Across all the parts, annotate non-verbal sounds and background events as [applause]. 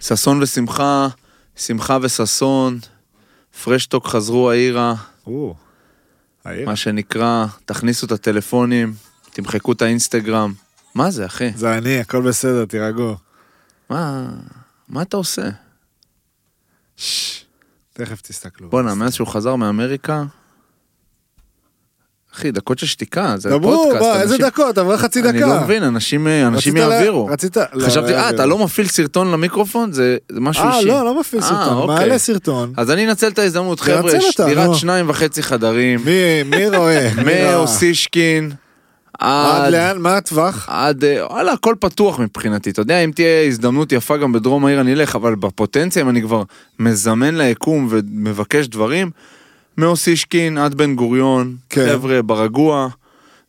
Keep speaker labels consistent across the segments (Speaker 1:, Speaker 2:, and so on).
Speaker 1: ששון ושמחה, שמחה וששון, פרשטוק חזרו העירה,
Speaker 2: או, העיר.
Speaker 1: מה שנקרא, תכניסו את הטלפונים, תמחקו את האינסטגרם. מה זה, אחי?
Speaker 2: זה אני, הכל בסדר, תירגעו.
Speaker 1: מה, מה אתה עושה?
Speaker 2: ששש, תכף תסתכלו.
Speaker 1: בואנה, מאז שהוא חזר מאמריקה... אחי, דקות של שתיקה, זה
Speaker 2: דברו,
Speaker 1: פודקאסט.
Speaker 2: בוא, איזה
Speaker 1: אנשים-
Speaker 2: דקות, עברה חצי דקה.
Speaker 1: אני לא מבין, אנשים אנשים
Speaker 2: רצית לה-
Speaker 1: יעבירו.
Speaker 2: רצית... לא,
Speaker 1: חשבתי, אה,
Speaker 2: יעבירו.
Speaker 1: אתה לא מפעיל סרטון למיקרופון? זה זה משהו
Speaker 2: אה,
Speaker 1: אישי.
Speaker 2: לא, לא מפעיל
Speaker 1: אה,
Speaker 2: סרטון,
Speaker 1: אוקיי.
Speaker 2: מעלה
Speaker 1: [laughs]
Speaker 2: סרטון.
Speaker 1: אז אני אנצל את ההזדמנות,
Speaker 2: תנצל
Speaker 1: חבר'ה, יש
Speaker 2: אותה, לא.
Speaker 1: דירת
Speaker 2: נו.
Speaker 1: שניים וחצי חדרים,
Speaker 2: מי מי
Speaker 1: [laughs]
Speaker 2: רואה? מי רואה?
Speaker 1: מאוסישקין,
Speaker 2: לא- עד
Speaker 1: עד...
Speaker 2: לאן? מה הטווח?
Speaker 1: עד, אה, וואלה, הכל פתוח מבחינתי. אתה יודע, אם תהיה הזדמנות יפה גם בדרום העיר, אני אלך, אבל בפוטנציה, אם אני כבר מזמן ליקום ומבקש דברים, מאוסישקין עד בן גוריון,
Speaker 2: כן.
Speaker 1: חבר'ה, ברגוע,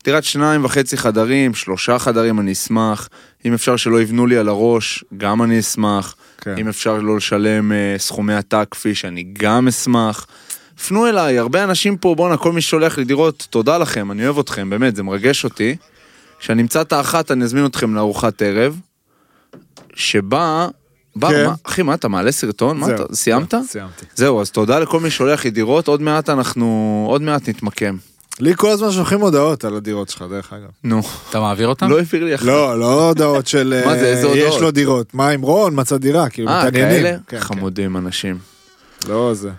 Speaker 1: דירת שניים וחצי חדרים, שלושה חדרים, אני אשמח. אם אפשר שלא יבנו לי על הראש, גם אני אשמח.
Speaker 2: כן.
Speaker 1: אם אפשר לא לשלם אה, סכומי עתק כפי שאני גם אשמח. פנו אליי, הרבה אנשים פה, בואנה, כל מי ששולח לי דירות, תודה לכם, אני אוהב אתכם, באמת, זה מרגש אותי. כשאני אמצא את האחת, אני אזמין אתכם לארוחת ערב, שבה... בא,
Speaker 2: כן.
Speaker 1: מה, אחי, מה אתה מעלה סרטון? מה
Speaker 2: זהו.
Speaker 1: אתה, סיימת?
Speaker 2: סיימתי.
Speaker 1: זהו, אז תודה לכל מי שולח לי דירות, עוד מעט אנחנו, עוד מעט נתמקם.
Speaker 2: לי כל הזמן שולחים הודעות על הדירות שלך, דרך אגב.
Speaker 1: נו,
Speaker 3: אתה מעביר אותם?
Speaker 1: לא העביר לי אחת.
Speaker 2: לא, לא הודעות של
Speaker 1: מה זה,
Speaker 2: אה,
Speaker 1: איזה
Speaker 2: יש
Speaker 1: הודעות?
Speaker 2: לו דירות. מה עם רון? מצא דירה, כאילו,
Speaker 1: אה,
Speaker 2: מתעניינים.
Speaker 1: כאלה?
Speaker 2: כן, כן.
Speaker 1: חמודים אנשים.
Speaker 2: לא זה.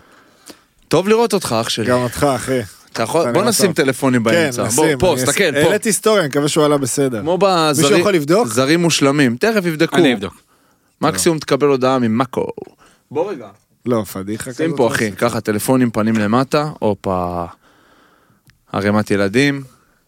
Speaker 1: טוב לראות אותך, אח שלי.
Speaker 2: גם אותך, אחי.
Speaker 1: אתה יכול,
Speaker 2: אני
Speaker 1: בוא
Speaker 2: גם
Speaker 1: נשים
Speaker 2: טוב.
Speaker 1: טלפונים
Speaker 2: כן,
Speaker 1: באמצע. בוא,
Speaker 2: נשים.
Speaker 1: פה,
Speaker 2: אני-
Speaker 1: תסתכל, פה.
Speaker 2: העליתי היסטוריה, אני מקווה שהוא עלה בסדר.
Speaker 1: כמו בזרים,
Speaker 2: מישהו יכול לבדוק?
Speaker 1: זרים מושלמים, תכף יבדקו.
Speaker 3: אני אבדוק.
Speaker 1: מקסימום תקבל הודעה ממאקו. בוא רגע.
Speaker 2: לא, פדיחה כזאת.
Speaker 1: שים פה
Speaker 2: לא
Speaker 1: אחי,
Speaker 2: עושה.
Speaker 1: ככה טלפונים פנים למטה, הופה. ערימת ילדים,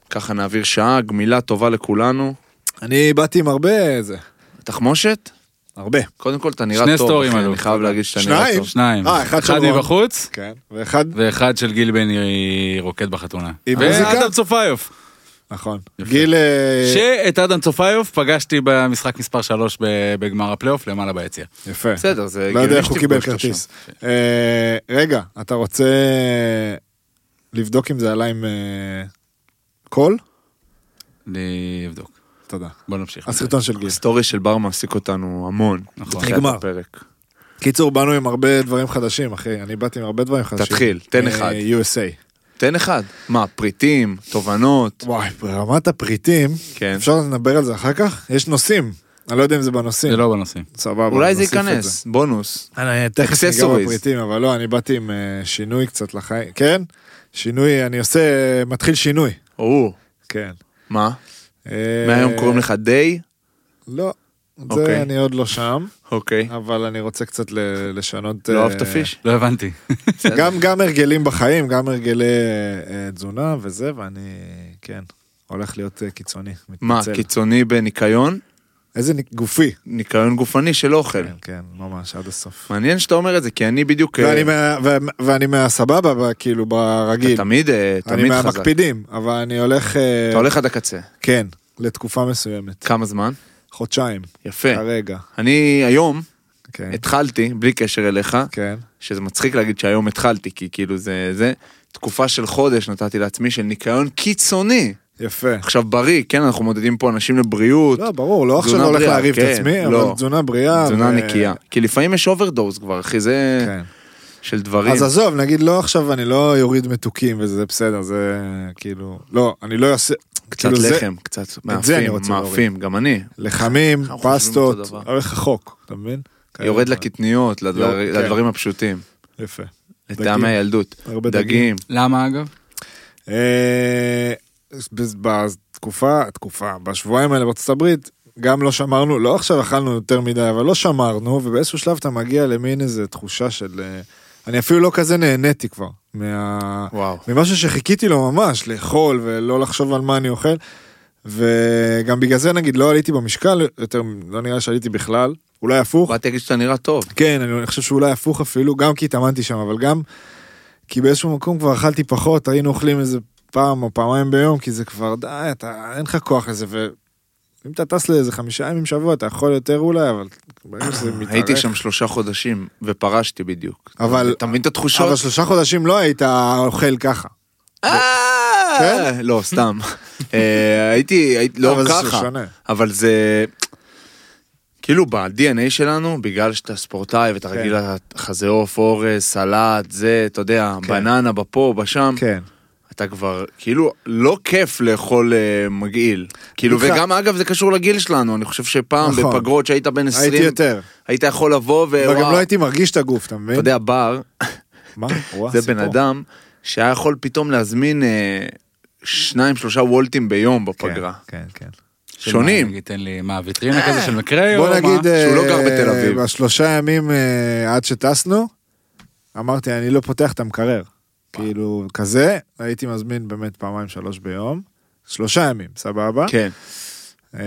Speaker 1: ככה נעביר שעה, גמילה טובה לכולנו.
Speaker 2: אני באתי עם הרבה זה.
Speaker 1: תחמושת?
Speaker 2: הרבה.
Speaker 1: קודם כל אתה נראה
Speaker 3: שני
Speaker 1: טוב,
Speaker 3: סטורים
Speaker 1: אחי,
Speaker 3: עלו.
Speaker 1: אני חייב להגיד שאתה נראה
Speaker 2: שניים?
Speaker 1: טוב.
Speaker 3: שניים.
Speaker 2: אה, אחד של
Speaker 3: אחד
Speaker 2: רון.
Speaker 3: מבחוץ,
Speaker 2: כן. ואחד,
Speaker 3: ואחד של גיל בן ירי רוקד בחתונה.
Speaker 2: עם מוזיקה?
Speaker 3: ואדם צופיוף.
Speaker 2: נכון. גיל... אה,
Speaker 3: שאת אדם צופיוף פגשתי במשחק מספר 3 בגמר הפלייאוף למעלה ביציע.
Speaker 2: יפה.
Speaker 1: בסדר, זה
Speaker 2: לא יודע
Speaker 1: הגיוני
Speaker 2: איך הוא קיבל
Speaker 1: שתפגוש אותו
Speaker 2: כרטיס.
Speaker 1: שם.
Speaker 2: אה, רגע, אתה רוצה אה, לבדוק אם זה עלה עם אה, קול?
Speaker 3: אני אבדוק.
Speaker 2: תודה.
Speaker 3: בוא נמשיך.
Speaker 2: הסרטון של גיל.
Speaker 1: הסטורי של בר מעסיק אותנו המון.
Speaker 3: נכון.
Speaker 1: בתחילת
Speaker 2: נגמר.
Speaker 1: הפרק.
Speaker 2: קיצור, באנו עם הרבה דברים חדשים, אחי. אני באתי עם הרבה דברים חדשים.
Speaker 1: תתחיל, תן
Speaker 2: אה,
Speaker 1: אחד.
Speaker 2: USA.
Speaker 1: תן אחד. מה, פריטים, תובנות,
Speaker 2: וואי, ברמת הפריטים,
Speaker 1: כן.
Speaker 2: אפשר לדבר על זה אחר כך? יש נושאים. אני לא יודע אם זה בנושאים.
Speaker 3: זה לא בנושאים.
Speaker 2: סבבה,
Speaker 1: אולי זה
Speaker 2: נוסיף את
Speaker 1: ייכנס, בונוס.
Speaker 2: אני תכף ניגע
Speaker 1: Accessories.
Speaker 2: בפריטים, אבל לא, אני באתי עם אה, שינוי קצת לחיים. כן? שינוי, אני עושה, אה, מתחיל שינוי.
Speaker 1: או,
Speaker 2: כן.
Speaker 1: מה?
Speaker 2: אה,
Speaker 1: מהיום קוראים לך דיי?
Speaker 2: לא.
Speaker 1: אוקיי.
Speaker 2: זה אני עוד לא שם,
Speaker 1: אוקיי.
Speaker 2: אבל אני רוצה קצת ל- לשנות...
Speaker 1: לא
Speaker 2: אה,
Speaker 1: אהבת פיש?
Speaker 3: לא הבנתי. [laughs]
Speaker 2: גם, גם הרגלים בחיים, גם הרגלי אה, אה, תזונה וזה, ואני, כן, הולך להיות אה, קיצוני.
Speaker 1: מה, כן.
Speaker 2: מתנצל.
Speaker 1: קיצוני בניקיון?
Speaker 2: איזה ניק- גופי.
Speaker 1: ניקיון גופני של אוכל.
Speaker 2: כן, כן, ממש, עד הסוף.
Speaker 1: מעניין שאתה אומר את זה, כי אני בדיוק... אה,
Speaker 2: ואני מה- ו- ואני מהסבבה, ב- כאילו,
Speaker 1: אתה
Speaker 2: ברגיל.
Speaker 1: תמיד, אה,
Speaker 2: אני
Speaker 1: תמיד חזק.
Speaker 2: מהמקפידים, אבל אני הולך... אה,
Speaker 1: אתה הולך עד הקצה.
Speaker 2: כן, לתקופה מסוימת.
Speaker 1: כמה זמן?
Speaker 2: חודשיים,
Speaker 1: יפה.
Speaker 2: כרגע.
Speaker 1: אני היום
Speaker 2: כן,
Speaker 1: התחלתי, בלי קשר אליך,
Speaker 2: כן.
Speaker 1: שזה מצחיק להגיד שהיום התחלתי, כי כאילו זה... זה תקופה של חודש נתתי לעצמי של ניקיון קיצוני.
Speaker 2: יפה.
Speaker 1: עכשיו בריא, כן, אנחנו מודדים פה אנשים לבריאות,
Speaker 2: לא, ברור, לא עכשיו
Speaker 1: תזונה
Speaker 2: הולך
Speaker 1: בריאה,
Speaker 2: להרעיב את
Speaker 1: כן,
Speaker 2: עצמי,
Speaker 1: לא.
Speaker 2: אבל תזונה בריאה.
Speaker 1: תזונה
Speaker 2: ו-
Speaker 1: נקייה. כי לפעמים יש אוברדוז כבר, אחי, זה
Speaker 2: אה, כן.
Speaker 1: של דברים.
Speaker 2: אז עזוב, נגיד לא עכשיו אני לא יוריד מתוקים וזה בסדר, זה כאילו... לא, אני לא אעשה...
Speaker 1: קצת
Speaker 2: כאילו זה-
Speaker 1: לחם, קצת
Speaker 2: את זה אני
Speaker 1: מאפים,
Speaker 2: רוצה
Speaker 1: מאפים, גם אני.
Speaker 2: לחמים,
Speaker 1: אנחנו חושבים
Speaker 2: פסטות,
Speaker 1: אותו דבר.
Speaker 2: הולך רחוק, אתה מבין?
Speaker 1: יורד לקטניות, לדבר-
Speaker 2: כן, לא, כן.
Speaker 1: לדברים הפשוטים,
Speaker 2: יפה. דגים.
Speaker 1: לטעמי הילדות.
Speaker 2: הרבה
Speaker 1: דגים.
Speaker 3: למה אגב?
Speaker 2: אה, בז- בתקופה, תקופה, בשבועיים האלה בארצות הברית, גם לא שמרנו, לא עכשיו אכלנו יותר מדי, אבל לא שמרנו, ובאיזשהו שלב אתה מגיע למין איזה תחושה של... אה, אני אפילו לא כזה נהניתי כבר, מה...
Speaker 1: וואו.
Speaker 2: ממשהו שחיכיתי לו ממש, לאכול ולא לחשוב על מה אני אוכל. וגם בגלל זה נגיד לא עליתי במשקל יותר, לא נראה שעליתי בכלל, אולי הפוך.
Speaker 1: באתי להגיד שאתה נראה טוב.
Speaker 2: כן, אני חושב שאולי הפוך אפילו, גם כי התאמנתי שם, אבל גם כי באיזשהו מקום כבר אכלתי פחות, היינו אוכלים איזה פעם או פעמיים ביום, כי זה כבר, די, אתה, אין לך כוח לזה, ואם אתה טס לאיזה חמישה ימים שבוע, אתה יכול יותר אולי, אבל ברגע שזה מתארך.
Speaker 1: [clears throat] הייתי שם שלושה חודשים, ופרשתי בדיוק.
Speaker 2: אבל-
Speaker 1: אתה מבין את התחושות?
Speaker 2: אבל שלושה חודשים לא היית אוכל ככה.
Speaker 1: אה,
Speaker 2: כן?
Speaker 1: לא,
Speaker 2: [laughs]
Speaker 1: סתם. אה, הייתי, הייתי- לא
Speaker 2: אבל זה
Speaker 1: ככה.
Speaker 2: שונה.
Speaker 1: אבל זה... כאילו ב-DNA שלנו, בגלל שאתה ספורטאי ואתה
Speaker 2: כן.
Speaker 1: רגיל לחזה עוף, אורז, סלט, זה, אתה יודע,
Speaker 2: כן.
Speaker 1: בננה בפה, בשם,
Speaker 2: כן.
Speaker 1: אתה כבר, כאילו, לא כיף לאכול אה, מגעיל. כאילו,
Speaker 2: נכון.
Speaker 1: וגם אגב, זה קשור לגיל שלנו, אני חושב שפעם
Speaker 2: נכון.
Speaker 1: בפגרות שהיית בן 20,
Speaker 2: הייתי יותר.
Speaker 1: היית יכול לבוא ו...
Speaker 2: וגם
Speaker 1: וואו,
Speaker 2: לא הייתי מרגיש את הגוף, אתה מבין?
Speaker 1: אתה יודע, בר,
Speaker 2: מה? וואו,
Speaker 1: זה
Speaker 2: סיפור.
Speaker 1: בן אדם שהיה יכול פתאום להזמין אה, שניים, שלושה וולטים ביום
Speaker 2: כן,
Speaker 1: בפגרה.
Speaker 2: כן, כן.
Speaker 3: של
Speaker 1: שונים.
Speaker 3: מה, נגיד, תן לי, מה, ויטרינה כזה של מקרי, או
Speaker 2: אה, בוא
Speaker 3: מה?
Speaker 2: נגיד,
Speaker 1: שהוא לא
Speaker 2: אה,
Speaker 1: גר בתל אביב.
Speaker 2: בשלושה ימים אה, עד שטסנו, אמרתי, אני לא פותח את המקרר. כאילו, כזה, הייתי מזמין באמת פעמיים שלוש ביום. שלושה ימים, סבבה.
Speaker 1: כן.
Speaker 2: אה,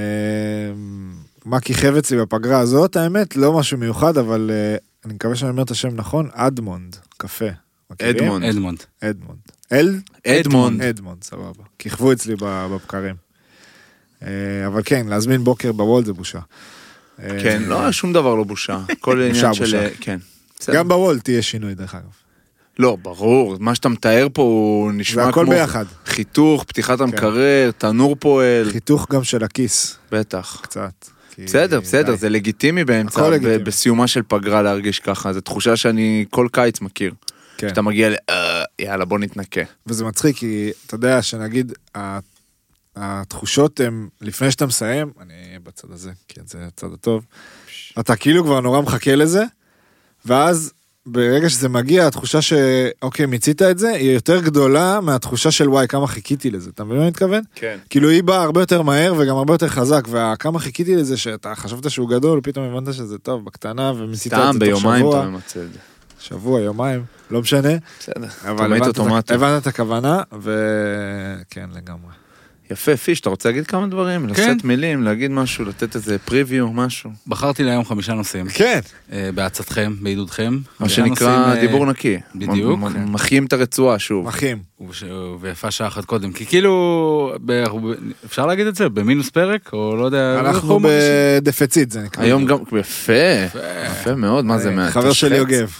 Speaker 2: מה כיכב אצלי בפגרה הזאת, האמת, לא משהו מיוחד, אבל אה, אני מקווה שאני אומר את השם נכון, אדמונד, קפה. מכירים?
Speaker 1: אדמונד.
Speaker 3: אדמונד.
Speaker 2: אדמונד. אל?
Speaker 1: אדמונד.
Speaker 2: אדמונד, סבבה. כיכבו אצלי ב- בבקרים. אה, אבל כן, להזמין בוקר בוולט זה בושה. אה,
Speaker 1: כן, לא, שום דבר לא
Speaker 2: [laughs]
Speaker 1: בושה. כל עניין של...
Speaker 2: בושה.
Speaker 1: אה, כן. בסדר.
Speaker 2: גם בוולט תהיה שינוי, דרך אגב.
Speaker 1: לא, ברור, מה שאתה מתאר פה הוא נשמע
Speaker 2: והכל
Speaker 1: כמו...
Speaker 2: ביחד. כן.
Speaker 1: חיתוך, פתיחת המקרר, תנור פועל,
Speaker 2: חיתוך גם של הכיס,
Speaker 1: בטח.
Speaker 2: קצת. כי-
Speaker 1: בסדר, בסדר,
Speaker 2: אה, די.
Speaker 1: זה לגיטימי באמצע,
Speaker 2: הכל
Speaker 1: ב-
Speaker 2: לגיטימי.
Speaker 1: בסיומה של פגרה להרגיש ככה, זו תחושה שאני כל קיץ מכיר.
Speaker 2: כן.
Speaker 1: כשאתה מגיע ל... "אה, יאללה, בוא נתנקה.
Speaker 2: וזה מצחיק, כי אתה יודע שנגיד, ה- התחושות הן, לפני שאתה מסיים, אני אהיה בצד הזה, כי זה הצד הטוב, אתה כאילו כבר נורא מחכה לזה, ואז ברגע שזה מגיע, התחושה שאוקיי, מיצית את זה, היא יותר גדולה מהתחושה של וואי, כמה חיכיתי לזה, אתה מבין מה אני מתכוון?
Speaker 1: כן.
Speaker 2: כאילו היא באה הרבה יותר מהר וגם הרבה יותר חזק, וכמה חיכיתי לזה שאתה חשבת שהוא גדול, פתאום הבנת שזה טוב בקטנה, ומיצית את
Speaker 1: טעם
Speaker 2: זה תוך
Speaker 1: ביומיים אתה
Speaker 2: שבוע,
Speaker 1: ממצא את זה.
Speaker 2: שבוע, יומיים, לא משנה.
Speaker 1: בסדר.
Speaker 2: אבל
Speaker 1: טומט
Speaker 2: הבנת את
Speaker 1: אוטומטי.
Speaker 2: ה- הבנת את הכוונה, וכן לגמרי.
Speaker 1: יפה, פיש, אתה רוצה להגיד כמה דברים?
Speaker 3: כן.
Speaker 1: לשאת מילים, להגיד משהו, לתת איזה פריוויו, משהו.
Speaker 3: בחרתי להיום חמישה נושאים,
Speaker 2: כן.
Speaker 3: אה, בעצתכם, בעידודכם.
Speaker 1: מה
Speaker 3: חמישה
Speaker 1: שנקרא
Speaker 3: נושאים, אה,
Speaker 1: דיבור נקי.
Speaker 3: בדיוק.
Speaker 1: מ- מ- מחיים את הרצועה שוב.
Speaker 2: אחים.
Speaker 3: ובש- ויפה שעה אחת קודם, כי כאילו, ב- אפשר להגיד את זה? במינוס פרק? או לא יודע, איך
Speaker 1: אה,
Speaker 2: אנחנו
Speaker 3: הוא מרגיש?
Speaker 2: בדפציט זה נקרא.
Speaker 1: לא, היום גם, יפה, יפה מאוד, מה זה מה?
Speaker 2: אה, חבר שלי יוגב.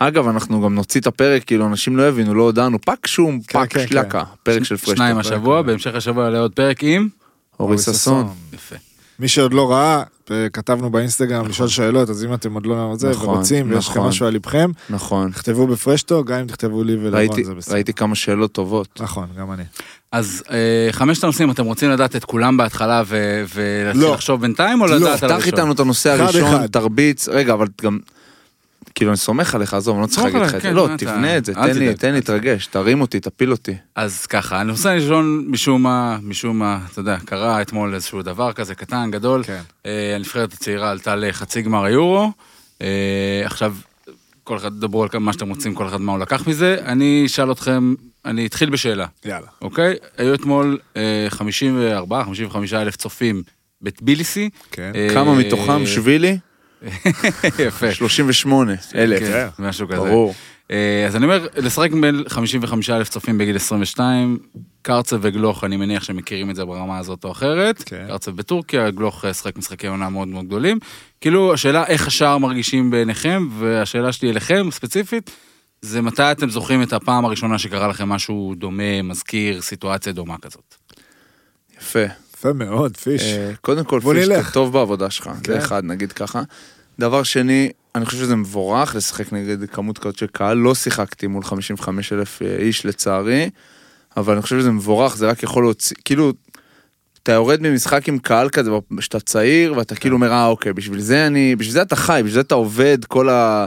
Speaker 1: אגב, אנחנו גם נוציא את הפרק, כאילו, אנשים לא יבינו, לא הודענו, פאק שום,
Speaker 2: כן,
Speaker 1: פאק
Speaker 2: כן,
Speaker 1: שלקה, פרק של פרשטוק.
Speaker 3: שניים השבוע, בהמשך השבוע יעלה עוד פרק עם?
Speaker 1: אורי ששון.
Speaker 3: יפה.
Speaker 2: מי שעוד לא ראה, אה, כתבנו באינסטגרם לשאול שאלות, אז אם אתם עוד לא זה,
Speaker 1: נכון,
Speaker 2: ורוצים, ויש לכם
Speaker 1: נכון.
Speaker 2: משהו על לבכם,
Speaker 1: נכון.
Speaker 2: תכתבו בפרשטו, גם אם תכתבו לי
Speaker 3: לא
Speaker 1: ראיתי-
Speaker 2: ולרון, זה בסדר.
Speaker 1: ראיתי כמה שאלות טובות.
Speaker 2: נכון, גם אני.
Speaker 3: אז אה, חמשת הנושאים, אתם רוצים לדעת את כולם בהתחלה ו- ולהתחיל
Speaker 2: לא.
Speaker 3: לחשוב בינתיים, או
Speaker 2: לא,
Speaker 3: לדעת על
Speaker 1: פתח כאילו, איתנו
Speaker 3: הראשון?
Speaker 1: את הנושא
Speaker 2: אחד,
Speaker 1: הראשון,
Speaker 2: אחד.
Speaker 1: תרביץ, רגע, אבל גם, כאילו, אני סומך עליך, עזוב, אני לא צריך
Speaker 3: סמוך
Speaker 1: להגיד לך
Speaker 3: עליי,
Speaker 1: את זה.
Speaker 3: כן,
Speaker 1: לא,
Speaker 3: מה אתה-
Speaker 1: תבנה את זה,
Speaker 3: אל
Speaker 1: תן לי,
Speaker 3: תדאג.
Speaker 1: תן לי להתרגש, תרים אותי, תפיל אותי.
Speaker 3: אז ככה, הנושא הראשון, משום מה, משום מה, אתה יודע, קרה אתמול איזשהו דבר כזה קטן, גדול.
Speaker 2: כן.
Speaker 3: אה, הנבחרת הצעירה עלתה לחצי גמר היורו. אה, עכשיו, כל אחד דברו על מה שאתם רוצים, כל אחד מה הוא לקח מזה. אני אשאל אתכם, אני אתחיל בשאלה.
Speaker 2: יאללה.
Speaker 3: אוקיי? היו אתמול אה, 54, 55 אלף צופים בטביליסי.
Speaker 2: כן.
Speaker 3: אה,
Speaker 1: כמה מתוכם שבילי?
Speaker 3: [laughs] יפה.
Speaker 1: 38 אלף.
Speaker 3: כן, משהו כזה.
Speaker 1: ברור.
Speaker 3: אה, אז אני אומר, לשחק בין 55 אלף צופים בגיל 22, קרצב וגלוך, אני מניח שהם מכירים את זה ברמה הזאת או אחרת.
Speaker 2: כן.
Speaker 3: קרצב בטורקיה, גלוך אה, שחק משחקי עונה מאוד מאוד גדולים. כאילו, השאלה איך השאר מרגישים בעיניכם, והשאלה שלי אליכם ספציפית, זה מתי אתם זוכרים את הפעם הראשונה שקרה לכם משהו דומה, מזכיר, סיטואציה דומה כזאת.
Speaker 1: יפה.
Speaker 2: יפה מאוד, פיש.
Speaker 1: אה, קודם כל,
Speaker 2: בוא
Speaker 1: פיש,
Speaker 2: נלך.
Speaker 1: אתה טוב בעבודה שלך,
Speaker 2: כן.
Speaker 1: זה אחד, נגיד ככה. דבר שני, אני חושב שזה מבורך לשחק נגד כמות כזאת של קהל, לא שיחקתי מול 55 אלף אה, איש לצערי, אבל אני חושב שזה מבורך, זה רק יכול להוציא, כאילו, אתה יורד ממשחק עם קהל כזה, שאתה צעיר, ואתה
Speaker 2: כן.
Speaker 1: כאילו אומר, אה, אוקיי, בשביל זה אני, בשביל זה אתה חי, בשביל זה אתה עובד, כל ה...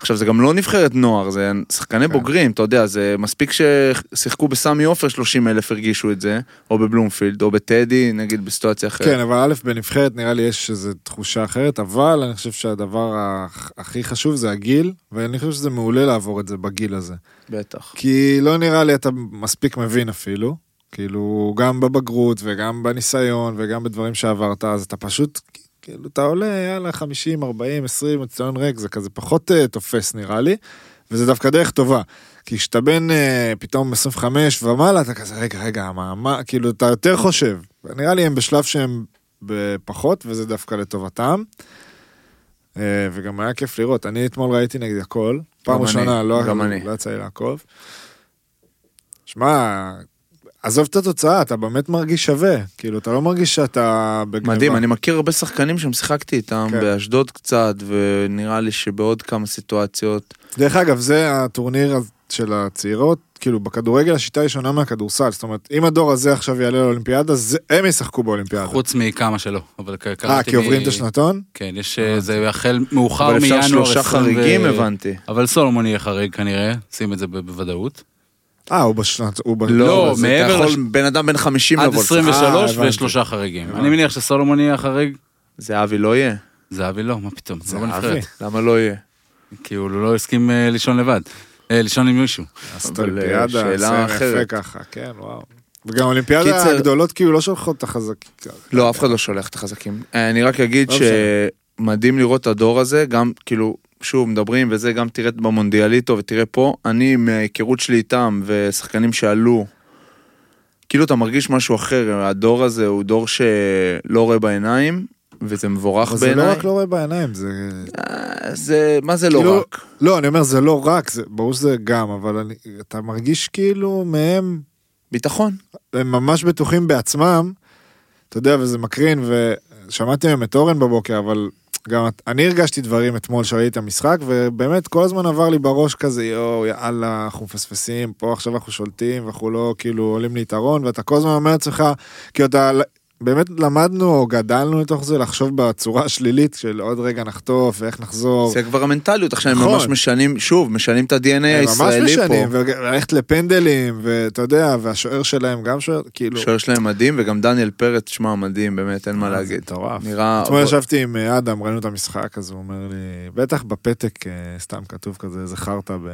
Speaker 1: עכשיו, זה גם לא נבחרת נוער, זה
Speaker 2: כן.
Speaker 1: שחקני בוגרים, אתה יודע, זה מספיק ששיחקו בסמי עופר 30 אלף הרגישו את זה, או בבלומפילד, או בטדי, נגיד בסיטואציה אחרת.
Speaker 2: כן, אבל א', בנבחרת נראה לי יש איזו תחושה אחרת, אבל אני חושב שהדבר הכ- הכי חשוב זה הגיל, ואני חושב שזה מעולה לעבור את זה בגיל הזה.
Speaker 1: בטח.
Speaker 2: כי לא נראה לי אתה מספיק מבין אפילו, כאילו, גם בבגרות וגם בניסיון וגם בדברים שעברת, אז אתה פשוט, כאילו, אתה עולה, יאללה, 50, 40, 20, מצטיון ריק, זה כזה פחות אה, תופס נראה לי, וזה דווקא דרך טובה. כי כשאתה בן אה, פתאום 25 ומעלה, אתה כזה, רגע, רגע, מה, מה, כאילו, אתה יותר חושב. נראה לי הם בשלב שהם בפחות, וזה דווקא לטובתם. אה, וגם היה כיף לראות. אני אתמול ראיתי נגד הכל, פעם לא
Speaker 1: אני,
Speaker 2: ראשונה, לא,
Speaker 1: גם אני.
Speaker 2: לא יצא לי לעקוב. שמע, עזוב את התוצאה, אתה באמת מרגיש שווה. כאילו, אתה לא מרגיש שאתה בגניבה.
Speaker 1: מדהים, אני מכיר הרבה שחקנים שם שיחקתי איתם,
Speaker 2: כן.
Speaker 1: באשדוד קצת, ונראה לי שבעוד כמה סיטואציות.
Speaker 2: דרך אגב, זה הטורניר הז- של הצעירות, כאילו בכדורגל השיטה היא שונה מהכדורסל, זאת אומרת, אם הדור הזה עכשיו יעלה לאולימפיאדה, זה- הם ישחקו באולימפיאדה.
Speaker 3: חוץ מכמה שלא, אבל כ- קראתי...
Speaker 2: אה, כי עוברים
Speaker 3: מ-
Speaker 2: את השנתון?
Speaker 3: כן, יש... אה, זה החל מאוחר
Speaker 1: אבל
Speaker 3: מינואר...
Speaker 1: אפשר שלושה
Speaker 3: 20 ו-
Speaker 1: חריגים, הבנתי.
Speaker 3: אבל סולומון יהיה חריג כנראה, שים את זה ב- בוודאות.
Speaker 2: אה, הוא בשנת... הוא ב...
Speaker 3: לא,
Speaker 1: אז אתה
Speaker 3: מעבר
Speaker 1: יכול-
Speaker 3: לש-
Speaker 1: בן אדם בן 50
Speaker 3: עד
Speaker 1: לבוא לשחק.
Speaker 3: 23
Speaker 1: אה,
Speaker 2: הבנתי.
Speaker 3: ושלושה חריגים. אני מניח שסולומון יהיה החריג,
Speaker 1: זהבי לא יהיה?
Speaker 3: זהבי לא, מה פתאום, זה לא
Speaker 2: זהבי.
Speaker 3: בנבחרת.
Speaker 1: למה לא יהיה?
Speaker 3: כי הוא לא הסכים אה, לישון לבד. אה, לישון עם מישהו.
Speaker 2: עשת
Speaker 1: אבל, אה,
Speaker 2: אולימפיאדה,
Speaker 1: שאלה
Speaker 2: זה יפה
Speaker 1: אחרת.
Speaker 2: ככה, כן, וואו. וגם האולימפיאדה
Speaker 1: קיצר-
Speaker 2: הגדולות כאילו לא שולחות את החזקים.
Speaker 1: לא, אף אחד לא שולח את החזקים. אה, אני רק אגיד
Speaker 2: לא משנה.
Speaker 1: שמדהים לראות את הדור הזה, גם כאילו, שוב, מדברים וזה, גם תראה במונדיאליטו ותראה פה, אני מההיכרות שלי איתם ושחקנים שעלו, כאילו אתה מרגיש משהו אחר, הדור הזה הוא דור שלא רואה בעיניים, וזה מבורך
Speaker 2: אבל
Speaker 1: בעיניי.
Speaker 2: זה לא רק לא רואה בעיניים, זה...
Speaker 1: אה, זה, מה זה לא
Speaker 2: כאילו-
Speaker 1: רק?
Speaker 2: לא, אני אומר, זה לא רק, זה- ברור שזה גם, אבל אני- אתה מרגיש כאילו מהם
Speaker 1: ביטחון.
Speaker 2: הם ממש בטוחים בעצמם, אתה יודע, וזה מקרין, ושמעתי היום את אורן בבוקר, אבל גם את- אני הרגשתי דברים אתמול שראיתי את המשחק, ובאמת כל הזמן עבר לי בראש כזה, יואו, יאללה, אנחנו מפספסים, פה עכשיו אנחנו שולטים, ואנחנו לא כאילו עולים ליתרון, ואתה כל הזמן אומר לעצמך, כי אתה... באמת למדנו או גדלנו לתוך זה לחשוב בצורה השלילית של עוד רגע נחטוף ואיך נחזור.
Speaker 1: זה כבר המנטליות, עכשיו הם
Speaker 2: נכון.
Speaker 1: ממש משנים, שוב, משנים את ה-DNA
Speaker 2: הם
Speaker 1: הישראלי
Speaker 2: ממש משנים,
Speaker 1: אה, פה.
Speaker 2: וללכת לפנדלים, ואתה יודע, והשוער שלהם גם שוער, כאילו...
Speaker 1: שוער שלהם מדהים, וגם דניאל פרץ, שמע, מדהים, באמת, אין מה
Speaker 2: אה, זה
Speaker 1: להגיד.
Speaker 2: מטורף.
Speaker 1: נראה...
Speaker 2: אתמול ישבתי עם אה, אדם, ראינו את המשחק, אז הוא אומר לי, בטח בפתק אה, סתם כתוב כזה, איזה חרטא, ב...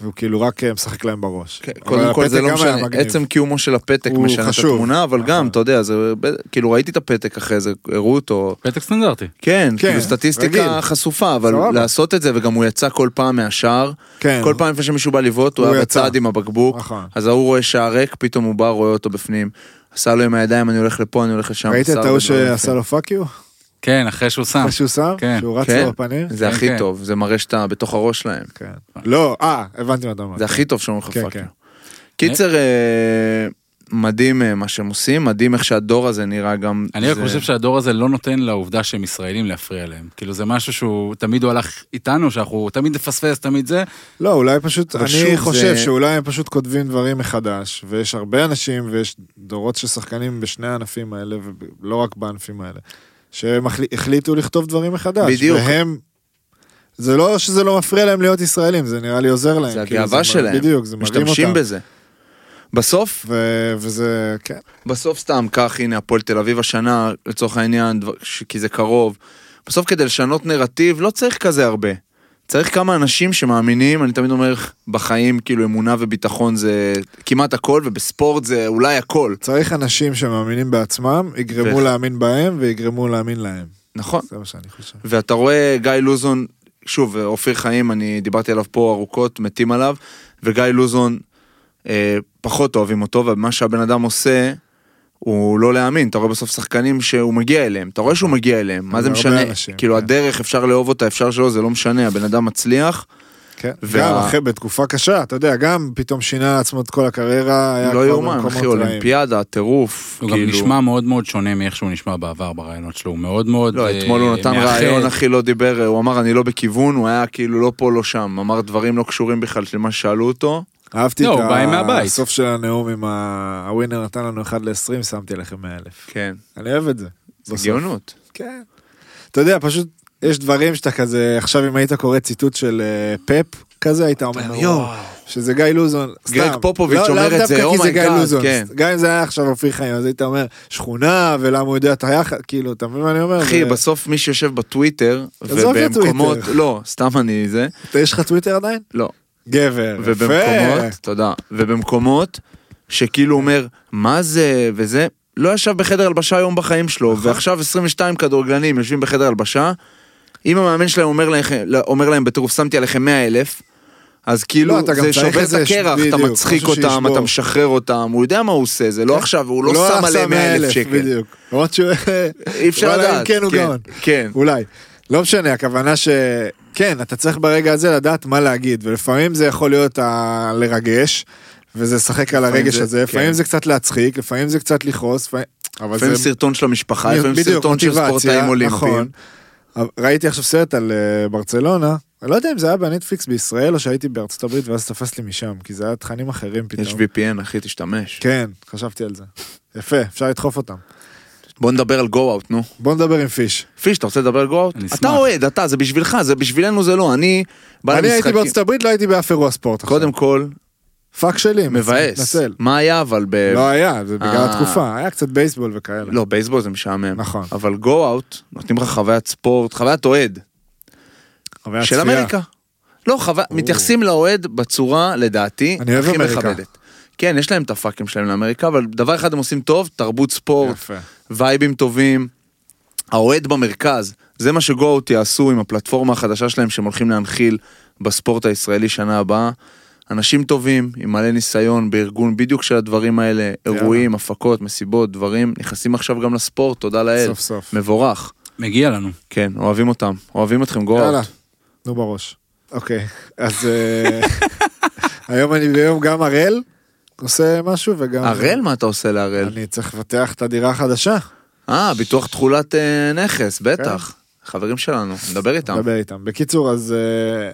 Speaker 2: והוא כאילו רק אה, משחק להם בראש.
Speaker 1: כן,
Speaker 2: אבל
Speaker 1: קודם כל
Speaker 2: הפתק
Speaker 1: זה לא
Speaker 2: גם היה
Speaker 1: משנה,
Speaker 2: מגניב.
Speaker 1: עצם קיומו של הפתק
Speaker 2: הוא
Speaker 1: משנה את
Speaker 2: חשוב.
Speaker 1: התמונה, אבל גם,
Speaker 2: נכון.
Speaker 1: אתה יודע, זה, ב- כאילו ראיתי את הפתק אחרי זה, הראו אותו,
Speaker 3: פתק סטנדרטי.
Speaker 1: כן,
Speaker 2: כן,
Speaker 1: כאילו סטטיסטיקה
Speaker 2: רגיל.
Speaker 1: חשופה, אבל
Speaker 2: סבבה.
Speaker 1: לעשות את זה, וגם הוא יצא כל פעם מהשער,
Speaker 2: כן,
Speaker 1: כל פעם אה, לפני שמישהו בא לבעוט, הוא
Speaker 2: הוא
Speaker 1: היה
Speaker 2: יצא.
Speaker 1: בצד עם הבקבוק,
Speaker 2: נכון.
Speaker 1: אז ההוא רואה שער ריק, פתאום הוא בא, רואה אותו בפנים, עשה לו עם הידיים, אני הולך לפה, אני הולך לשם,
Speaker 2: ראית
Speaker 1: עשה
Speaker 2: את
Speaker 1: הרבה
Speaker 2: ההוא
Speaker 1: דברים
Speaker 2: שעשה
Speaker 1: יפים.
Speaker 2: לו פאק יו?
Speaker 3: כן, אחרי שהוא שם.
Speaker 2: מה [laughs] שהוא שם?
Speaker 3: כן,
Speaker 2: שהוא רץ
Speaker 1: אה, כן.
Speaker 2: לו בפנים?
Speaker 1: זה
Speaker 3: כן,
Speaker 1: הכי
Speaker 3: כן.
Speaker 1: טוב, זה מראה שאתה בתוך הראש שלהם,
Speaker 2: כן. לא, אה, הבנתי מה אתה אומר.
Speaker 1: זה הכי טוב שאומרים לך
Speaker 2: כן,
Speaker 1: פאק.
Speaker 2: כן.
Speaker 1: קיצר, אה, מדהים אה, מה שהם עושים, מדהים איך שהדור הזה נראה גם.
Speaker 3: אני רק
Speaker 1: זה-
Speaker 3: חושב שהדור הזה לא נותן לעובדה שהם ישראלים להפריע להם. כאילו זה משהו שהוא, תמיד הוא הלך איתנו, שאנחנו תמיד נפספס, תמיד זה.
Speaker 2: לא, אולי פשוט,
Speaker 1: אבל
Speaker 2: אני
Speaker 1: שוב,
Speaker 2: חושב
Speaker 1: זה-
Speaker 2: שאולי הם פשוט כותבים דברים מחדש, ויש הרבה אנשים ויש דורות של שחקנים בשני הענפים האלה, ולא רק בענפים האלה, שהם החל- החליטו לכתוב דברים מחדש.
Speaker 1: בדיוק.
Speaker 2: והם... זה לא שזה לא מפריע להם להיות ישראלים, זה נראה לי עוזר להם.
Speaker 1: זה
Speaker 2: כאילו,
Speaker 1: הגאווה
Speaker 2: מ-
Speaker 1: שלהם.
Speaker 2: בדיוק, זה מרים
Speaker 1: משתמשים
Speaker 2: אותם.
Speaker 1: בזה. בסוף,
Speaker 2: ו- וזה, כן.
Speaker 1: בסוף סתם כך, הנה הפועל תל אביב השנה, לצורך העניין, דבר- ש- כי זה קרוב. בסוף כדי לשנות נרטיב לא צריך כזה הרבה. צריך כמה אנשים שמאמינים, אני תמיד אומר, בחיים כאילו אמונה וביטחון זה כמעט הכל, ובספורט זה אולי הכל.
Speaker 2: צריך אנשים שמאמינים בעצמם, יגרמו
Speaker 1: ו-
Speaker 2: להאמין בהם ויגרמו להאמין להם.
Speaker 1: נכון.
Speaker 2: זה מה שאני חושב.
Speaker 1: ואתה רואה גיא לוזון, שוב, אופיר חיים, אני דיברתי עליו פה ארוכות, מתים עליו, וגיא לוזון אה, פחות אוהבים אותו, ומה שהבן אדם עושה, הוא לא להאמין, אתה רואה בסוף שחקנים שהוא מגיע אליהם, אתה רואה שהוא מגיע אליהם, מה זה
Speaker 2: הרבה
Speaker 1: משנה,
Speaker 2: אנשים,
Speaker 1: כאילו
Speaker 2: כן.
Speaker 1: הדרך, אפשר לאהוב אותה, אפשר שלא, זה לא משנה, הבן אדם מצליח,
Speaker 2: כן.
Speaker 1: וה-
Speaker 2: גם אחרי, בתקופה קשה, אתה יודע, גם פתאום שינה לעצמו את כל הקריירה, היה
Speaker 1: לא
Speaker 2: כבר
Speaker 1: יאומן,
Speaker 2: במקומות
Speaker 1: אחי,
Speaker 2: רעים.
Speaker 1: אולימפיאדה, טירוף, כאילו.
Speaker 3: הוא גם נשמע מאוד מאוד שונה מאיך שהוא נשמע בעבר ברעיונות שלו, הוא מאוד מאוד
Speaker 1: לא,
Speaker 3: אה,
Speaker 1: אתמול הוא נתן
Speaker 3: מאחד.
Speaker 1: רעיון, אחי, לא דיבר, הוא אמר, אני לא בכיוון, הוא היה כאילו לא פה, לא שם, אמר דברים לא קשורים בכלל למה ששאלו אותו.
Speaker 2: אהבתי
Speaker 3: לא,
Speaker 2: את
Speaker 3: הוא בא מהבית.
Speaker 2: הסוף של הנאום עם ה- הווינר נתן לנו 1 ל-20, שמתי לכם 100 אלף.
Speaker 1: כן,
Speaker 2: אני אוהב את זה.
Speaker 1: זה
Speaker 2: בסוף.
Speaker 1: גאונות.
Speaker 2: כן. אתה יודע, פשוט יש דברים שאתה כזה, עכשיו אם היית קורא ציטוט של אה, פאפ, כזה היית אומר, יואו, שזה גיא לוזון, סתם.
Speaker 1: גרג פופוביץ'
Speaker 2: לא-
Speaker 1: אומר את זה,
Speaker 2: לאו דווקא כי זה גיא
Speaker 1: "Oh my God",
Speaker 2: לוזון,
Speaker 1: כן.
Speaker 2: גם אם זה היה עכשיו אופיר חיים, אז היית אומר, שכונה, ולמה הוא יודע את היחד, כאילו, אתה מבין מה אני אומר?
Speaker 1: אחי,
Speaker 2: זה-
Speaker 1: בסוף מי שיושב בטוויטר,
Speaker 2: עזוב את
Speaker 1: ובמקומות,
Speaker 2: הטוויטר.
Speaker 1: לא, סתם אני זה,
Speaker 2: אתה- יש לך טוויטר עדיין?
Speaker 1: לא,
Speaker 2: גבר, יפה.
Speaker 1: ובמקומות, תודה, ובמקומות שכאילו אומר, מה זה וזה, לא ישב בחדר הלבשה יום בחיים שלו,
Speaker 2: נכון.
Speaker 1: ועכשיו 22 כדורגלנים יושבים בחדר הלבשה, אם המאמן שלהם אומר לכם- אומר להם בטירוף, שמתי עליכם 100 אלף, אז כאילו,
Speaker 2: לא, אתה גם
Speaker 1: זה
Speaker 2: צריך
Speaker 1: שובר את
Speaker 2: איזה ש-
Speaker 1: הקרח, אתה
Speaker 2: בדיוק,
Speaker 1: מצחיק
Speaker 2: משהו
Speaker 1: אותם,
Speaker 2: שישבור. כן.
Speaker 1: אתה משחרר אותם, הוא יודע מה הוא עושה, זה לא עכשיו, הוא לא שם עליהם 100 אלף שקל.
Speaker 2: בדיוק. למרות שהוא...
Speaker 1: אי אפשר
Speaker 2: וואלה, אם
Speaker 1: לדעת.
Speaker 2: כן, הוא גאון.
Speaker 1: כן.
Speaker 2: אולי. לא משנה, הכוונה ש... כן, אתה צריך ברגע הזה לדעת מה להגיד, ולפעמים זה יכול להיות ה... לרגש, וזה לשחק על
Speaker 1: לפעמים
Speaker 2: הרגש
Speaker 1: זה-
Speaker 2: הזה, לפעמים
Speaker 1: כן.
Speaker 2: זה קצת להצחיק, לפעמים זה קצת לכעוס, לפעמים- אבל
Speaker 1: לפעמים
Speaker 2: זה...
Speaker 1: סרטון של המשפחה, לפעמים
Speaker 2: בדיוק,
Speaker 1: סרטון של
Speaker 2: מוטיבציה,
Speaker 1: ספורטאים
Speaker 2: נכון.
Speaker 1: אולימפיים.
Speaker 2: אבל ראיתי עכשיו סרט על אה, ברצלונה, אני לא יודע אם זה היה בנטפליקס בישראל או שהייתי בארצות הברית ואז תפס לי משם, כי זה היה תכנים אחרים פתאום.
Speaker 1: יש VPN, אחי, תשתמש.
Speaker 2: כן, חשבתי על זה. יפה, אפשר לדחוף אותם.
Speaker 1: בוא נדבר על גו-אאוט, נו.
Speaker 2: בוא נדבר עם פיש.
Speaker 1: פיש, אתה רוצה לדבר על גו-אאוט?
Speaker 3: אני
Speaker 1: אתה
Speaker 3: אשמח.
Speaker 1: אוהד, אתה, זה בשבילך, זה בשבילנו זה לא. אני בא
Speaker 2: אני הייתי
Speaker 1: למשחקים.
Speaker 2: בארצות הברית, לא הייתי באף אירוע ספורט. עכשיו.
Speaker 1: קודם כל,
Speaker 2: פאק שלי,
Speaker 1: מבאס.
Speaker 2: מתנצל.
Speaker 1: מה היה אבל ב...
Speaker 2: לא היה, זה בגלל
Speaker 1: אה.
Speaker 2: התקופה, היה קצת בייסבול וכאלה.
Speaker 1: לא, בייסבול זה משעמם.
Speaker 2: נכון.
Speaker 1: אבל גו-אאוט, נותנים לך חוויית ספורט, חוויית אוהד.
Speaker 2: חוויה
Speaker 1: של
Speaker 2: צפייה.
Speaker 1: אמריקה. לא, חווה, מתייחסים לאוהד בצורה, לדעתי,
Speaker 2: אני אוהב
Speaker 1: הכי
Speaker 2: אמריקה.
Speaker 1: מכבדת. כן, יש להם את הפאקים שלהם לאמריקה, אבל דבר אחד הם עושים טוב, תרבות ספורט,
Speaker 2: יפה.
Speaker 1: וייבים טובים. האוהד במרכז, זה מה שגו-אוט יעשו עם הפלטפורמה החדשה שלהם שהם הולכים להנחיל בספורט הישראלי שנה הבאה. אנשים טובים, עם מלא ניסיון בארגון בדיוק של הדברים האלה, אירועים, הפקות, מסיבות, דברים, נכנסים עכשיו גם לספורט, תודה לאל.
Speaker 2: סוף סוף.
Speaker 1: מבורך.
Speaker 3: מגיע לנו.
Speaker 1: כן, אוהבים אותם. אוהבים אתכם,
Speaker 2: יאללה,
Speaker 1: גו-אוט.
Speaker 2: נו בראש. אוקיי, אז אה, [laughs] היום אני ביום גם הראל עושה משהו וגם...
Speaker 1: הראל, מה אתה עושה להראל?
Speaker 2: אני צריך לבטח את הדירה החדשה.
Speaker 1: אה, ביטוח תכולת אה, נכס, בטח. חברים שלנו, נדבר איתם.
Speaker 2: כן. נדבר איתם. בקיצור, אז, אה,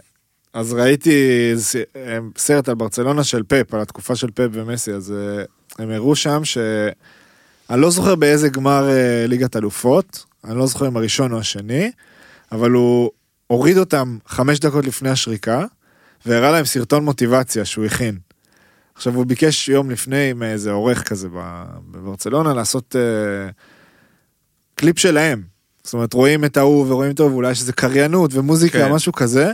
Speaker 2: אז ראיתי ס- אה, סרט על ברצלונה של פאפ, על התקופה של פאפ ומסי, אז אה, הם הראו שם ש... אני לא זוכר באיזה גמר אה, ליגת אלופות, אני לא זוכר אם הראשון או השני, אבל הוא הוריד אותם חמש דקות לפני השריקה, והראה להם סרטון מוטיבציה שהוא הכין. עכשיו, הוא ביקש יום לפני מאיזה עורך כזה ב- בברצלונה לעשות אה, קליפ שלהם. זאת אומרת, רואים את ההוא ורואים את ההוא, ואולי יש איזה קריינות ומוזיקה,
Speaker 1: כן.
Speaker 2: משהו כזה.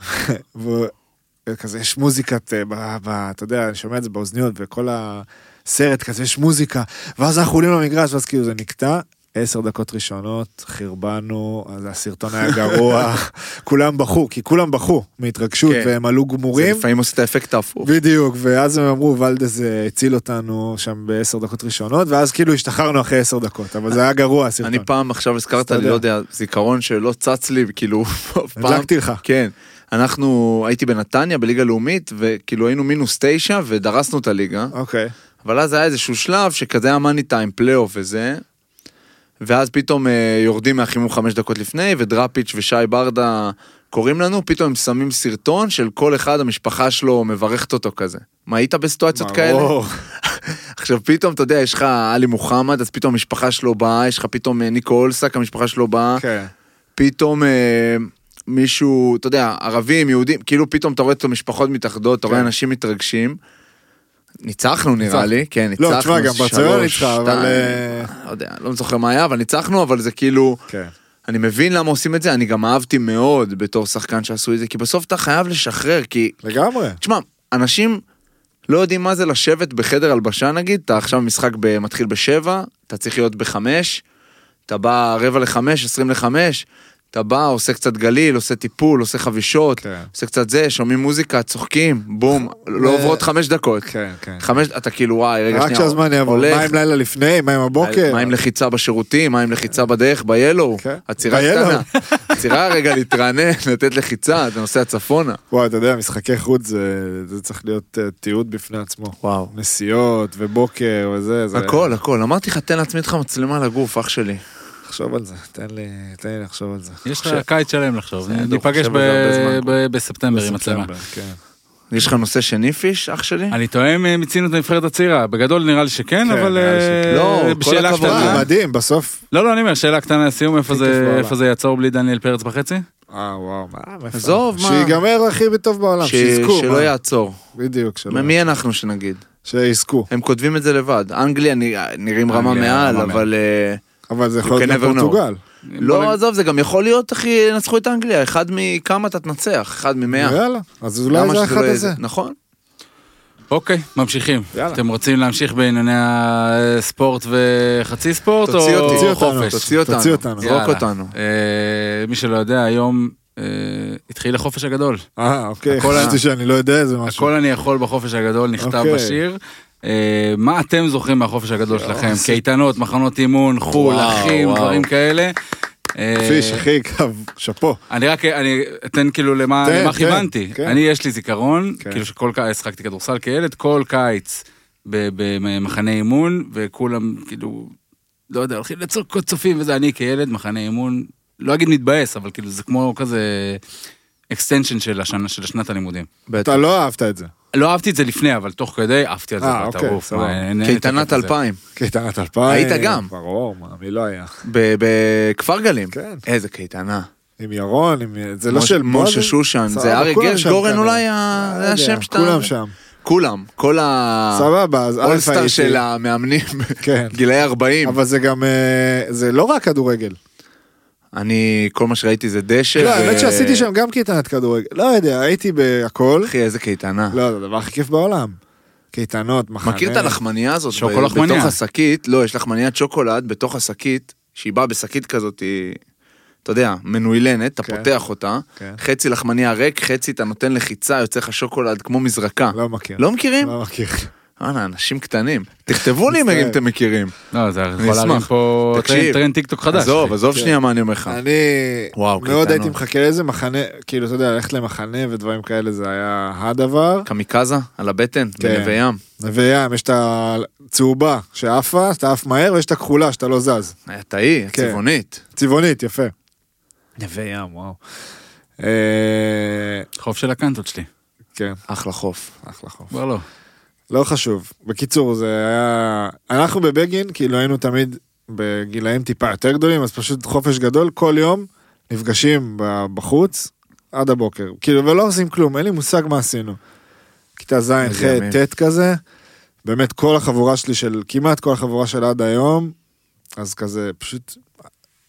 Speaker 2: [laughs] וכזה, יש מוזיקת, אה, ב, ב, אתה יודע, אני שומע את זה באוזניות, וכל הסרט כזה, יש מוזיקה, ואז אנחנו עולים למגרש, ואז כאילו זה נקטע. עשר דקות ראשונות, חרבנו, אז הסרטון היה גרוע, [laughs] כולם בכו, כי כולם בכו מהתרגשות,
Speaker 1: כן.
Speaker 2: והם עלו
Speaker 1: זה
Speaker 2: גמורים.
Speaker 1: לפעמים עושה את האפקט ההפוך.
Speaker 2: בדיוק, ואז הם אמרו, ולדז אה, הציל אותנו שם בעשר דקות ראשונות, ואז כאילו השתחררנו אחרי עשר דקות, אבל זה היה גרוע הסרטון.
Speaker 1: אני פעם עכשיו הזכרת
Speaker 2: אתה
Speaker 1: לי,
Speaker 2: יודע.
Speaker 1: לא יודע, זיכרון שלא צץ לי, כאילו, [laughs] פעם.
Speaker 2: הדלקתי לך.
Speaker 1: כן. אנחנו, הייתי בנתניה בליגה לאומית, וכאילו היינו מינוס תשע ודרסנו את הליגה.
Speaker 2: אוקיי. אבל
Speaker 1: אבל אז היה איזשהו שלב שכזה היה מאני טיים, פלייאוף וזה. ואז פתאום אה, יורדים מהחימום חמש דקות לפני, ודראפיץ' ושי ברדה קוראים לנו, פתאום הם שמים סרטון של כל אחד, המשפחה שלו מברכת אותו כזה. מה, היית בסיטואציות כאלה? עכשיו פתאום, אתה יודע, יש לך עלי מוחמד, אז פתאום המשפחה שלו באה, יש לך פתאום אה, ניקו אולסק, המשפחה שלו באה,
Speaker 2: כן.
Speaker 1: פתאום אה, מישהו, אתה יודע, ערבים, יהודים, כאילו פתאום אתה רואה את המשפחות מתאחדות, אתה רואה
Speaker 2: כן.
Speaker 1: אנשים מתרגשים. ניצחנו נראה
Speaker 2: ניצחנו.
Speaker 1: לי, כן, ניצחנו.
Speaker 2: לא, תשמע, גם ברצלונה
Speaker 1: שלוש,
Speaker 2: ניצחה, אבל,
Speaker 1: שתיים,
Speaker 2: אה,
Speaker 1: לא יודע, לא זוכר מה היה, אבל ניצחנו, אבל זה כאילו...
Speaker 2: כן.
Speaker 1: אני מבין למה עושים את זה, אני גם אהבתי מאוד בתור שחקן שעשו את זה, כי בסוף אתה חייב לשחרר, כי...
Speaker 2: לגמרי.
Speaker 1: תשמע, אנשים לא יודעים מה זה לשבת בחדר הלבשה נגיד, אתה עכשיו משחק ב- מתחיל בשבע, אתה צריך להיות בחמש, אתה בא רבע לחמש, עשרים לחמש, אתה בא, עושה קצת גליל, עושה טיפול, עושה חבישות,
Speaker 2: כן.
Speaker 1: עושה קצת זה, שומעים מוזיקה, צוחקים, בום, לא עוברות חמש דקות.
Speaker 2: כן, כן.
Speaker 1: חמש, אתה כאילו וואי, רגע,
Speaker 2: רק שהזמן יעבור,
Speaker 1: הולך,
Speaker 2: מה עם לילה לפני, מה עם הבוקר?
Speaker 1: מה עם לחיצה בשירותים, מה עם לחיצה בדרך, ב-Yellow,
Speaker 2: כן.
Speaker 1: עצירה
Speaker 2: ב-Yellow.
Speaker 1: קטנה, עצירה רגע להתרענן, לתת לחיצה, אתה נוסע צפונה.
Speaker 2: וואי, אתה יודע, משחקי חוץ זה זה צריך להיות אה, תיעוד בפני עצמו.
Speaker 1: וואו.
Speaker 2: נסיעות ובוקר וזה, זה...
Speaker 1: הכל, הכל. אמרתי לך, תן לעצמי איתך מצלמה לגוף, אח שלי.
Speaker 2: תחשוב על זה, תן לי תן לי לחשוב על זה.
Speaker 3: יש לך קיץ שלם לחשוב.
Speaker 1: בסדר,
Speaker 3: ניפגש
Speaker 1: חושב על זה הרבה זמן.
Speaker 3: ב- ב- בספטמבר עם מצלמה.
Speaker 2: בספטמבר, כן.
Speaker 1: יש לך נושא שני פיש, אח שלי?
Speaker 3: אני טועה אם אה, מיצינו את הנבחרת הצעירה. בגדול נראה לי שכן,
Speaker 2: כן,
Speaker 3: אבל...
Speaker 2: נראה לי
Speaker 3: אה,
Speaker 1: שכן. לא, כל
Speaker 3: בשאלה
Speaker 1: הכבוד.
Speaker 3: קטנה.
Speaker 2: וואי, מדהים, בסוף...
Speaker 3: לא, לא, אני אומר, שאלה קטנה לסיום, איפה
Speaker 2: הכי
Speaker 3: זה-
Speaker 2: כיף בעולם.
Speaker 3: איפה זה יעצור בלי דניאל פרץ בחצי?
Speaker 2: אה, וואו, מה, מאיפה?
Speaker 1: עזוב, מה?
Speaker 2: שיגמר הכי בטוב בעולם,
Speaker 1: ש-
Speaker 2: שיזכו.
Speaker 1: שלא
Speaker 2: מה?
Speaker 1: יעצור.
Speaker 2: בדיוק,
Speaker 3: לא
Speaker 2: שלא
Speaker 1: מי אנחנו שנגיד?
Speaker 2: שיזכו.
Speaker 1: הם כותבים את זה לבד. אנגליה נרא- נראים רמה
Speaker 3: אנגליה,
Speaker 1: מעל,
Speaker 3: רמה מעל.
Speaker 1: אבל... אה,
Speaker 2: אבל זה
Speaker 1: You
Speaker 2: יכול
Speaker 1: can
Speaker 2: להיות גם
Speaker 1: never know.
Speaker 2: פורטוגל.
Speaker 3: בוא נ-
Speaker 1: לא, עזוב, זה גם יכול להיות, אחי, ינצחו את אנגליה. אחד מכמה אתה תנצח, אחד ממאה.
Speaker 2: יאללה, אז
Speaker 1: למה
Speaker 2: אה, אולי זה
Speaker 1: שזה לא
Speaker 2: אחד
Speaker 1: יהיה
Speaker 2: הזה.
Speaker 1: זה? נכון.
Speaker 3: אוקיי, ממשיכים.
Speaker 2: יאללה.
Speaker 3: אתם רוצים להמשיך בענייני הספורט וחצי ספורט,
Speaker 1: תוציא
Speaker 3: או
Speaker 1: אותי.
Speaker 2: תוציא אותנו,
Speaker 3: חופש?
Speaker 1: תוציא אותנו.
Speaker 2: תוציא אותנו.
Speaker 1: זרוק
Speaker 3: יאללה.
Speaker 1: אותנו.
Speaker 3: אה, מי שלא יודע, היום אה, התחיל החופש הגדול.
Speaker 2: אה, אוקיי,
Speaker 3: הכל
Speaker 2: חשבתי
Speaker 3: היה.
Speaker 2: שאני לא יודע איזה משהו.
Speaker 3: הכל אני יכול בחופש הגדול נכתב
Speaker 2: אוקיי.
Speaker 3: בשיר. אה, מה אתם זוכרים מהחופש הגדול שלכם?
Speaker 2: זה-
Speaker 3: קייטנות, מחנות אימון, חו"ל,
Speaker 1: וואו,
Speaker 3: אחים,
Speaker 1: וואו.
Speaker 3: דברים כאלה. אה,
Speaker 2: פיש, אחי, קו, שאפו.
Speaker 3: אני רק אני אתן כאילו למה,
Speaker 2: תן,
Speaker 3: למה
Speaker 2: כן,
Speaker 3: כיוונתי.
Speaker 2: כן.
Speaker 3: אני יש לי זיכרון,
Speaker 2: כן.
Speaker 3: כאילו שכל קיץ, שחקתי כדורסל כילד, כל קיץ ב- במחנה אימון, וכולם כאילו, לא יודע, הולכים לצעקות צופים וזה, אני כילד, מחנה אימון, לא אגיד מתבאס, אבל כאילו זה כמו כזה אקסטנשן של, השנה, של שנת הלימודים.
Speaker 1: בטח.
Speaker 2: אתה לא אהבת את זה.
Speaker 3: לא אהבתי את זה לפני, אבל תוך כדי עפתי על זה
Speaker 2: אה, אוקיי,
Speaker 3: בטירוף.
Speaker 2: סבבה.
Speaker 3: מה, אין- אין את
Speaker 1: קייטנת
Speaker 3: הקטע הזה.
Speaker 1: אלפיים,
Speaker 2: קייטנת אלפיים.
Speaker 1: היית גם.
Speaker 2: ברור, מה, מי לא היה?
Speaker 1: ב- בכפר גלים.
Speaker 2: כן.
Speaker 1: איזה קייטנה.
Speaker 2: עם ירון, עם... זה לא
Speaker 1: משה-
Speaker 2: של בועז?
Speaker 1: משה שושן,
Speaker 2: סבבה,
Speaker 1: זה אריה
Speaker 2: כולם
Speaker 1: גרש,
Speaker 2: שם
Speaker 1: גורן
Speaker 2: כנראה.
Speaker 1: אולי ה-
Speaker 2: לא
Speaker 1: זה
Speaker 2: יודע,
Speaker 1: השם שאתה-
Speaker 2: כולם שם.
Speaker 1: כולם, כל ה...
Speaker 2: סבבה, אז אלף
Speaker 1: אולסטאר
Speaker 2: הייתי.
Speaker 1: של המאמנים,
Speaker 2: [laughs] כן.
Speaker 1: גילאי 40.
Speaker 2: אבל זה גם... אה, זה לא רק כדורגל.
Speaker 1: אני, כל מה שראיתי זה דשא.
Speaker 2: לא,
Speaker 1: ו-
Speaker 2: האמת שעשיתי שם גם קייטנת כדורגל. לא יודע, הייתי בהכל.
Speaker 1: אחי, איזה קייטנה.
Speaker 2: לא, זה הדבר הכי כיף בעולם. קייטנות, מחנה.
Speaker 1: מכיר את הלחמנייה הזאת?
Speaker 3: שוקו
Speaker 1: ב-
Speaker 3: לחמניה.
Speaker 1: בתוך השקית, לא, יש לחמניית שוקולד בתוך השקית, שהיא באה בשקית כזאת, היא, אתה יודע, מנוילנת, אתה
Speaker 2: כן.
Speaker 1: פותח אותה,
Speaker 2: כן.
Speaker 1: חצי לחמנייה ריק, חצי אתה נותן לחיצה, יוצא לך שוקולד כמו מזרקה.
Speaker 2: לא מכיר.
Speaker 1: לא מכירים?
Speaker 2: לא מכיר.
Speaker 1: אנא, אנשים קטנים. תכתבו לי אם
Speaker 2: מצטער.
Speaker 1: אתם מכירים.
Speaker 3: לא, זה יכול
Speaker 1: אשמח.
Speaker 3: להרים פה
Speaker 1: תקשיב.
Speaker 3: טרנד- טרנד טיק טוק חדש.
Speaker 1: עזוב, עזוב
Speaker 2: כן.
Speaker 1: שנייה מה אני אומר לך.
Speaker 2: אני
Speaker 1: וואו,
Speaker 2: מאוד
Speaker 1: קייטנות.
Speaker 2: הייתי מחכה לאיזה מחנה, כאילו, אתה יודע, ללכת למחנה ודברים כאלה, זה היה הדבר.
Speaker 1: קמיקזה על הבטן,
Speaker 2: כן.
Speaker 1: בנווה ים.
Speaker 2: נווה ים, יש את הצהובה שעפה, שאתה עף מהר, ויש את הכחולה שאתה לא זז.
Speaker 1: היה תאי,
Speaker 2: כן.
Speaker 1: הצבעונית.
Speaker 2: צבעונית, יפה. נווה ים, וואו. אה,
Speaker 3: חוב של הקנטות שלי,
Speaker 2: כן,
Speaker 1: אחלה חוף.
Speaker 2: אחלה חוף.
Speaker 3: כבר לא.
Speaker 2: לא חשוב. בקיצור, זה היה... אנחנו בבגין, כאילו היינו תמיד בגילאים טיפה יותר גדולים, אז פשוט חופש גדול, כל יום נפגשים ב- בחוץ עד הבוקר. כאילו, ולא עושים כלום, אין לי מושג מה עשינו. כיתה ז', ח',
Speaker 1: איזה ימים.
Speaker 2: ט' כזה, באמת כל החבורה שלי של, כמעט כל החבורה של עד היום, אז כזה פשוט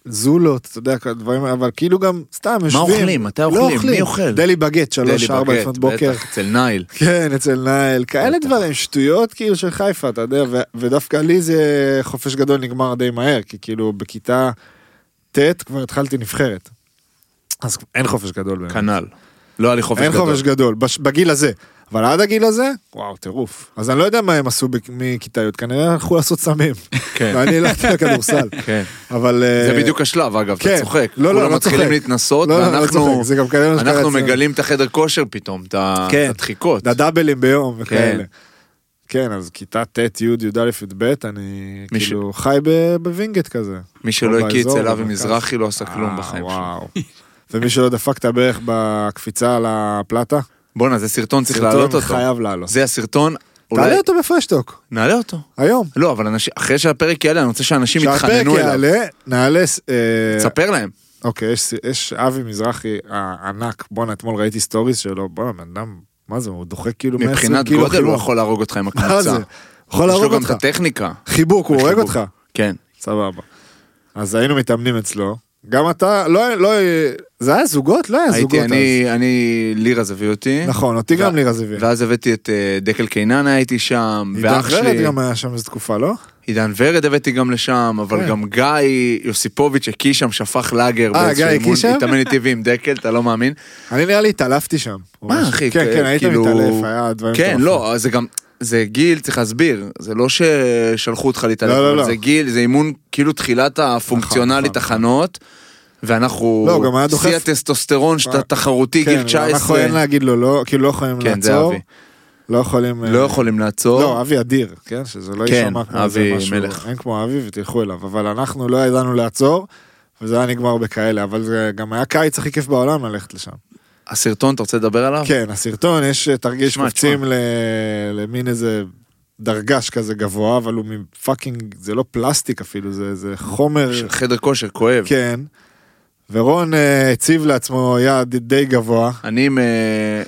Speaker 2: זולות, אתה יודע, כאלה דברים, אבל כאילו גם סתם יושבים.
Speaker 1: אוכלים? מתי
Speaker 2: לא
Speaker 1: אוכלים? מי אוכל?
Speaker 2: דלי בגט, שלוש, ארבע
Speaker 1: דלי
Speaker 2: לפנות
Speaker 1: בגט,
Speaker 2: בוקר.
Speaker 1: בטח, אצל נייל.
Speaker 2: כן, אצל נאל, כאלה דברים, שטויות כאילו של חיפה, אתה יודע, ו- ודווקא לי זה חופש גדול נגמר די מהר, כי כאילו בכיתה ט' כבר התחלתי נבחרת. אז אין חופש גדול באמת.
Speaker 1: כנ"ל. לא היה לי חופש
Speaker 2: אין
Speaker 1: גדול.
Speaker 2: חופש גדול, בש- בגיל הזה. אבל עד הגיל הזה, וואו, טירוף. אז אני לא יודע מה הם עשו בק- מכיתה י', כנראה הלכו לעשות סמים.
Speaker 1: כן.
Speaker 2: [laughs] ואני הלכתי לכדורסל.
Speaker 1: כן.
Speaker 2: אבל...
Speaker 1: זה
Speaker 2: אה,
Speaker 1: בדיוק השלב, אגב,
Speaker 2: כן.
Speaker 1: אתה צוחק.
Speaker 2: לא, לא,
Speaker 1: כולם
Speaker 2: לא
Speaker 1: מתחילים
Speaker 2: צוחק.
Speaker 1: להתנסות,
Speaker 2: לא, לא, לא צוחק,
Speaker 1: ואנחנו
Speaker 2: זה גם כנראה מה שקרה
Speaker 1: אנחנו
Speaker 2: אצלנו.
Speaker 1: מגלים את החדר כושר פתאום, את ה-
Speaker 2: כן.
Speaker 1: את הדחיקות.
Speaker 2: לדאבלים ביום וכאלה. כן, אז כיתה ט', י', י"א, י"ב, אני
Speaker 1: מי ש-
Speaker 2: כאילו חי ב- בווינגייט כזה.
Speaker 1: מי
Speaker 2: או
Speaker 1: שלא הקיא
Speaker 2: באזור,
Speaker 1: אצל אבי
Speaker 2: במרכז.
Speaker 1: מזרחי לא עשה
Speaker 2: אה,
Speaker 1: כלום בחיים שלו.
Speaker 2: וואו. [laughs] ומי שלא דפק את הברך בקפיצה על הפלטה,
Speaker 1: בואנה, זה סרטון, צריך
Speaker 2: סרטון
Speaker 1: להעלות אותו.
Speaker 2: חייב לעלות.
Speaker 1: זה הסרטון, אולי
Speaker 2: תעלה אותו בפרשטוק,
Speaker 1: נעלה אותו.
Speaker 2: היום.
Speaker 1: לא, אבל אנשים- אחרי שהפרק יעלה, אני רוצה שאנשים
Speaker 2: שהפרק
Speaker 1: יתחננו אליו.
Speaker 2: יעלה, נעלה... ס- אה,
Speaker 1: תספר להם.
Speaker 2: אוקיי, יש- יש אבי מזרחי הענק, בואנה, אתמול ראיתי סטוריס שלו, בואנה, בן אדם, מה זה, הוא דוחק כאילו 120
Speaker 1: מבחינת
Speaker 2: קילו
Speaker 1: גודל הוא
Speaker 2: חיבוק.
Speaker 1: יכול להרוג אותך עם
Speaker 2: מה זה?
Speaker 1: הקבוצה.
Speaker 2: יכול
Speaker 1: יש לו
Speaker 2: להרוג
Speaker 1: גם את
Speaker 2: אותך.
Speaker 1: הטכניקה.
Speaker 2: חיבוק, הוא הורג
Speaker 1: חיבוק.
Speaker 2: אותך.
Speaker 1: כן.
Speaker 2: סבבה. אז היינו מתאמנים אצלו, גם אתה, לא, לא, זה היה זוגות? לא היה זוגות
Speaker 1: הייתי,
Speaker 2: אז.
Speaker 1: אני, אני, לירז הביא אותי.
Speaker 2: נכון, אותי
Speaker 1: ו-
Speaker 2: גם לירז הביא.
Speaker 1: ואז הבאתי את אה, דקל קינן הייתי שם,
Speaker 2: עידן
Speaker 1: ואח
Speaker 2: ורד
Speaker 1: שלי,
Speaker 2: גם היה שם איזו תקופה, לא?
Speaker 1: עידן ורד הבאתי גם לשם, אבל
Speaker 2: כן.
Speaker 1: גם גיא יוסיפוביץ' הקיא שם, שפך לאגר
Speaker 2: אה, גיא הקיא שם?
Speaker 1: התאמן איתי ועם דקל, אתה לא מאמין.
Speaker 2: אני נראה לי התעלפתי שם.
Speaker 1: מה
Speaker 2: ממש.
Speaker 1: אחי,
Speaker 2: כן,
Speaker 1: כ-
Speaker 2: כן, היית
Speaker 1: כאילו-
Speaker 2: מתעלף, היה דברים
Speaker 1: כן,
Speaker 2: מטורפים.
Speaker 1: לא, זה גם, זה גיל, צריך להסביר, זה לא ששלחו אותך להתעלף,
Speaker 2: לא, לא,
Speaker 1: אבל
Speaker 2: לא.
Speaker 1: זה גיל, זה אימון כאילו תחילת הפונקציונלי
Speaker 2: נכון, נכון.
Speaker 1: תחנות. ואנחנו,
Speaker 2: לא, גם היה דוחף-
Speaker 1: שיא הטסטוסטרון שאתה
Speaker 2: אה,
Speaker 1: תחרותי גיל
Speaker 2: כן,
Speaker 1: 19.
Speaker 2: אנחנו אין להגיד לו לא, כאילו לא יכולים
Speaker 1: כן, זה
Speaker 2: לעצור.
Speaker 1: אבי.
Speaker 2: לא יכולים...
Speaker 1: לא
Speaker 2: אה,
Speaker 1: יכולים לעצור.
Speaker 2: לא, אבי אדיר, כן? שזה לא
Speaker 1: כן,
Speaker 2: יישמע כמו איזה
Speaker 1: אבי
Speaker 2: משהו.
Speaker 1: מלך.
Speaker 2: אין כמו אבי ותלכו אליו, אבל אנחנו לא ידענו לעצור, וזה היה נגמר בכאלה, אבל זה גם היה קיץ הכי כיף בעולם ללכת לשם.
Speaker 1: הסרטון, אתה רוצה לדבר עליו?
Speaker 2: כן, הסרטון, יש אה, תרגיל
Speaker 1: נכון. שמע,
Speaker 2: שקופצים ל- למין איזה דרגש כזה גבוה, אבל הוא מפאקינג, זה לא פלסטיק אפילו, זה, זה חומר,
Speaker 1: של חדר כושר כואב.
Speaker 2: כן. ורון אה, הציב לעצמו יעד די גבוה,
Speaker 1: אני עם אה,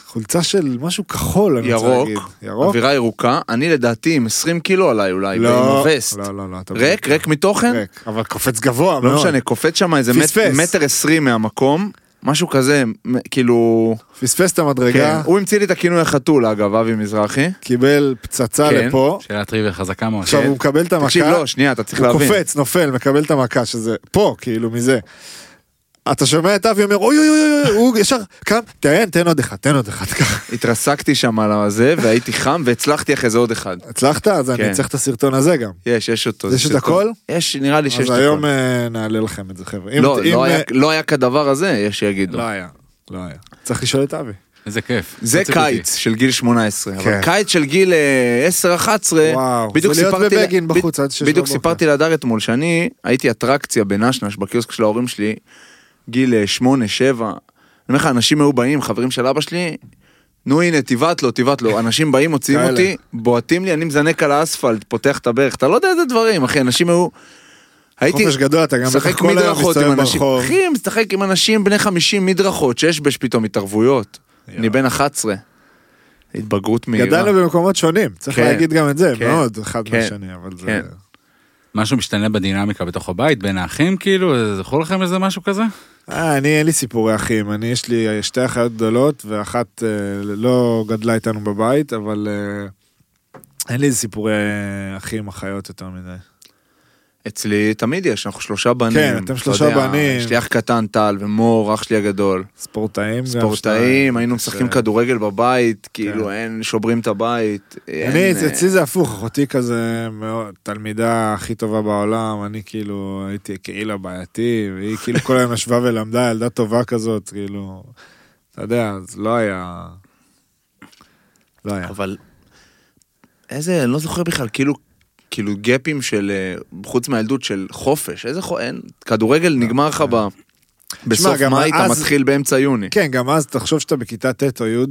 Speaker 2: חולצה של משהו כחול, אני רוצה
Speaker 1: ירוק,
Speaker 2: להגיד. ירוק?
Speaker 1: אווירה ירוקה, אני לדעתי עם 20 קילו עליי אולי, ועם
Speaker 2: אוקיי. לא,
Speaker 1: הווסט.
Speaker 2: לא, לא, לא, אתה
Speaker 1: ריק, ריק מתוכן?
Speaker 2: ריק, אבל קופץ גבוה מאוד.
Speaker 1: כן. לא משנה, קופץ שם איזה מט-
Speaker 2: פספס.
Speaker 1: מטר עשרים מהמקום, משהו כזה, מ- כאילו...
Speaker 2: פספס את
Speaker 1: כן.
Speaker 2: המדרגה,
Speaker 1: הוא המציא לי את הכינוי החתול, אגב, אבי מזרחי.
Speaker 2: קיבל פצצה
Speaker 1: כן.
Speaker 2: לפה,
Speaker 3: שאלה טריוויה חזקה מאוד.
Speaker 2: לא. עכשיו הוא מקבל את המכה.
Speaker 1: תקשיב, לא, שנייה, אתה לא, צריך
Speaker 2: הוא
Speaker 1: להבין.
Speaker 2: קופץ, נופל, מקבל את המכה שזה פה, כאילו, מזה. אתה שומע את אבי אומר, אוי אוי אוי, אוי", הוא ישר קם, תן, תן עוד אחד, תן עוד אחד. ככה. [laughs]
Speaker 1: התרסקתי שם על הזה, והייתי חם, והצלחתי אחרי זה עוד אחד.
Speaker 2: הצלחת? אז אני
Speaker 1: כן.
Speaker 2: צריך את הסרטון הזה גם.
Speaker 1: יש, יש אותו.
Speaker 2: יש
Speaker 1: זה
Speaker 2: את
Speaker 1: סרטון.
Speaker 2: הכל?
Speaker 1: יש, נראה לי שיש את
Speaker 2: אז
Speaker 1: הכל.
Speaker 2: היום אה, נעלה לכם את זה, חבר'ה. אם-
Speaker 1: לא,
Speaker 2: אם,
Speaker 1: לא
Speaker 2: אה,
Speaker 1: היה- לא היה כדבר הזה, יש שיגידו.
Speaker 2: לא היה. לא היה. צריך לשאול את אבי.
Speaker 3: איזה כיף.
Speaker 1: זה
Speaker 3: מצחיק
Speaker 1: קיץ של גיל 18,
Speaker 2: כן.
Speaker 1: אבל קיץ של גיל אה, 10-11,
Speaker 2: וואו,
Speaker 1: בדיוק
Speaker 2: זה להיות
Speaker 1: סיפרתי לה-
Speaker 2: בבגין
Speaker 1: ב-
Speaker 2: בחוץ עד שש
Speaker 1: בדיוק
Speaker 2: בבוקר.
Speaker 1: סיפרתי להדר אתמול שאני הייתי אטרקציה בנשנש בקיוסק של ההורים שלי, גיל 8-7, אני אומר לך, אנשים היו באים, חברים של אבא שלי, נו הנה, תיבעט לו, תיבעט לו, אנשים באים, מוציאים
Speaker 2: כאלה.
Speaker 1: אותי, בועטים לי, אני מזנק על האספלט, פותח את הברך, אתה לא יודע איזה דברים, אחי, אנשים היו... הייתי,
Speaker 2: חופש גדול, אתה גם בטח
Speaker 1: משחק
Speaker 2: כל היום
Speaker 1: מדרכות עם
Speaker 2: מסתובב
Speaker 1: אנשים,
Speaker 2: ברחוב.
Speaker 1: אחי, משחק עם אנשים בני 50 מדרכות, שיש בש פתאום התערבויות. אני בן 11. התבגרות מהירה.
Speaker 2: גדלנו במקומות שונים, צריך
Speaker 1: כאילו. כן,
Speaker 2: להגיד גם את זה,
Speaker 1: כן,
Speaker 2: מאוד אחד
Speaker 1: כן,
Speaker 2: מהשני, אבל זה...
Speaker 1: כן.
Speaker 3: משהו משתנה בדינמיקה בתוך הבית, בין האחים כאילו, זכור לכם איזה משהו כזה?
Speaker 2: אה, אני אין לי סיפורי אחים, אני יש לי שתי אחיות גדולות ואחת אה, לא גדלה איתנו בבית, אבל אה, אין לי סיפורי אה, אחים אחיות יותר מדי.
Speaker 1: אצלי תמיד יש, אנחנו שלושה בנים.
Speaker 2: כן, אתם
Speaker 1: אתה
Speaker 2: שלושה
Speaker 1: יודע,
Speaker 2: בנים.
Speaker 1: יש לי אח קטן טל ומור, אח שלי הגדול.
Speaker 2: ספורטאים גם. כן. שניים.
Speaker 1: ספורטאים, היינו משחקים
Speaker 2: ש-
Speaker 1: כדורגל בבית, כאילו אין, שוברים את הבית. אין,
Speaker 2: אני,
Speaker 1: אה,
Speaker 2: אצלי זה הפוך, אחותי כזה מאוד, תלמידה הכי טובה בעולם, אני כאילו הייתי כאילו הבעייתי, והיא כאילו כל היום ישבה ולמדה, ילדה טובה כזאת, כאילו, אתה יודע, אז לא היה... לא היה.
Speaker 1: אבל איזה, אני לא זוכר בכלל, כאילו, כאילו גפים של, אה, חוץ מהילדות של חופש, איזה חו... אין, כדורגל נגמר לך ב... בסוף
Speaker 2: גם
Speaker 1: מאי אתה
Speaker 2: אז-
Speaker 1: מתחיל באמצע יוני.
Speaker 2: כן, גם אז תחשוב שאתה בכיתה ט' או י',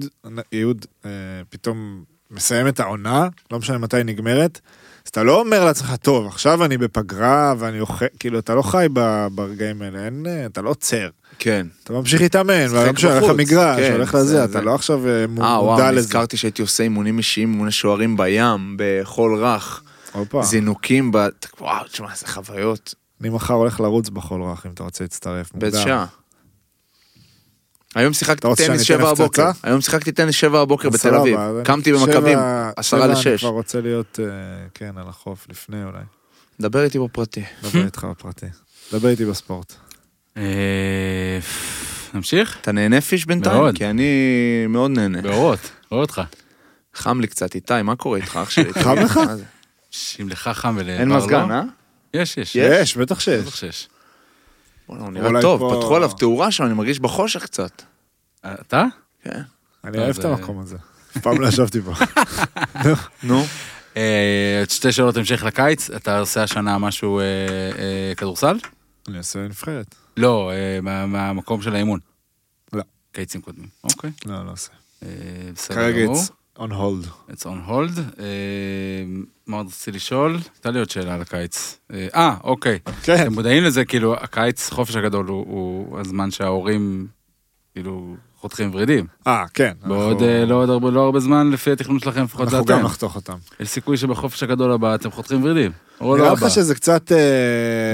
Speaker 2: י', אה, פתאום מסיים את העונה, לא משנה מתי היא נגמרת, אז אתה לא אומר לעצמך, טוב, עכשיו אני בפגרה ואני אוכל, כאילו, אתה לא חי ב- ברגעים האלה, אין, אה, אתה לא עוצר.
Speaker 1: כן.
Speaker 2: אתה ממשיך להתאמן,
Speaker 1: משחק
Speaker 2: והיום שהולך
Speaker 1: בחוץ,
Speaker 2: למגרש,
Speaker 1: כן,
Speaker 2: הולך
Speaker 1: זה-
Speaker 2: לזה,
Speaker 1: זה-
Speaker 2: אתה לא עכשיו אה, מ-
Speaker 1: אה,
Speaker 2: מודע
Speaker 1: וואו,
Speaker 2: לזה.
Speaker 1: נזכרתי שהייתי עושה אימונים אישיים, אימוני שוערים בים, בחול רך,
Speaker 2: הופה,
Speaker 1: זינוקים, ב... וואו, תשמע, זה חוויות.
Speaker 2: אני מחר הולך לרוץ בחול רך, אם אתה רוצה להצטרף.
Speaker 1: באיזה
Speaker 2: מוקדם.
Speaker 1: שעה. היום שיחקתי
Speaker 2: אתה רוצה
Speaker 1: טניס
Speaker 2: שאני אתן
Speaker 1: שבע
Speaker 2: הפצצה?
Speaker 1: הבוקר, היום שיחקתי טניס שבע הבוקר
Speaker 2: אז
Speaker 1: בתל אביב,
Speaker 2: סבבה, אז
Speaker 1: קמתי
Speaker 2: אני- שבע-
Speaker 1: במכבים, עשרה
Speaker 2: שבע אני
Speaker 1: לשש,
Speaker 2: כבר רוצה להיות, אה, כן, על החוף, לפני אולי.
Speaker 1: דבר איתי בפרטי. [laughs]
Speaker 2: דבר איתך בפרטי. דבר איתי בספורט.
Speaker 3: אה, נמשיך?
Speaker 1: אתה נהנה פיש בינתיים?
Speaker 3: מאוד.
Speaker 1: כי אני מאוד נהנה.
Speaker 3: באורות, רואה אותך.
Speaker 1: חם לי קצת, איתי, מה קורה איתך
Speaker 2: [laughs]
Speaker 1: אח שלי?
Speaker 2: חם לך?
Speaker 1: מה זה?
Speaker 3: ש- אם לך חם ולבר
Speaker 1: אין
Speaker 3: לא?
Speaker 1: מזגן, אה?
Speaker 3: יש, יש.
Speaker 2: יש, כן? בטח שיש.
Speaker 3: בטח שיש.
Speaker 1: בוא'נה, הוא
Speaker 2: אולי
Speaker 1: נראה טוב,
Speaker 2: פה-
Speaker 1: פתחו עליו תאורה שם, אני מרגיש בחושך קצת.
Speaker 3: אתה?
Speaker 1: כן.
Speaker 2: אני אוהב
Speaker 3: אז,
Speaker 2: את
Speaker 3: אה,
Speaker 2: המקום הזה. אף פעם לא ישבתי פה.
Speaker 1: נו.
Speaker 3: אה, עוד שתי שאלות המשך לקיץ, אתה עושה השנה משהו אה, אה, כדורסל?
Speaker 2: [laughs] אני עושה נבחרת.
Speaker 3: לא, אה, מה- מהמקום של האימון.
Speaker 2: לא.
Speaker 3: קיצים קודמים. אוקיי.
Speaker 2: לא, לא עושה.
Speaker 3: אה, בסדר
Speaker 2: כרגע
Speaker 3: גמור.
Speaker 2: it's on hold.
Speaker 3: It's on hold. אה, מה עוד רציתי לשאול? הייתה לי עוד שאלה על הקיץ. אה, אה, אוקיי.
Speaker 2: כן.
Speaker 3: אתם מודעים לזה, כאילו, הקיץ, חופש הגדול הוא- הוא הזמן שההורים, כאילו, חותכים ורידים.
Speaker 2: אה, כן.
Speaker 3: בעוד
Speaker 2: אנחנו-
Speaker 3: אה, לא עוד הרבה- לא הרבה זמן, לפי התכנון שלכם, לפחות
Speaker 2: אנחנו גם
Speaker 3: דעתם.
Speaker 2: נחתוך אותם.
Speaker 3: יש סיכוי שבחופש הגדול הבא אתם חותכים ורידים. או לא
Speaker 2: נראה לך
Speaker 3: הבא.
Speaker 2: שזה קצת... אה,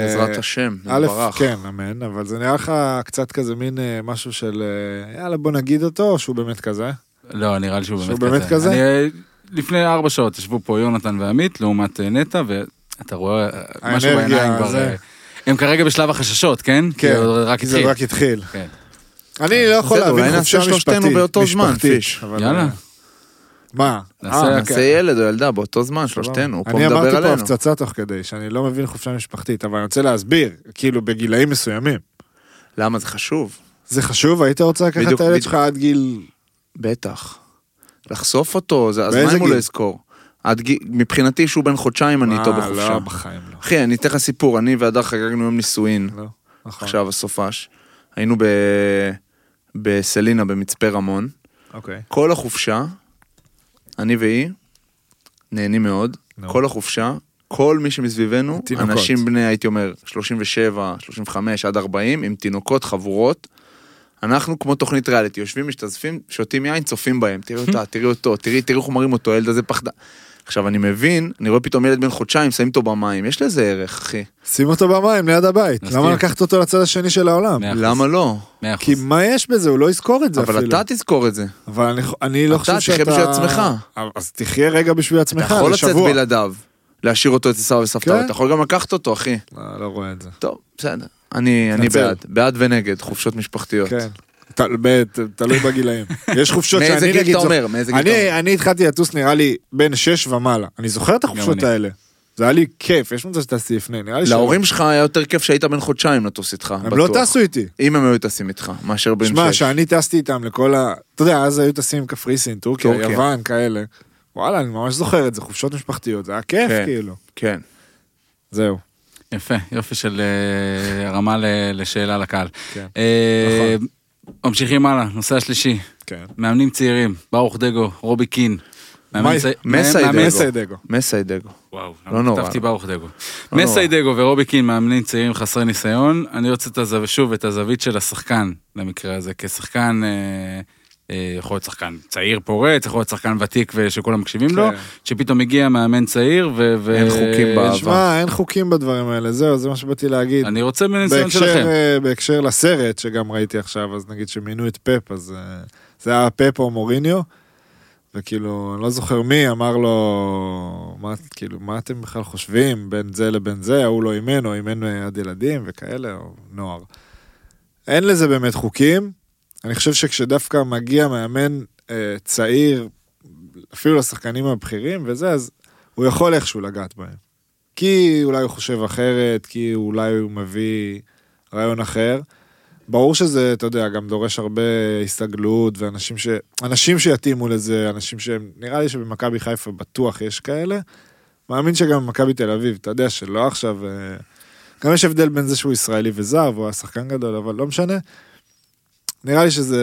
Speaker 1: בעזרת השם,
Speaker 2: א',
Speaker 1: נברך.
Speaker 2: כן, אמן, אבל זה נראה לך קצת כזה מין אה, משהו של אה, יאללה בוא נגיד אותו, או שהוא באמת כזה?
Speaker 3: לא, נראה לי שהוא באמת
Speaker 2: שהוא
Speaker 3: כזה.
Speaker 2: באמת כזה?
Speaker 3: אני, אה, לפני ארבע שעות ישבו פה יונתן ועמית, לעומת אה, נטע, ואתה רואה אה, משהו
Speaker 2: האנרגיה,
Speaker 3: בעיניים כבר...
Speaker 2: זה.
Speaker 3: אה, הם כרגע בשלב החששות, כן? כאילו, רק
Speaker 2: כי זה
Speaker 3: התחיל.
Speaker 2: רק התחיל.
Speaker 3: כן.
Speaker 2: אני לא יכול
Speaker 1: בסדר,
Speaker 2: להבין
Speaker 1: אולי
Speaker 2: חופשה
Speaker 1: נעשה
Speaker 2: משפטית.
Speaker 1: שלושתנו באותו זמן,
Speaker 2: משפחתית,
Speaker 1: פיש.
Speaker 2: אבל,
Speaker 3: יאללה.
Speaker 2: אה, מה?
Speaker 3: נעשה-
Speaker 2: אה,
Speaker 1: נעשה ילד או ילדה באותו זמן, שלושתנו, הוא פה
Speaker 2: אני אמרתי
Speaker 1: מדבר
Speaker 2: פה
Speaker 1: עלינו.
Speaker 2: הפצצה תוך כדי, שאני לא מבין חופשה משפחתית, אבל אני רוצה להסביר, כאילו בגילאים מסוימים.
Speaker 1: למה זה חשוב?
Speaker 2: זה חשוב? היית רוצה לקחת את
Speaker 1: בדיוק,
Speaker 2: הילד
Speaker 1: בדיוק.
Speaker 2: שלך עד גיל...
Speaker 1: בטח. לחשוף אותו, זה- אז מה
Speaker 2: באיזה
Speaker 1: אם הוא
Speaker 2: גיל?
Speaker 1: לא יזכור? עד גיל- מבחינתי שהוא בן חודשיים, אני איתו
Speaker 2: אה,
Speaker 1: בחופשה.
Speaker 2: לא, בחיים לא.
Speaker 1: אחי, אני אתן לך סיפור, אני והדר חגגנו יום נישואין.
Speaker 2: לא, נכון.
Speaker 1: כן. עכשיו הסופש. היינו ב... בסלינה במצפה רמון.
Speaker 2: אוקיי.
Speaker 1: כל החופשה, אני והיא, נהנים מאוד.
Speaker 2: נו.
Speaker 1: כל החופשה, כל מי שמסביבנו,
Speaker 2: תינוקות.
Speaker 1: אנשים בני, הייתי אומר, 37, 35 עד 40, עם תינוקות, חבורות. אנחנו כמו תוכנית ריאליטי, יושבים, משתזפים, שותים יין, צופים בהם. תראי
Speaker 2: [laughs]
Speaker 1: אותה, תראי אותו, תראי, תראי איך מראים אותו, הילד הזה פחדן. עכשיו, אני מבין, אני רואה פתאום ילד בן חודשיים, שמים אותו במים, יש לזה ערך, אחי.
Speaker 2: שים אותו במים ליד הבית,
Speaker 3: מסכים.
Speaker 2: למה לקחת אותו לצד השני של העולם?
Speaker 3: מאה אחוז.
Speaker 1: למה לא?
Speaker 3: מאה
Speaker 2: כי
Speaker 3: אחוז.
Speaker 2: מה יש בזה? הוא לא יזכור את זה אפילו.
Speaker 1: אבל אתה תזכור את זה.
Speaker 2: אבל אני, אני לא
Speaker 1: אתה
Speaker 2: חושב שאתה...
Speaker 1: תחיה בשביל עצמך.
Speaker 2: אבל- אז תחיה רגע בשביל עצמך,
Speaker 1: אתה יכול לצאת
Speaker 2: אה, לשבוע.
Speaker 1: בלעדיו, להשאיר אותו אצל סבא וסבתא,
Speaker 2: כן.
Speaker 1: אתה יכול גם לקחת אותו, אחי.
Speaker 2: לא, לא רואה את זה.
Speaker 1: טוב, בסדר. אני אני
Speaker 2: מתנצל.
Speaker 1: בעד, בעד ונגד, חופשות משפחתיות.
Speaker 2: כן. ת- ב- ת- תלוי
Speaker 1: [laughs]
Speaker 2: בגילאים. יש חופשות שאני נגיד...
Speaker 1: מאיזה גיל אתה
Speaker 2: זוכ-
Speaker 1: אומר? מאיזה גיל אתה אומר?
Speaker 2: אני, אני התחלתי לטוס נראה לי בין 6 ומעלה. אני זוכר את החופשות
Speaker 3: אני.
Speaker 2: האלה. זה היה לי כיף, יש מצב שטסתי לפני, נראה לי
Speaker 1: להורים שלך היה יותר כיף שהיית בן חודשיים לטוס איתך,
Speaker 2: שלא. הם לא
Speaker 1: בטוח.
Speaker 2: טסו איתי.
Speaker 1: אם הם היו טסים איתך, מאשר בן
Speaker 2: שמע,
Speaker 1: שש.
Speaker 2: שאני טסתי איתם לכל ה... אתה יודע, אז היו טסים קפריסין, טורקיה,
Speaker 1: טורקיה.
Speaker 2: יוון, כאלה. וואלה, אני ממש זוכר את זה, חופשות משפחתיות, זה היה כיף,
Speaker 1: כן.
Speaker 2: כאילו.
Speaker 1: כן.
Speaker 2: זהו.
Speaker 3: יפה, יופי של אה, הרמה ל- לשאלה לקהל.
Speaker 2: כן.
Speaker 3: אה,
Speaker 1: נכון.
Speaker 3: ממשיכים הלאה, נושא השלישי,
Speaker 2: כן.
Speaker 3: מאמנים צעירים, ברוך דגו, רובי קין. מאמן
Speaker 2: מי-
Speaker 3: צעיר-
Speaker 1: מסי
Speaker 3: מאמן-
Speaker 1: דגו.
Speaker 2: מסיידגו.
Speaker 1: מסיידגו.
Speaker 3: וואו,
Speaker 1: לא נורא.
Speaker 3: כתבתי ברוך דגו.
Speaker 1: לא
Speaker 3: מסי דגו ורובי קין מאמנים צעירים חסרי ניסיון. אני רוצה את הזו- שוב את הזווית של השחקן למקרה הזה, כשחקן, אה, אה, יכול להיות שחקן צעיר פורץ, יכול להיות שחקן ותיק ושכולם מקשיבים לו,
Speaker 2: כן.
Speaker 3: שפתאום הגיע מאמן צעיר ו... ו-
Speaker 1: אין חוקים בארץ.
Speaker 3: יש-
Speaker 2: שמע, אין חוקים בדברים האלה, זהו, זה מה שבאתי להגיד.
Speaker 3: אני רוצה מניסיון שלכם.
Speaker 2: בהקשר, אה, בהקשר לסרט שגם ראיתי עכשיו, אז נגיד שמינו את פאפ, אז אה, זה היה פאפ או מוריניו, וכאילו, אני לא זוכר מי, אמר לו, מה, כאילו, מה אתם בכלל חושבים בין זה לבין זה, ההוא לא אימן, או אימן אה, עד ילדים וכאלה, או נוער. אין לזה באמת חוקים. אני חושב שכשדווקא מגיע מאמן אה, צעיר, אפילו לשחקנים הבכירים וזה, אז הוא יכול איכשהו לגעת בהם. כי אולי הוא חושב אחרת, כי אולי הוא מביא רעיון אחר. ברור שזה, אתה יודע, גם דורש הרבה הסתגלות, ואנשים ש... אנשים שיתאימו לזה, אנשים שהם... נראה לי שבמכבי חיפה בטוח יש כאלה. מאמין שגם במכבי תל אביב, אתה יודע שלא עכשיו... אה, גם יש הבדל בין זה שהוא ישראלי וזר, והוא היה שחקן גדול, אבל לא משנה. נראה לי שזה...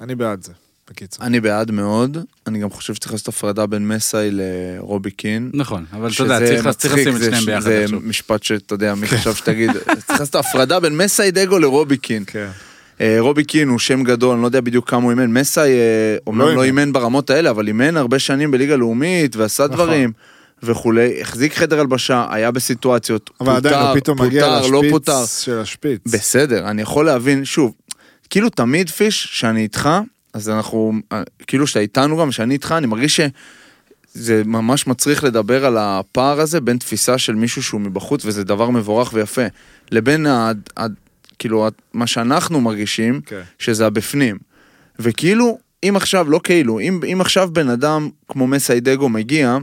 Speaker 2: אני בעד זה, בקיצור.
Speaker 1: אני בעד מאוד, אני גם חושב שצריך לעשות הפרדה בין מסאי לרובי קין.
Speaker 3: נכון, אבל אתה
Speaker 1: שזה
Speaker 3: יודע, צריך צריך
Speaker 1: מצחיק,
Speaker 3: לשים את
Speaker 1: זה-
Speaker 3: שניהם ביחד
Speaker 1: זה
Speaker 3: עכשיו.
Speaker 1: משפט שאתה יודע,
Speaker 2: כן.
Speaker 1: מי חשב שתגיד, צריך לעשות הפרדה בין מסאי דגו לרובי קין.
Speaker 2: כן.
Speaker 1: אה, רובי קין הוא שם גדול, אני לא יודע בדיוק כמה הוא אימן. מסאי אה,
Speaker 2: לא
Speaker 1: אומנם
Speaker 2: אימן.
Speaker 1: לא אימן ברמות האלה, אבל אימן הרבה שנים בליגה לאומית ועשה
Speaker 2: נכון.
Speaker 1: דברים וכולי. החזיק חדר הלבשה, היה בסיטואציות,
Speaker 2: אבל עדיין הוא
Speaker 1: פוטר,
Speaker 2: פתאום מגיע
Speaker 1: פוטר, לא פוטר.
Speaker 2: לשפיץ של השפיץ.
Speaker 1: בסדר, אני יכול להבין, שוב, כאילו תמיד פיש, שאני איתך, אז אנחנו, אה, כאילו שאתה איתנו גם, שאני איתך, אני מרגיש שזה ממש מצריך לדבר על הפער הזה בין תפיסה של מישהו שהוא מבחוץ, וזה דבר מבורך ויפה, לבין ה... ה כאילו, ה- מה שאנחנו מרגישים,
Speaker 2: כן.
Speaker 1: שזה הבפנים. וכאילו, אם עכשיו, לא כאילו, אם, אם עכשיו בן אדם כמו מסיידגו מגיע,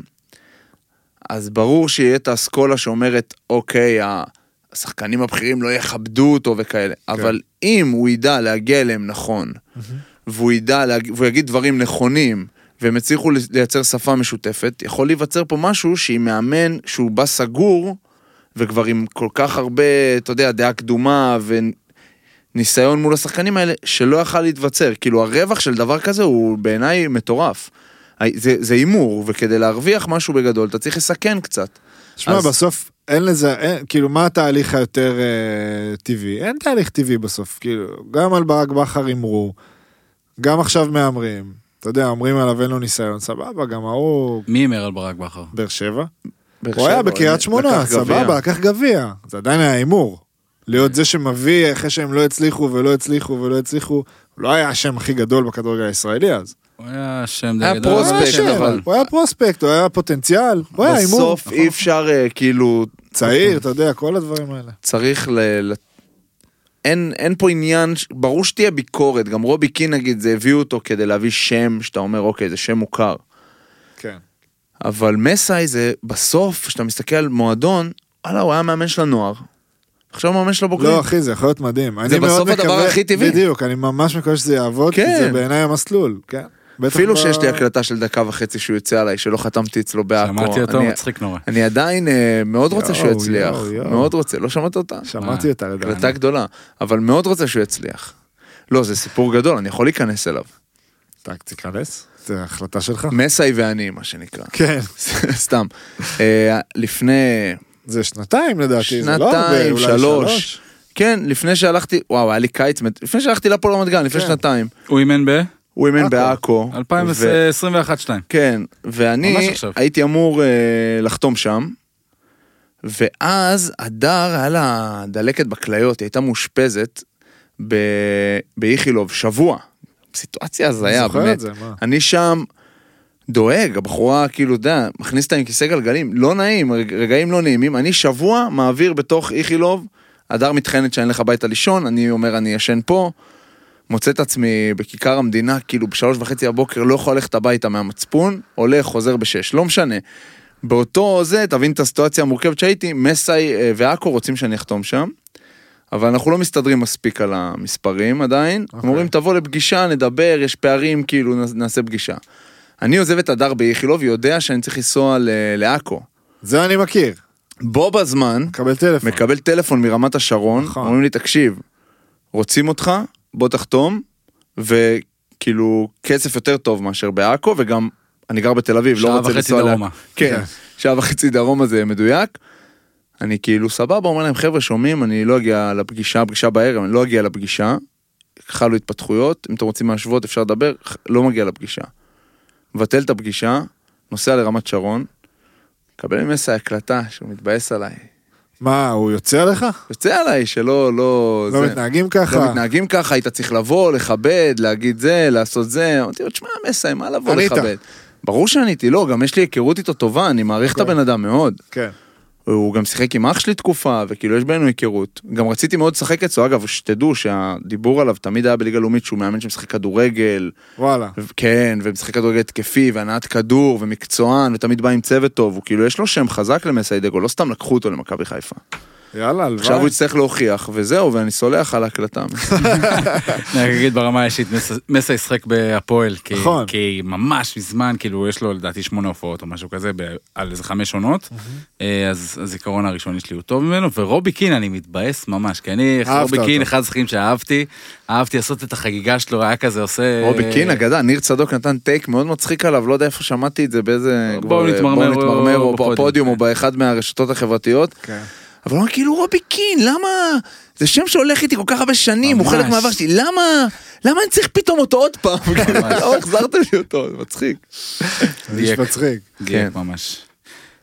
Speaker 1: אז ברור שיהיה את האסכולה שאומרת, אוקיי, ה- השחקנים הבכירים לא יכבדו אותו וכאלה, כן. אבל אם הוא ידע להגיע אליהם נכון, והוא ידע, להג- והוא יגיד דברים נכונים, והם הצליחו לי- לייצר שפה משותפת, יכול להיווצר פה משהו שעם מאמן שהוא בא סגור, וכבר עם כל כך הרבה, אתה יודע, דעה קדומה וניסיון מול השחקנים האלה, שלא יכל להתבצר. כאילו הרווח של דבר כזה הוא בעיניי מטורף. זה זה הימור, וכדי להרוויח משהו בגדול, אתה צריך לסכן קצת.
Speaker 2: שמע,
Speaker 1: אז-
Speaker 2: בסוף אין לזה, אין, כאילו, מה התהליך היותר אה, טבעי? אין תהליך טבעי בסוף, כאילו, גם על ברק בכר הימרו, גם עכשיו מהמרים, אתה יודע, אומרים עליו אין לו ניסיון, סבבה, גם ההוא
Speaker 3: מי הימר על ברק בכר?
Speaker 2: באר שבע.
Speaker 1: באר
Speaker 2: הוא היה
Speaker 1: שבע,
Speaker 2: בקריית שמונה,
Speaker 1: לקח גביע.
Speaker 2: סבבה, לקח גביע. זה עדיין היה הימור. להיות זה שמביא אחרי שהם לא הצליחו ולא הצליחו ולא הצליחו, הוא לא היה השם הכי גדול בכדורגל הישראלי אז.
Speaker 3: הוא היה שם די
Speaker 1: היה
Speaker 3: גדול.
Speaker 2: הוא היה
Speaker 1: פרוספקט,
Speaker 2: השם,
Speaker 1: אבל-
Speaker 2: הוא היה פרוספקט, הוא היה פוטנציאל, הוא היה הימור. נכון.
Speaker 1: בסוף אי אפשר, אה, כאילו,
Speaker 2: צעיר, אתה יודע, כל הדברים האלה.
Speaker 1: צריך ל... ל- אין, אין פה עניין, ש- ברור שתהיה ביקורת, גם רובי קין נגיד, זה הביאו אותו כדי להביא שם, שאתה אומר, אוקיי, זה שם מוכר.
Speaker 2: כן.
Speaker 1: אבל מסאי זה בסוף, כשאתה מסתכל על מועדון, וואלה, הוא היה מאמן של הנוער. עכשיו הוא מאמן של הבוגרים.
Speaker 2: לא, אחי, זה יכול להיות מדהים.
Speaker 1: אוקיי. זה
Speaker 2: אני מאוד
Speaker 1: בסוף הדבר
Speaker 2: מקווה-
Speaker 1: הכי טבעי.
Speaker 2: בדיוק, אני ממש מקווה שזה יעבוד, כי
Speaker 1: כן.
Speaker 2: זה בעיניי המסלול, כן. בטח
Speaker 1: אפילו
Speaker 2: ב-
Speaker 1: שיש לי הקלטה של דקה וחצי שהוא יוצא עליי, שלא חתמתי אצלו בעכו.
Speaker 3: שמעתי אותו,
Speaker 1: אני-
Speaker 3: מצחיק נורא.
Speaker 1: אני עדיין אה, מאוד רוצה שהוא
Speaker 2: יואו,
Speaker 1: יצליח.
Speaker 2: יואו, יואו.
Speaker 1: מאוד רוצה, לא שמעת אותה?
Speaker 2: שמעתי אותה
Speaker 1: הקלטה
Speaker 2: לדעתי.
Speaker 1: גדולה, אבל מאוד רוצה שהוא יצליח. לא, זה סיפור גדול, אני יכול להיכנס אליו.
Speaker 2: טק, תיכנס. זה החלטה שלך.
Speaker 1: מסאי ואני, מה שנקרא. [laughs]
Speaker 2: כן.
Speaker 1: סתם. אה, לפני...
Speaker 2: זה שנתיים לדעתי, זה לא הרבה,
Speaker 1: שנתיים,
Speaker 2: אולי
Speaker 1: שלוש. כן, לפני שהלכתי, וואו, היה לי קיץ, מת- לפני שהלכתי לפועל רמת גן, לפני
Speaker 2: כן.
Speaker 1: שנתיים.
Speaker 3: הוא אימן ב?
Speaker 1: הוא אימן
Speaker 2: עכו.
Speaker 1: בעכו. ו-
Speaker 3: 2021-2022.
Speaker 1: כן,
Speaker 3: ממש
Speaker 1: ואני
Speaker 3: עכשיו.
Speaker 1: הייתי אמור אה, לחתום שם, ואז הדר, היה לה דלקת בכליות, היא הייתה מאושפזת ב- באיכילוב שבוע. סיטואציה
Speaker 2: אני
Speaker 1: הזיה,
Speaker 2: זוכר
Speaker 1: באמת.
Speaker 2: את זה, מה?
Speaker 1: אני שם דואג, הבחורה כאילו, אתה יודע, מכניס אותה עם כיסא גלגלים, לא נעים, רג- רגעים לא נעימים. אני שבוע מעביר בתוך איכילוב, הדר מתחננת שאני אלך הביתה לישון, אני אומר אני ישן פה. מוצא את עצמי בכיכר המדינה, כאילו בשלוש וחצי הבוקר לא יכול ללכת הביתה מהמצפון, הולך, חוזר בשש, לא משנה. באותו זה, תבין את הסיטואציה המורכבת שהייתי, מסאי אה, ועכו רוצים שאני אחתום שם, אבל אנחנו לא מסתדרים מספיק על המספרים עדיין. Okay.
Speaker 2: אוקיי.
Speaker 1: אומרים, תבוא לפגישה, נדבר, יש פערים, כאילו נ- נעשה פגישה. אני עוזב את הדר באיכילוב, יודע שאני צריך לנסוע ל- לעכו.
Speaker 2: זה אני מכיר.
Speaker 1: בו בזמן,
Speaker 2: קבל טלפון.
Speaker 1: מקבל טלפון מרמת השרון,
Speaker 2: נכון.
Speaker 1: אומרים לי, תקשיב, רוצים אותך, בוא תחתום, וכאילו, כסף יותר טוב מאשר בעכו, וגם, אני גר בתל אביב, לא
Speaker 3: שעה
Speaker 1: רוצה
Speaker 3: וחצי
Speaker 1: לנסוע... לעכו."
Speaker 3: דרומה.
Speaker 1: כן,
Speaker 2: כן.
Speaker 1: שעה וחצי דרומה זה מדויק. אני כאילו סבבה, אומר להם, חבר'ה, שומעים, אני לא אגיע לפגישה, פגישה בערב, אני לא אגיע לפגישה. חלו התפתחויות, אם אתם רוצים להשוות אפשר לדבר, ח- לא מגיע לפגישה. מבטל את הפגישה, נוסע לרמת שרון, מקבל ממסע הקלטה שהוא מתבאס עליי.
Speaker 2: מה, הוא יוצא עליך?
Speaker 1: יוצא עליי שלא, לא...
Speaker 2: לא
Speaker 1: זה.
Speaker 2: מתנהגים ככה?
Speaker 1: לא מתנהגים ככה, היית צריך לבוא, לכבד, להגיד זה, לעשות זה. אמרתי לו, תשמע, מסי, מה לבוא
Speaker 2: ענית.
Speaker 1: לכבד? ברור שעניתי, לא, גם יש לי היכרות איתו טובה, אני מעריך את
Speaker 2: אוקיי.
Speaker 1: הבן אדם מאוד.
Speaker 2: כן.
Speaker 1: הוא גם שיחק עם אח שלי תקופה, וכאילו יש בינינו היכרות. גם רציתי מאוד לשחק אצלו, אגב, שתדעו שהדיבור עליו תמיד היה בליגה לאומית שהוא מאמן שמשחק כדורגל,
Speaker 2: וואלה.
Speaker 1: ו- כן, ומשחק כדורגל התקפי, והנעת כדור, ומקצוען, ותמיד בא עם צוות טוב, הוא כאילו, יש לו שם חזק למסיידגו, לא סתם לקחו אותו למכבי חיפה.
Speaker 2: יאללה, הלוואי.
Speaker 1: עכשיו הוא יצטרך להוכיח, וזהו, ואני סולח על [laughs] ההקלטה.
Speaker 3: אני אגיד ברמה האישית, מסע- מסע ישחק בהפועל, כי-
Speaker 2: נכון.
Speaker 3: כי ממש מזמן, כאילו, יש לו לדעתי שמונה הופעות או משהו כזה, ב- על איזה חמש עונות, אה, אז הזיכרון הראשוני שלי הוא טוב ממנו, ורובי קין, אני מתבאס ממש, כי אני,
Speaker 2: אהבת
Speaker 3: רובי
Speaker 2: אותו.
Speaker 3: קין, אחד השחקים שאהבתי, אהבתי לעשות את החגיגה שלו, היה כזה עושה...
Speaker 1: רובי קין אגדה, ניר צדוק נתן טייק מאוד מצחיק עליו, לא יודע איפה שמעתי את זה, באיזה...
Speaker 3: בואו
Speaker 1: כבר,
Speaker 3: נתמרמר,
Speaker 1: בואו נתמרמר,
Speaker 3: או
Speaker 1: או בפודיום, כן.
Speaker 3: בפודיום,
Speaker 1: או באחד מהרשתות החברתיות.
Speaker 2: כן.
Speaker 1: אבל הוא אמר כאילו רובי קין, למה... זה שם שהולך איתי כל כך הרבה שנים, הוא
Speaker 3: ממש.
Speaker 1: חלק מהעבר שלי, למה... למה אני צריך פתאום אותו עוד פעם? כאילו, [laughs] לא החזרת לי אותו, זה מצחיק.
Speaker 2: זה איש
Speaker 3: דייק.
Speaker 2: מצחיק.
Speaker 3: דייק ממש.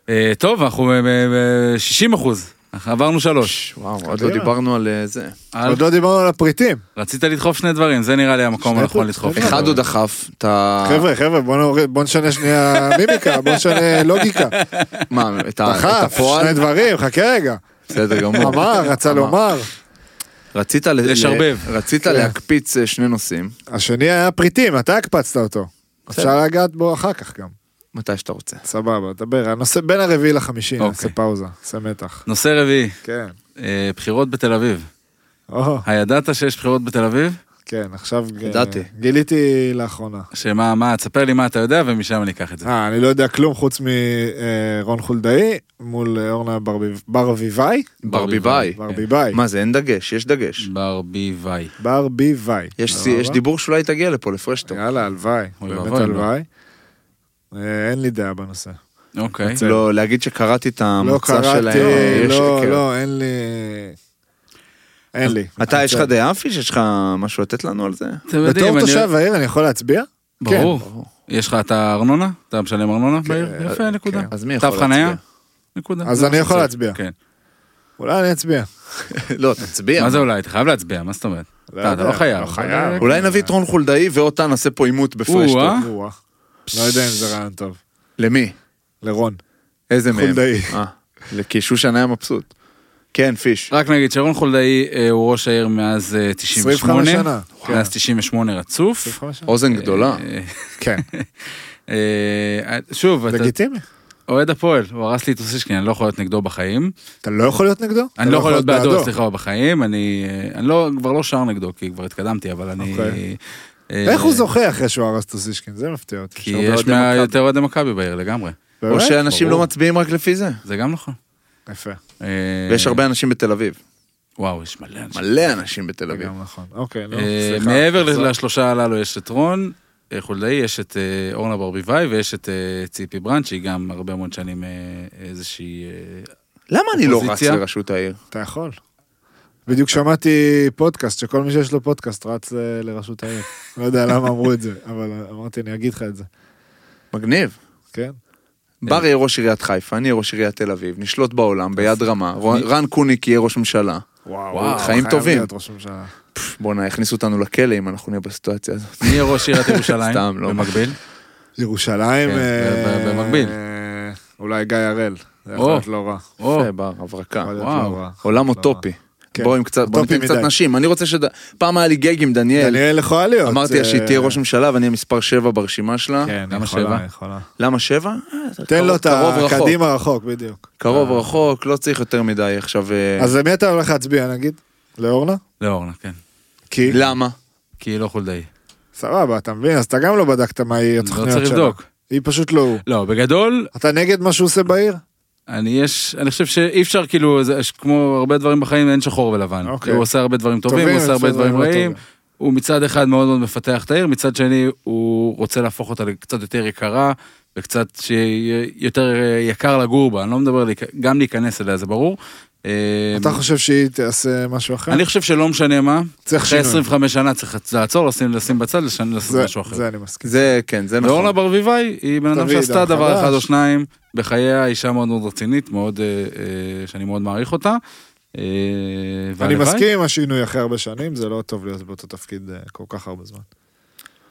Speaker 3: אה, טוב, אנחנו אה, אה, 60 אחוז, עברנו שלוש.
Speaker 1: וואו, עוד
Speaker 2: קדימה.
Speaker 1: לא דיברנו על אה, זה.
Speaker 3: אל-
Speaker 2: עוד לא דיברנו על הפריטים.
Speaker 3: רצית לדחוף שני דברים, זה נראה לי המקום
Speaker 2: שני
Speaker 3: הנכון
Speaker 2: חוץ,
Speaker 3: לדחוף.
Speaker 2: שני
Speaker 1: אחד עוד דחף את ה...
Speaker 2: חבר'ה, חבר'ה, בוא נוריד- בוא נשנה שנייה מימיקה, בוא נשנה לוגיקה.
Speaker 1: מה, את ה- אה, את
Speaker 2: דחף,
Speaker 1: הפועל?
Speaker 2: שני דברים, חכה
Speaker 1: [laughs]
Speaker 2: רגע.
Speaker 1: בסדר גמור.
Speaker 2: אמר, רצה
Speaker 1: אמר.
Speaker 2: לומר.
Speaker 1: רצית ל-
Speaker 3: לשרבב.
Speaker 1: ל- רצית
Speaker 2: כן.
Speaker 1: להקפיץ אה, שני נושאים,
Speaker 2: השני היה פריטים, אתה הקפצת אותו. אפשר לגעת בו אחר כך גם.
Speaker 1: מתי שאתה רוצה.
Speaker 2: סבבה, דבר. הנושא בין הרביעי לחמישי, נעשה
Speaker 3: אוקיי.
Speaker 2: פאוזה, נעשה מתח.
Speaker 3: נושא רביעי,
Speaker 2: כן.
Speaker 3: אה, בחירות בתל אביב.
Speaker 2: או,
Speaker 3: הידעת שיש בחירות בתל אביב?
Speaker 2: כן, עכשיו ג-
Speaker 1: ידעתי.
Speaker 2: גיליתי לאחרונה.
Speaker 3: שמה, מה, תספר לי מה אתה יודע ומשם אני אקח את זה.
Speaker 2: אה, אני לא יודע כלום חוץ מרון חולדאי מול אה, אורנה ברביב- ברביבאי.
Speaker 1: ברביבאי.
Speaker 2: ברביבאי.
Speaker 1: מה זה, אין דגש, יש דגש.
Speaker 3: ברביבאי.
Speaker 2: ברביבאי.
Speaker 1: יש
Speaker 2: סבבה?
Speaker 1: סי- יש דיבור שאולי תגיע לפה לפרשטו.
Speaker 2: יאללה, הלוואי.
Speaker 3: אוי
Speaker 2: באמת
Speaker 3: ואבוי, לא.
Speaker 2: הלוואי. אה, אין לי דעה בנושא.
Speaker 3: אוקיי.
Speaker 2: מצא-
Speaker 1: לא, להגיד שקראתי את
Speaker 2: לא
Speaker 1: המצע שלהם.
Speaker 2: קראתי,
Speaker 1: יש-
Speaker 2: לא,
Speaker 1: כן.
Speaker 2: לא, אין לי... אין לי.
Speaker 1: אתה, יש לך
Speaker 2: מצטער.
Speaker 1: דעה פיש? יש לך משהו לתת לנו
Speaker 2: [laughs]
Speaker 1: על זה?
Speaker 3: אתם יודעים,
Speaker 2: בתור
Speaker 3: אני-
Speaker 2: תושב כן. העיר אני יכול להצביע?
Speaker 3: ברור. יש לך את הארנונה? אתה משלם ארנונה
Speaker 2: כן, אה,
Speaker 3: בעיר? יפה, נקודה.
Speaker 1: אז מי
Speaker 3: תו
Speaker 1: יכול
Speaker 3: חניה?
Speaker 1: להצביע?
Speaker 3: נקודה.
Speaker 2: אז
Speaker 3: זה
Speaker 2: אני
Speaker 3: מה
Speaker 2: יכול
Speaker 3: שצריך.
Speaker 2: להצביע.
Speaker 3: כן.
Speaker 2: אולי אני אצביע.
Speaker 1: לא, תצביע.
Speaker 3: מה זה אולי? אתה חייב להצביע, מה זאת אומרת?
Speaker 2: לא
Speaker 3: אתה אתה
Speaker 2: יודע,
Speaker 3: לא חייב.
Speaker 2: לא חייב.
Speaker 3: אבל-
Speaker 1: אולי נביא את רון חולדאי ואותה נעשה פה עימות בפרשטו.
Speaker 3: או-אה.
Speaker 2: או-אה. לא יודע אם זה רעיון טוב.
Speaker 1: למי?
Speaker 2: לרון.
Speaker 1: איזה מהם?
Speaker 2: חולדאי.
Speaker 1: אה, כי שושן היה מבסוט. כן, פיש.
Speaker 3: רק נגיד שרון חולדאי אה, הוא ראש העיר מאז אה,
Speaker 2: 25
Speaker 3: 98.
Speaker 2: שנה. כן.
Speaker 3: מאז 98 רצוף.
Speaker 2: 25 שנה.
Speaker 1: אוזן גדולה.
Speaker 3: אה, [laughs]
Speaker 2: כן.
Speaker 3: אה, שוב, אתה
Speaker 2: לגיטימי.
Speaker 3: אוהד הפועל, הוא הרס לי את אוסישקין, אני לא יכול להיות נגדו בחיים.
Speaker 2: אתה לא יכול להיות נגדו? אתה
Speaker 3: אני לא יכול להיות בעדו, סליחה, בחיים. אני אני לא, כבר לא שר נגדו, כי כבר התקדמתי, אבל אני...
Speaker 2: אוקיי.
Speaker 3: אה,
Speaker 2: איך הוא זוכה אחרי שהוא הרס את אוסישקין? זה מפתיע אותי.
Speaker 3: כי
Speaker 1: יש הרבה
Speaker 3: יש
Speaker 1: אוהדי
Speaker 3: מה-
Speaker 1: מכבי.
Speaker 3: יותר אוהדי מכבי בעיר לגמרי.
Speaker 1: או
Speaker 2: באמת?
Speaker 1: שאנשים
Speaker 3: ברור.
Speaker 1: לא מצביעים רק לפי זה.
Speaker 3: זה גם נכון.
Speaker 2: יפה.
Speaker 3: אה,
Speaker 1: ויש הרבה אנשים בתל אביב.
Speaker 3: וואו, יש מלא אנשים.
Speaker 1: מלא אנשים בתל
Speaker 2: זה
Speaker 1: אביב.
Speaker 2: גם נכון. אוקיי,
Speaker 1: לא,
Speaker 2: נו,
Speaker 3: אה,
Speaker 2: סליחה.
Speaker 3: מעבר
Speaker 2: אז-
Speaker 3: ל- לשלושה הללו יש את רון אה, חולדאי, יש את אה, אורנה ברביבאי ויש את אה, ציפי ברנד, שהיא גם הרבה מאוד שנים אה, איזושהי... אה,
Speaker 1: למה אני לא רץ
Speaker 3: אופוזיציה?
Speaker 1: לראשות העיר?
Speaker 2: אתה יכול. בדיוק שמעתי פודקאסט, שכל מי שיש לו פודקאסט רץ ל- לראשות העיר. לא יודע למה אמרו את זה, אבל אמרתי, אני אגיד לך את זה.
Speaker 1: מגניב.
Speaker 2: כן?
Speaker 1: בר יהיה ראש עיריית חיפה, אני אהיה ראש עיריית תל אביב, נשלוט בעולם ביד רמה, רון- רן קוניק יהיה ראש ממשלה.
Speaker 2: וואו,
Speaker 1: חיים
Speaker 2: חייב
Speaker 1: טובים.
Speaker 2: להיות ראש ממשלה.
Speaker 1: פפ, בואנה, יכניסו אותנו לכלא אם אנחנו נהיה בסיטואציה הזאת.
Speaker 3: מי יהיה
Speaker 1: [laughs]
Speaker 3: ראש עיריית ירושלים?
Speaker 1: סתם, לא.
Speaker 3: במקביל.
Speaker 2: ירושלים...
Speaker 3: כן,
Speaker 2: אה,
Speaker 3: ב- ב- במקביל.
Speaker 2: אה, אולי גיא הראל. זה יכול
Speaker 3: או.
Speaker 2: להיות לא רע.
Speaker 3: או,
Speaker 1: יפה, בר, הברקה.
Speaker 2: יכול להיות
Speaker 3: וואו.
Speaker 2: לא רע.
Speaker 1: עולם
Speaker 2: לא
Speaker 1: אוטופי.
Speaker 2: כן.
Speaker 1: בואו עם קצת, בואו ניתן
Speaker 2: אוטופי
Speaker 1: קצת
Speaker 2: מדי.
Speaker 1: נשים. אני רוצה ש... פעם היה לי גג עם דניאל.
Speaker 2: דניאל יכולה להיות.
Speaker 1: כן. אמרתי לה שהיא
Speaker 2: אה,
Speaker 1: תהיה ראש ממשלה ואני המספר 7 ברשימה שלה.
Speaker 4: כן,
Speaker 3: למה
Speaker 4: יכולה,
Speaker 3: שבע?
Speaker 4: יכולה.
Speaker 1: למה 7?
Speaker 2: תן לו את
Speaker 1: קרוב רחוק.
Speaker 2: הקדימה רחוק, בדיוק.
Speaker 1: קרוב רחוק, לא צריך יותר מדי עכשיו. אה,
Speaker 2: אז למי אתה הולך להצביע נגיד? לאורנה?
Speaker 3: לאורנה, כן.
Speaker 2: כי...
Speaker 1: למה?
Speaker 3: כי היא לא חולדאי.
Speaker 2: סבבה, אתה מבין? אז אתה גם לא בדקת מה היא
Speaker 3: לא
Speaker 2: התוכניות שלה.
Speaker 3: צריך לבדוק.
Speaker 2: היא פשוט לא הוא.
Speaker 3: לא, בגדול,
Speaker 2: אתה נגד מה שהוא עושה בעיר?
Speaker 3: אני יש, אני חושב שאי אפשר כאילו, זה- יש- כמו הרבה דברים בחיים, אין שחור ולבן.
Speaker 2: אוקיי.
Speaker 3: הוא עושה הרבה דברים טובים,
Speaker 2: טובים,
Speaker 3: הוא עושה הרבה
Speaker 2: בסדר,
Speaker 3: דברים
Speaker 2: לא
Speaker 3: רעים.
Speaker 2: טובים.
Speaker 3: הוא מצד אחד מאוד מאוד מפתח את העיר, מצד שני הוא רוצה להפוך אותה לקצת יותר יקרה, וקצת שיהיה יותר אה, יקר לגור בה. אני לא מדבר, להיק- גם להיכנס אליה, זה ברור. אה,
Speaker 2: אתה חושב שהיא תעשה משהו אחר?
Speaker 3: אני חושב שלא משנה מה,
Speaker 2: צריך
Speaker 3: אחרי
Speaker 2: שינוי.
Speaker 3: 25 שנה צריך לעצור, לשים, לשים בצד, לשנות לעשות
Speaker 2: זה-
Speaker 3: משהו אחר.
Speaker 2: זה אני מסכים.
Speaker 1: זה כן, זה נכון.
Speaker 3: ואורנה ברביבאי היא בן אדם
Speaker 2: תביא
Speaker 3: שעשתה
Speaker 2: אדם
Speaker 3: דבר
Speaker 2: חדש.
Speaker 3: אחד או שניים בחייה, אישה מאוד מאוד רצינית, מאוד, אה, אה, שאני מאוד מעריך אותה. אה,
Speaker 2: אני
Speaker 3: והלוואי.
Speaker 2: מסכים עם השינוי אחרי הרבה שנים, זה לא טוב להיות באותו תפקיד אה, כל כך הרבה זמן.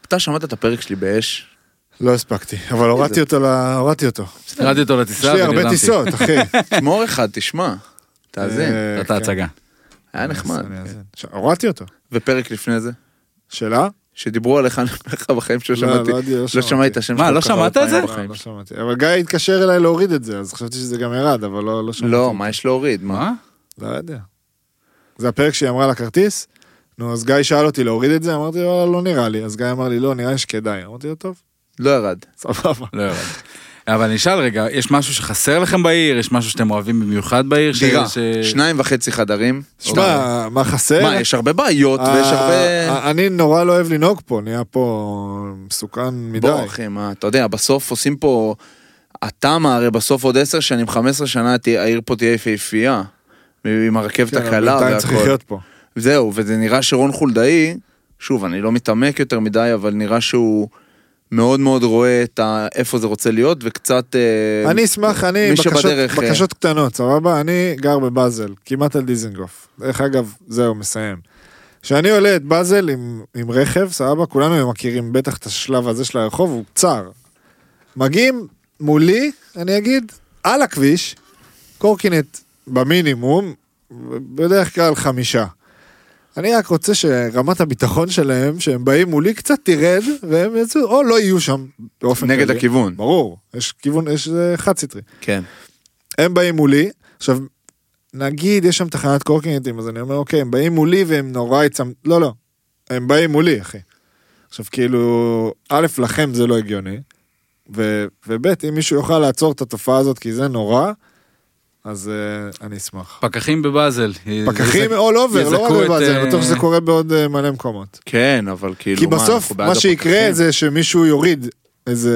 Speaker 1: אתה שמעת את הפרק שלי באש?
Speaker 2: לא הספקתי, אבל הורדתי אותו, ל- הורדתי אותו.
Speaker 3: הורדתי אותו
Speaker 2: יש
Speaker 3: לטיסה
Speaker 2: לי הרבה טיסות, אחי.
Speaker 1: תשמור אחד, תשמע. תאזין,
Speaker 2: אה,
Speaker 3: זאת ההצגה.
Speaker 1: [laughs] היה נחמד.
Speaker 2: אני אאזין. ש- הורדתי אותו.
Speaker 1: ופרק לפני זה,
Speaker 2: שאלה?
Speaker 1: שדיברו עליך, אני אומר לך בחיים שלא לא שמעתי.
Speaker 2: לא, לא
Speaker 1: לא
Speaker 2: שמעתי.
Speaker 1: שמעתי את השם
Speaker 3: מה,
Speaker 1: שלך.
Speaker 3: לא
Speaker 1: כל כך הרבה
Speaker 3: שמעת את זה?
Speaker 1: פעמים בחיים.
Speaker 2: לא, לא שמעתי. אבל גיא התקשר אליי להוריד את זה, אז חשבתי שזה גם ירד, אבל לא לא שמעתי.
Speaker 1: לא, מה יש להוריד? מה?
Speaker 3: מה?
Speaker 2: לא יודע. זה הפרק שהיא אמרה על הכרטיס? נו, אז גיא שאל אותי להוריד את זה, אמרתי לו, לא נראה לי. אז גיא אמר לי, לא, נראה לי שכדאי. אמרתי לו, טוב, [laughs]
Speaker 1: לא ירד.
Speaker 2: סבבה.
Speaker 3: לא ירד. אבל אני אשאל רגע, יש משהו שחסר לכם בעיר? יש משהו שאתם אוהבים במיוחד בעיר? ש-
Speaker 1: דירה,
Speaker 3: ש-
Speaker 1: שניים וחצי חדרים. אוקיי.
Speaker 2: שמע, מה חסר?
Speaker 1: מה, יש הרבה בעיות
Speaker 2: אה,
Speaker 1: ויש הרבה...
Speaker 2: אה, אני נורא לא אוהב לנהוג פה, נהיה פה מסוכן מדי.
Speaker 1: בוא אחי, מה, אתה יודע, בסוף עושים פה... התמה הרי בסוף עוד עשר שנים, חמש עשרה שנה, תה- העיר פה תהיה יפהפייה. עם הרכבת
Speaker 2: כן, אבל
Speaker 1: הקלה
Speaker 2: בינתיים צריך
Speaker 1: והכל.
Speaker 2: לחיות פה.
Speaker 1: זהו, וזה נראה שרון חולדאי, שוב, אני לא מתעמק יותר מדי, אבל נראה שהוא מאוד מאוד רואה את ה... איפה זה רוצה להיות, וקצת... אה,
Speaker 2: אני אשמח, אני,
Speaker 1: מי
Speaker 2: בקשות-
Speaker 1: שבדרך, אה,
Speaker 2: בקשות קטנות, סבבה? אני גר בבאזל, כמעט על דיזנגוף. דרך אגב, זהו, מסיים. כשאני עולה את באזל עם, עם רכב, סבבה? כולנו מכירים בטח את השלב הזה של הרחוב, הוא צר. מגיעים מולי, אני אגיד, על הכביש, קורקינט במינימום, בדרך כלל חמישה. אני רק רוצה שרמת הביטחון שלהם, שהם באים מולי, קצת תרד, והם יצאו, או לא יהיו שם באופן
Speaker 1: נגד
Speaker 2: כללי.
Speaker 1: הכיוון.
Speaker 2: ברור, יש כיוון, יש אה, חד סטרי.
Speaker 1: כן.
Speaker 2: הם באים מולי, עכשיו, נגיד יש שם תחנת קורקינטים, אז אני אומר, אוקיי, הם באים מולי והם נורא יצמ... לא, לא, הם באים מולי, אחי. עכשיו, כאילו, א', לכם זה לא הגיוני, ו- וב', אם מישהו יוכל לעצור את התופעה הזאת, כי זה נורא, אז אה, אני אשמח.
Speaker 3: פקחים בבאזל. אה,
Speaker 2: פקחים all over, לא רק
Speaker 3: יזכו את,
Speaker 2: בבאזל, אני בטוח
Speaker 3: אה,
Speaker 2: שזה קורה בעוד אה, מלא מקומות.
Speaker 1: כן, אבל כאילו,
Speaker 2: כי
Speaker 1: מה,
Speaker 2: בסוף,
Speaker 1: אנחנו בעד
Speaker 2: מה שיקרה
Speaker 1: הפקחים?
Speaker 2: זה שמישהו יוריד איזה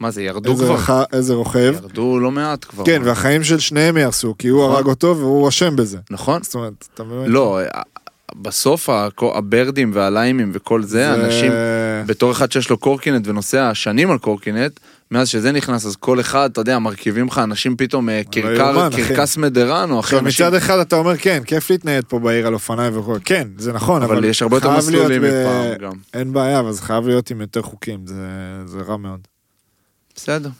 Speaker 1: מה זה, ירדו
Speaker 2: איזה
Speaker 1: כבר?
Speaker 2: רח- איזה רוכב.
Speaker 1: ירדו לא מעט כבר.
Speaker 2: כן,
Speaker 1: מה?
Speaker 2: והחיים של שניהם יהרסו, כי הוא
Speaker 1: נכון.
Speaker 2: הרג אותו והוא אשם בזה.
Speaker 1: נכון?
Speaker 2: זאת אומרת, אתה מבין?
Speaker 1: לא, אה, בסוף הכ- הברדים והליימים וכל זה,
Speaker 2: זה-
Speaker 1: לא, אנשים, בתור אחד שיש לו קורקינט ונוסע שנים על קורקינט, מאז שזה נכנס, אז כל אחד, אתה יודע, מרכיבים לך אנשים פתאום אה,
Speaker 2: יאומן,
Speaker 1: כרכר,
Speaker 2: אחי.
Speaker 1: קרקס מדרנו, אחי,
Speaker 2: עכשיו
Speaker 1: אנשים...
Speaker 2: מצד אחד אתה אומר כן, כיף להתנייד פה בעיר על אופניים וכל, כן, זה נכון, אבל
Speaker 1: אבל יש הרבה יותר
Speaker 2: חייב להיות
Speaker 1: מסלולים
Speaker 2: ב-
Speaker 1: מפעם גם.
Speaker 2: אין בעיה, אבל זה חייב להיות עם יותר חוקים, זה- זה רע מאוד.
Speaker 1: בסדר.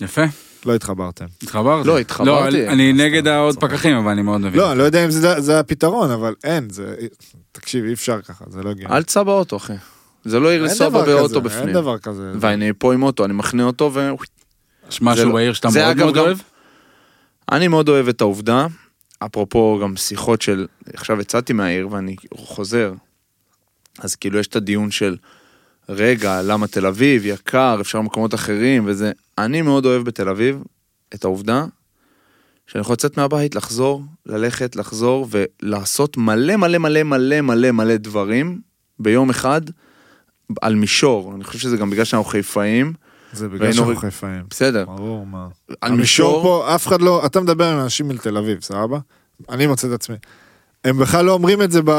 Speaker 3: יפה,
Speaker 2: לא התחברתם.
Speaker 3: התחברת.
Speaker 1: לא, התחברתי.
Speaker 3: לא, אני- אני נגד העוד פקחים, אבל אני מאוד מבין.
Speaker 2: לא, אני לא יודע אם זה- זה הפתרון, אבל אין, זה... תקשיב, אי אפשר ככה, זה לא הגיוני.
Speaker 1: אל תסע באוטו, אחי. זה לא עיר
Speaker 2: אין
Speaker 1: לנסוע בה
Speaker 2: דבר
Speaker 1: באוטו
Speaker 2: כזה,
Speaker 1: בפנים.
Speaker 2: אין דבר כזה.
Speaker 1: ואני פה עם אוטו, אני מחנה אותו ו... זה
Speaker 3: יש משהו
Speaker 1: לא-
Speaker 3: בעיר שאתה
Speaker 1: זה
Speaker 3: מאוד
Speaker 1: אגב
Speaker 3: מאוד
Speaker 1: גם-
Speaker 3: אוהב?
Speaker 1: אני מאוד אוהב את העובדה, אפרופו גם שיחות של, עכשיו יצאתי מהעיר ואני חוזר, אז כאילו יש את הדיון של, רגע, למה תל אביב, יקר, אפשר מקומות אחרים וזה. אני מאוד אוהב בתל אביב את העובדה שאני יכול לצאת מהבית, לחזור, ללכת, לחזור ולעשות מלא מלא מלא מלא מלא מלא דברים ביום אחד על מישור. אני חושב שזה גם בגלל שאנחנו חיפאים,
Speaker 2: זה בגלל
Speaker 1: והיינו
Speaker 2: שאנחנו
Speaker 1: רואים-
Speaker 2: חיפאים.
Speaker 1: בסדר,
Speaker 2: ברור, מה.
Speaker 1: על
Speaker 2: המישור
Speaker 1: מישור.
Speaker 2: פה, אף אחד לא, אתה מדבר עם אנשים מתל אביב, סבבה? אני מוצא את עצמי. הם בכלל לא אומרים את זה ב...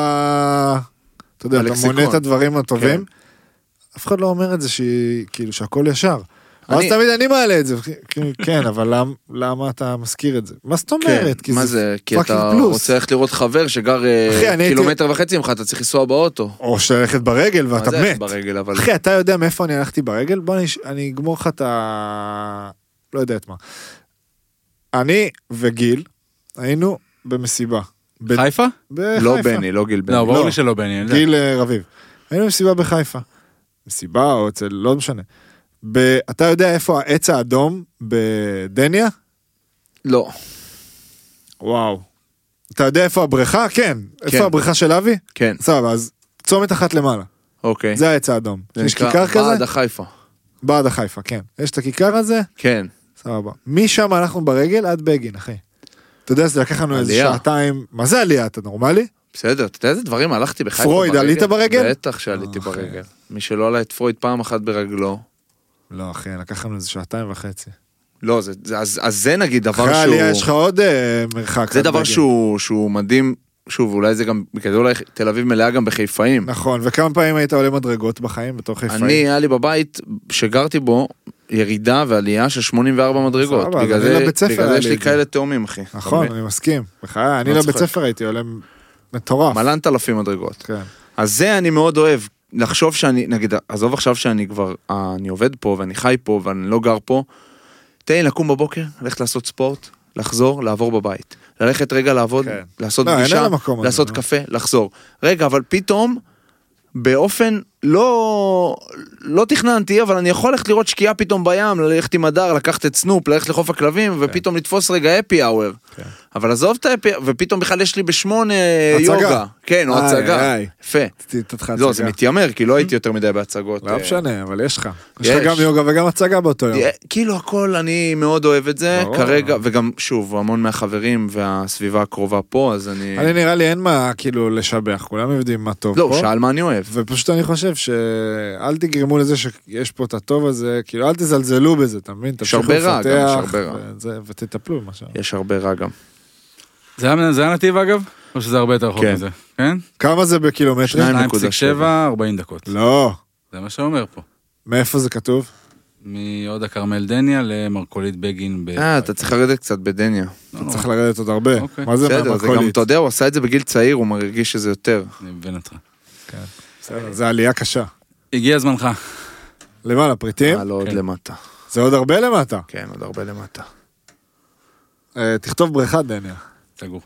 Speaker 2: אתה יודע, אתה
Speaker 1: בלקסיקון.
Speaker 2: מונה את הדברים הטובים,
Speaker 1: כן.
Speaker 2: אף אחד לא אומר את זה שהיא, כאילו שהכל ישר. ואז
Speaker 1: אני-
Speaker 2: תמיד אני מעלה את זה, כאילו, כן, אבל למ- למה אתה מזכיר את זה? מה זאת אומרת? כי
Speaker 1: כן, מה זה, כי
Speaker 2: fucking
Speaker 1: אתה
Speaker 2: פלוס.
Speaker 1: רוצה ללכת לראות חבר שגר אה,
Speaker 2: אחי, אני הייתי-
Speaker 1: קילומטר וחצי ממך, אתה צריך לנסוע באוטו.
Speaker 2: או שללכת ברגל ואתה
Speaker 1: מה זה
Speaker 2: מת.
Speaker 1: ברגל, אבל...
Speaker 2: אחי, אתה יודע מאיפה אני הלכתי ברגל? בוא, אני, אני אגמור לך את ה... לא יודע את מה. אני וגיל היינו במסיבה ב-
Speaker 3: חיפה?
Speaker 2: בחיפה.
Speaker 1: לא בני, לא גיל בני.
Speaker 3: לא, ברור
Speaker 2: לא.
Speaker 3: לי שלא בני. אני יודע.
Speaker 2: גיל אה, רביב. היינו במסיבה בחיפה. מסיבה או אצל, לא משנה. ב... אתה יודע איפה העץ האדום בדניה?
Speaker 1: לא.
Speaker 2: וואו. אתה יודע איפה הבריכה? כן.
Speaker 1: כן.
Speaker 2: איפה הבריכה של אבי?
Speaker 1: כן,
Speaker 2: סבבה, אז צומת אחת למעלה.
Speaker 1: אוקיי.
Speaker 2: זה העץ האדום.
Speaker 1: זה
Speaker 2: יש
Speaker 1: נקרא
Speaker 2: כיכר
Speaker 1: ועד
Speaker 2: כזה?
Speaker 1: החיפה.
Speaker 2: בעד החיפה, כן. יש את הכיכר הזה?
Speaker 1: כן.
Speaker 2: סבבה. משם אנחנו ברגל עד בגין, אחי. אתה יודע, זה לקח לנו איזה
Speaker 1: עלייה.
Speaker 2: שעתיים... מה זה עלייה? אתה נורמלי?
Speaker 1: בסדר, אתה יודע איזה דברים הלכתי בחיפה
Speaker 2: פרויד, עלית ברגל?
Speaker 1: בטח שעליתי
Speaker 2: אוקיי.
Speaker 1: ברגל. מי שלא עלה את פרויד פעם אחת ברגלו.
Speaker 2: לא, אחי, לקח לנו איזה שעתיים וחצי.
Speaker 1: לא, זה, זה, אז, אז זה נגיד דבר
Speaker 2: אחרי
Speaker 1: שהוא...
Speaker 2: העלייה יש לך עוד אה, מרחק.
Speaker 1: זה
Speaker 2: עד
Speaker 1: דבר
Speaker 2: בגין.
Speaker 1: שהוא, שהוא מדהים. שוב, אולי זה גם, בגלל זה אולי תל אביב מלאה גם בחיפאים.
Speaker 2: נכון, וכמה פעמים היית עולה מדרגות בחיים בתור חיפאי?
Speaker 1: אני, היה לי בבית, שגרתי בו, ירידה ועלייה של 84 מדרגות.
Speaker 2: סבבה, אז
Speaker 1: בגלל
Speaker 2: אני
Speaker 1: זה,
Speaker 2: לבית ספר
Speaker 1: בגלל זה
Speaker 2: היה
Speaker 1: יש
Speaker 2: לי
Speaker 1: לי
Speaker 2: את זה.
Speaker 1: כאלה תאומים, אחי.
Speaker 2: נכון,
Speaker 1: אתה
Speaker 2: אני מסכים. בחיי, אני
Speaker 1: לא
Speaker 2: לבית
Speaker 1: צוחק.
Speaker 2: ספר הייתי עולה מטורף.
Speaker 1: מבין? מלנת אלפים מדרגות.
Speaker 2: כן.
Speaker 1: אז זה אני מאוד אוהב, לחשוב שאני, נגיד, עזוב עכשיו שאני כבר, אה, אני עובד פה ואני חי פה ואני לא גר פה, תן לי לקום בבוקר, ללכת לעשות ספורט, לחזור, לעבור בבית. ללכת רגע לעבוד,
Speaker 2: כן.
Speaker 1: לעשות
Speaker 2: לא, אין על
Speaker 1: פגישה,
Speaker 2: המקום הזה,
Speaker 1: לעשות
Speaker 2: לא.
Speaker 1: קפה, לחזור. רגע, אבל פתאום, באופן לא, לא תכננתי, אבל אני יכול ללכת לראות שקיעה פתאום בים, ללכת עם הדר, לקחת את סנופ, ללכת לחוף הכלבים, ופתאום לתפוס רגע אפי האוור.
Speaker 2: כן.
Speaker 1: אבל עזוב את האפי, ופתאום בכלל יש לי בשמונה
Speaker 2: הצגה.
Speaker 1: יוגה. כן, או
Speaker 2: איי,
Speaker 1: הצגה.
Speaker 2: איי.
Speaker 1: יפה.
Speaker 2: רציתי לתת לך
Speaker 1: לא,
Speaker 2: הצגה.
Speaker 1: זה מתיימר, כי לא הייתי יותר מדי בהצגות.
Speaker 2: כן. לא
Speaker 1: אה,
Speaker 2: משנה, אבל יש לך. יש
Speaker 1: יש.
Speaker 2: לך גם יוגה וגם הצגה באותו יום.
Speaker 1: אה, כאילו הכל, אני מאוד אוהב את זה,
Speaker 2: ברור.
Speaker 1: כרגע, וגם, שוב, המון מהחברים והסביבה הקרובה פה, אז אני...
Speaker 2: אני נראה לי אין מה כאילו לשבח, כולם יודעים מה טוב
Speaker 1: אה. לא,
Speaker 2: פה.
Speaker 1: הוא שאל מה אני אוהב.
Speaker 2: ופשוט אני חושב שאל תגרמו לזה שיש פה את הטוב הזה, כאילו אל תזלזלו בזה, אתה מבין?
Speaker 1: יש הרבה
Speaker 2: תמשיכו
Speaker 1: רע, גם
Speaker 2: לפתח,
Speaker 1: יש הרבה רע.
Speaker 2: וזה- ותטפלו במה ש...
Speaker 1: יש הרבה רע גם.
Speaker 3: זה היה- זה היה נתיב אגב? או שזה הרבה יותר רחוק
Speaker 1: כן.
Speaker 3: מזה? כן?
Speaker 2: כמה זה בקילומטרים?
Speaker 1: שניים.
Speaker 3: 2.7, 40 דקות.
Speaker 2: לא.
Speaker 3: זה מה שאומר פה.
Speaker 2: מאיפה זה כתוב?
Speaker 3: מהוד הכרמל דניה למרכולית בגין ב...
Speaker 1: אה, אתה צריך לרדת קצת בדניה.
Speaker 3: לא נורא.
Speaker 2: צריך לרדת עוד הרבה.
Speaker 3: אוקיי.
Speaker 2: מה זה
Speaker 1: בסדר, זה גם,
Speaker 2: מהמכולית?
Speaker 1: אתה יודע, הוא עשה את זה בגיל צעיר, הוא מרגיש שזה יותר.
Speaker 3: אני מבין אותך.
Speaker 2: בסדר, זה עלייה קשה.
Speaker 3: הגיע זמנך.
Speaker 2: למעלה, פריטים?
Speaker 1: אה, לא עוד למטה.
Speaker 2: זה עוד הרבה למטה.
Speaker 1: כן, עוד הרבה למטה.
Speaker 2: אה, תכתוב בריכה, דניה.
Speaker 3: תגור.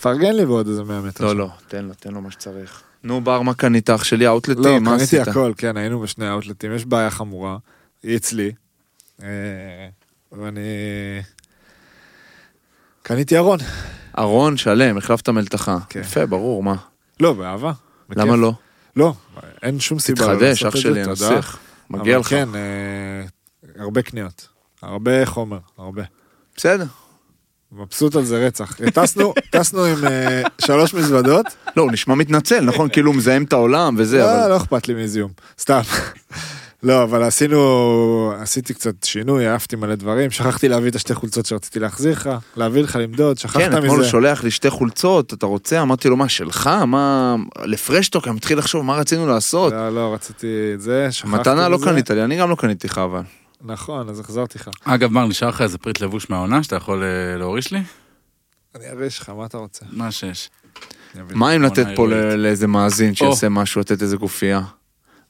Speaker 2: פרגן לי בעוד איזה 100 מטר.
Speaker 1: לא, לא, תן לו, תן לו מה שצריך. נו, בר, מה קנית אח שלי?
Speaker 2: לא,
Speaker 1: האוטלטים, מה עשית?
Speaker 2: קניתי הכל, כן, היינו בשני האוטלטים, יש בעיה חמורה, היא אצלי. אה, ואני... קניתי ארון.
Speaker 1: ארון שלם, החלפת מלתחה.
Speaker 2: כן.
Speaker 1: יפה, ברור, מה?
Speaker 2: לא, באהבה. בכיף.
Speaker 1: למה לא?
Speaker 2: לא, אין שום סיבה לא
Speaker 1: תתחדש,
Speaker 2: לעשות
Speaker 1: אח
Speaker 2: את
Speaker 1: שלי,
Speaker 2: זה,
Speaker 1: אני
Speaker 2: תודה.
Speaker 1: נסיך. מגיע
Speaker 2: אבל
Speaker 1: לך.
Speaker 2: כן, אה, הרבה קניות. הרבה חומר, הרבה.
Speaker 1: בסדר.
Speaker 2: מבסוט על זה רצח. [laughs] טסנו, טסנו עם אה, שלוש מזוודות.
Speaker 1: לא, הוא נשמע מתנצל, נכון? כאילו הוא מזהם את העולם וזה,
Speaker 2: כן. לא,
Speaker 1: אבל...
Speaker 2: לא אכפת לי מזיהום, סתם. [laughs] לא, אבל עשינו, עשיתי קצת שינוי, העפתי מלא דברים, שכחתי להביא את השתי חולצות שרציתי להחזיר לך, להביא לך למדוד, שכחת
Speaker 1: כן, אתמול הוא
Speaker 2: מזה.
Speaker 1: שולח לי שתי חולצות, אתה רוצה? אמרתי לו, מה, שלך? מה... לפרשטוק, אני מתחיל לחשוב מה רצינו לעשות.
Speaker 2: לא, לא, רציתי את זה, שכחתי
Speaker 1: מתנה לא
Speaker 2: מזה.
Speaker 1: קנית לי, אני גם לא קניתי לך, אבל.
Speaker 2: נכון, אז החזרתי לך.
Speaker 3: אגב, מר, נשאר לך איזה פריט לבוש מהעונה שאתה יכול אה, להוריש לי?
Speaker 2: אני אראה לך, מה אתה רוצה?
Speaker 3: מה שיש.
Speaker 2: אני אביא.
Speaker 1: מה אם לתת פה
Speaker 3: עירונית.
Speaker 1: ל- לאיזה מאזין שיעשה משהו, לתת איזה גופייה?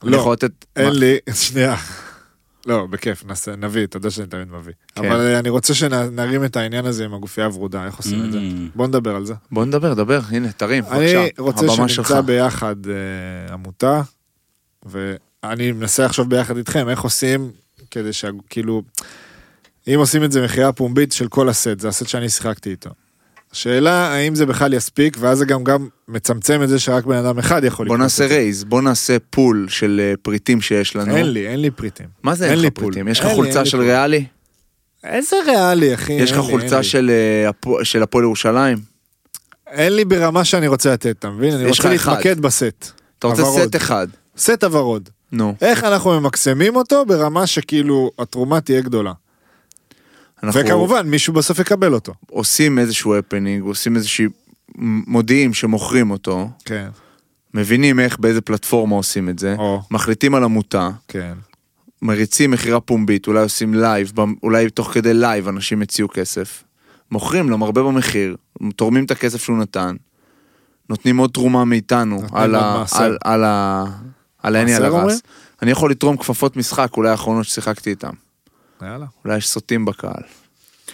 Speaker 1: אני
Speaker 2: לא,
Speaker 1: יכול לתת...
Speaker 2: אין
Speaker 1: מה?
Speaker 2: לי, [laughs] שנייה. לא, בכיף, נעשה, נביא, אתה יודע שאני תמיד מביא.
Speaker 1: כן.
Speaker 2: אבל אה, אני רוצה שנרים את העניין הזה עם הגופייה הוורודה, איך עושים את זה?
Speaker 3: Mm.
Speaker 2: בוא נדבר על זה.
Speaker 1: בוא נדבר, דבר, הנה, תרים, בבקשה.
Speaker 2: אני רוצה
Speaker 1: הבמה
Speaker 2: שנמצא ביחד אה, עמותה, ואני מנסה לחשוב ביחד איתכם איך עושים כדי שכאילו, אם עושים את זה מכירה פומבית של כל הסט, זה הסט שאני שיחקתי איתו. השאלה האם זה בכלל יספיק, ואז זה גם גם מצמצם את זה שרק בן אדם אחד יכול
Speaker 1: בוא
Speaker 2: לקנות
Speaker 1: נעשה
Speaker 2: את זה.
Speaker 1: רייז, בוא נעשה פול של אה, פריטים שיש לנו.
Speaker 2: אין לי, אין לי פריטים.
Speaker 1: מה זה
Speaker 2: אין
Speaker 1: אין
Speaker 2: לי
Speaker 1: לך
Speaker 2: פול.
Speaker 1: פריטים? יש לך
Speaker 2: אין לי, אין
Speaker 1: חולצה
Speaker 2: לי
Speaker 1: של
Speaker 2: פול.
Speaker 1: ריאלי?
Speaker 2: איזה ריאלי, אחי.
Speaker 1: יש לך
Speaker 2: אין לי, אין
Speaker 1: חולצה
Speaker 2: לי.
Speaker 1: של, אה, הפו- של הפועל ירושלים?
Speaker 2: אין לי ברמה שאני רוצה לתת, אתה מבין? אני
Speaker 1: יש
Speaker 2: רוצה
Speaker 1: לך אחד.
Speaker 2: להתמקד בסט.
Speaker 1: אתה רוצה
Speaker 2: הוורוד.
Speaker 1: סט אחד.
Speaker 2: סט הוורוד.
Speaker 1: נו,
Speaker 2: איך אנחנו ממקסמים אותו ברמה שכאילו התרומה תהיה גדולה.
Speaker 1: אנחנו
Speaker 2: וכמובן מישהו בסוף יקבל אותו.
Speaker 1: עושים איזשהו הפנינג, עושים איזושהי מודיעים שמוכרים אותו,
Speaker 2: כן.
Speaker 1: מבינים איך, באיזה פלטפורמה עושים את זה,
Speaker 2: או,
Speaker 1: מחליטים על עמותה,
Speaker 2: כן.
Speaker 1: מריצים מכירה פומבית, אולי עושים לייב, במ- אולי תוך כדי לייב אנשים יציעו כסף, מוכרים למרבה במחיר, תורמים את הכסף שהוא נתן, נותנים עוד תרומה מאיתנו
Speaker 2: נותנים
Speaker 1: על
Speaker 2: עוד
Speaker 1: ה...
Speaker 2: מעשר.
Speaker 1: על- על ה... על העני
Speaker 2: מעשר
Speaker 1: על
Speaker 2: אומרים?
Speaker 1: הרס. אני יכול לתרום כפפות משחק, אולי האחרונות ששיחקתי איתם.
Speaker 2: יאללה.
Speaker 1: אולי יש סוטים בקהל.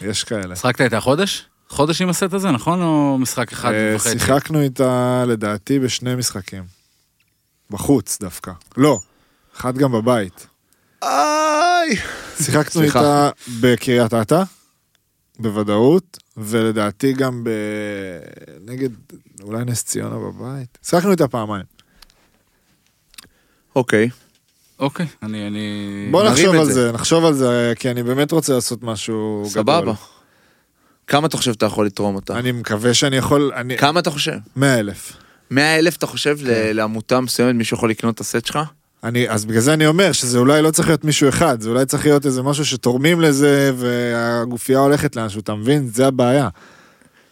Speaker 2: יש כאלה.
Speaker 3: שחקת איתה חודש? חודש עם הסט הזה, נכון? או משחק אחד
Speaker 2: אה,
Speaker 3: וחצי?
Speaker 2: שיחקנו איתה, לדעתי, בשני משחקים. בחוץ דווקא. לא, אחד גם בבית.
Speaker 1: איי!
Speaker 2: שיחקנו
Speaker 1: סליחה.
Speaker 2: איתה בקריית אתא, בוודאות, ולדעתי גם ב... נגד, אולי נס ציונה בבית. שיחקנו איתה פעמיים.
Speaker 1: אוקיי.
Speaker 3: אוקיי, אני... אני...
Speaker 2: בוא
Speaker 1: נרים
Speaker 2: נחשוב
Speaker 1: את
Speaker 2: על
Speaker 1: זה.
Speaker 2: זה, נחשוב על זה, כי אני באמת רוצה לעשות משהו גדול.
Speaker 1: סבבה. כמה אתה חושב שאתה יכול לתרום אותה?
Speaker 2: אני מקווה שאני יכול, אני...
Speaker 1: כמה אתה חושב?
Speaker 2: 100 אלף.
Speaker 1: 100 אלף אתה חושב
Speaker 2: כן.
Speaker 1: ל- לעמותה מסוימת מישהו יכול לקנות את הסט שלך?
Speaker 2: אני, אז בגלל זה אני אומר שזה אולי לא צריך להיות מישהו אחד, זה אולי צריך להיות איזה משהו שתורמים לזה והגופייה הולכת לאנשהו, אתה מבין? זה הבעיה.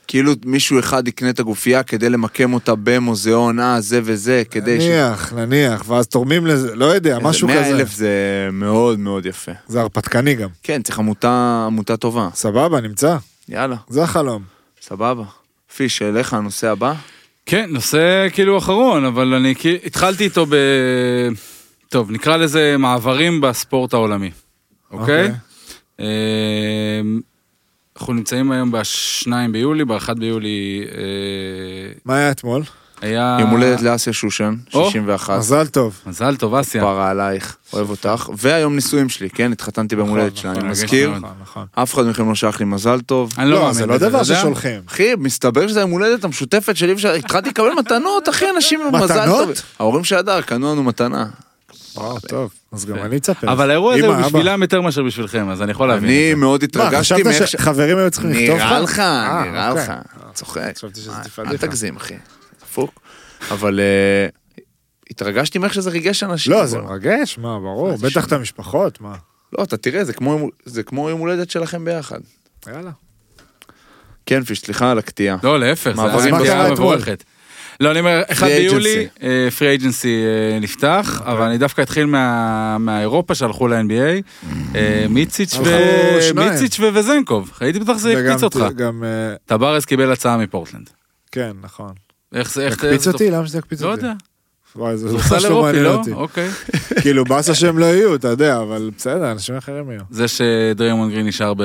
Speaker 1: כאילו מישהו אחד יקנה את הגופייה כדי למקם אותה במוזיאון, אה, זה וזה, כדי ש...
Speaker 2: נניח, נניח, ואז תורמים לזה, לא יודע, משהו
Speaker 1: 100
Speaker 2: כזה.
Speaker 1: אלף זה מאוד מאוד יפה.
Speaker 2: זה הרפתקני גם.
Speaker 1: כן, צריך עמותה, עמותה טובה.
Speaker 2: סבבה, נמצא,
Speaker 1: יאללה,
Speaker 2: זה החלום.
Speaker 1: סבבה. פיש, אליך הנושא הבא?
Speaker 3: כן, נושא כאילו אחרון, אבל אני כי- התחלתי איתו ב... טוב, נקרא לזה מעברים בספורט העולמי, אוקיי?
Speaker 2: אוקיי.
Speaker 3: אמ, אנחנו נמצאים היום ב-2 ביולי, ב-1 ביולי אה,
Speaker 2: מה היה אתמול?
Speaker 3: היה...
Speaker 2: אה.
Speaker 1: יום הולדת לאסיה שושן,
Speaker 3: או.
Speaker 1: 61.
Speaker 2: מזל טוב.
Speaker 3: מזל טוב, אסיה.
Speaker 1: פרה עלייך, אוהב אותך. והיום נישואים שלי, כן? התחתנתי ביום הולדת שלה, אני
Speaker 3: נכון, רגש
Speaker 1: מזכיר.
Speaker 3: מאוד.
Speaker 2: נכון, נכון.
Speaker 1: אף אחד מכם לא שלח לי מזל טוב.
Speaker 3: אני
Speaker 2: לא,
Speaker 3: מאמין
Speaker 2: זה לא
Speaker 3: בזה,
Speaker 2: דבר
Speaker 3: אתה יודע?
Speaker 2: ששולחים.
Speaker 1: אחי, מסתבר שזה היום הולדת המשותפת שלי, אפשר- התחלתי לקבל מתנות, אחי, אנשים עם מזל
Speaker 2: מתנות?
Speaker 1: טוב. ההורים של הדר קנו לנו מתנה. אה,
Speaker 2: וואו, אה, טוב. אז גם אני אצפה.
Speaker 3: אבל האירוע הזה הוא
Speaker 2: אמא, אבא.
Speaker 3: בשבילם יותר מאשר בשבילכם, אז אני יכול להבין.
Speaker 1: אני
Speaker 3: לא את זה.
Speaker 1: מאוד
Speaker 2: מה,
Speaker 1: התרגשתי
Speaker 2: חשבת
Speaker 1: מאיך ש...
Speaker 2: שחברים היו צריכים לכתוב לך?
Speaker 1: נראה לך,
Speaker 2: אה,
Speaker 1: נראה
Speaker 2: אוקיי.
Speaker 1: לך. צוחק.
Speaker 2: חשבתי שזה
Speaker 1: אל-
Speaker 2: טיפה
Speaker 1: אל
Speaker 2: דיחה.
Speaker 1: תגזים, אחי. דפוק. אבל אה, התרגשתי מאיך שזה ריגש אנשים.
Speaker 2: לא, זה
Speaker 1: אבל-
Speaker 2: מרגש, מה, ברור.
Speaker 1: זה
Speaker 2: בטח
Speaker 1: שני.
Speaker 2: את המשפחות, מה.
Speaker 1: לא, אתה תראה, זה כמו יום- זה כמו יום הולדת שלכם ביחד.
Speaker 2: יאללה.
Speaker 1: כן, פיש, סליחה על הקטיעה.
Speaker 3: לא, להפך, זה
Speaker 1: מעברים
Speaker 2: בקרה
Speaker 3: היה בחירה
Speaker 2: אתמול.
Speaker 3: מבורכת. לא, אני אומר, 1
Speaker 1: Free agency.
Speaker 3: ביולי, אה, פרי אג'נסי אה, נפתח,
Speaker 2: אוקיי.
Speaker 3: אבל אני דווקא אתחיל מה- מהאירופה שהלכו ל-NBA. אה, מיציץ'
Speaker 2: Mm. הלכו
Speaker 3: ו-
Speaker 2: שניים.
Speaker 3: מיציץ' ווזנקוב, הייתי בטוח שזה
Speaker 2: וגם-
Speaker 3: יקפיץ אותך.
Speaker 2: גם, אה,
Speaker 3: טברס קיבל הצעה מפורטלנד.
Speaker 2: כן, נכון.
Speaker 3: איך זה, איך זה...
Speaker 2: הקפיץ
Speaker 3: איך זה-
Speaker 2: אותי? למה שזה יקפיץ
Speaker 3: לא
Speaker 2: אותי?
Speaker 3: יודע,
Speaker 2: וואי, זה
Speaker 3: זה
Speaker 2: ממש
Speaker 3: סל
Speaker 2: לא
Speaker 3: אירופי,
Speaker 2: מעניין
Speaker 3: לא?
Speaker 2: אותי.
Speaker 3: אוקיי.
Speaker 2: כאילו, באסה שהם לא יהיו, אתה יודע, אבל בסדר, אנשים אחרים יהיו.
Speaker 3: זה שדריימון גרין נשאר ב...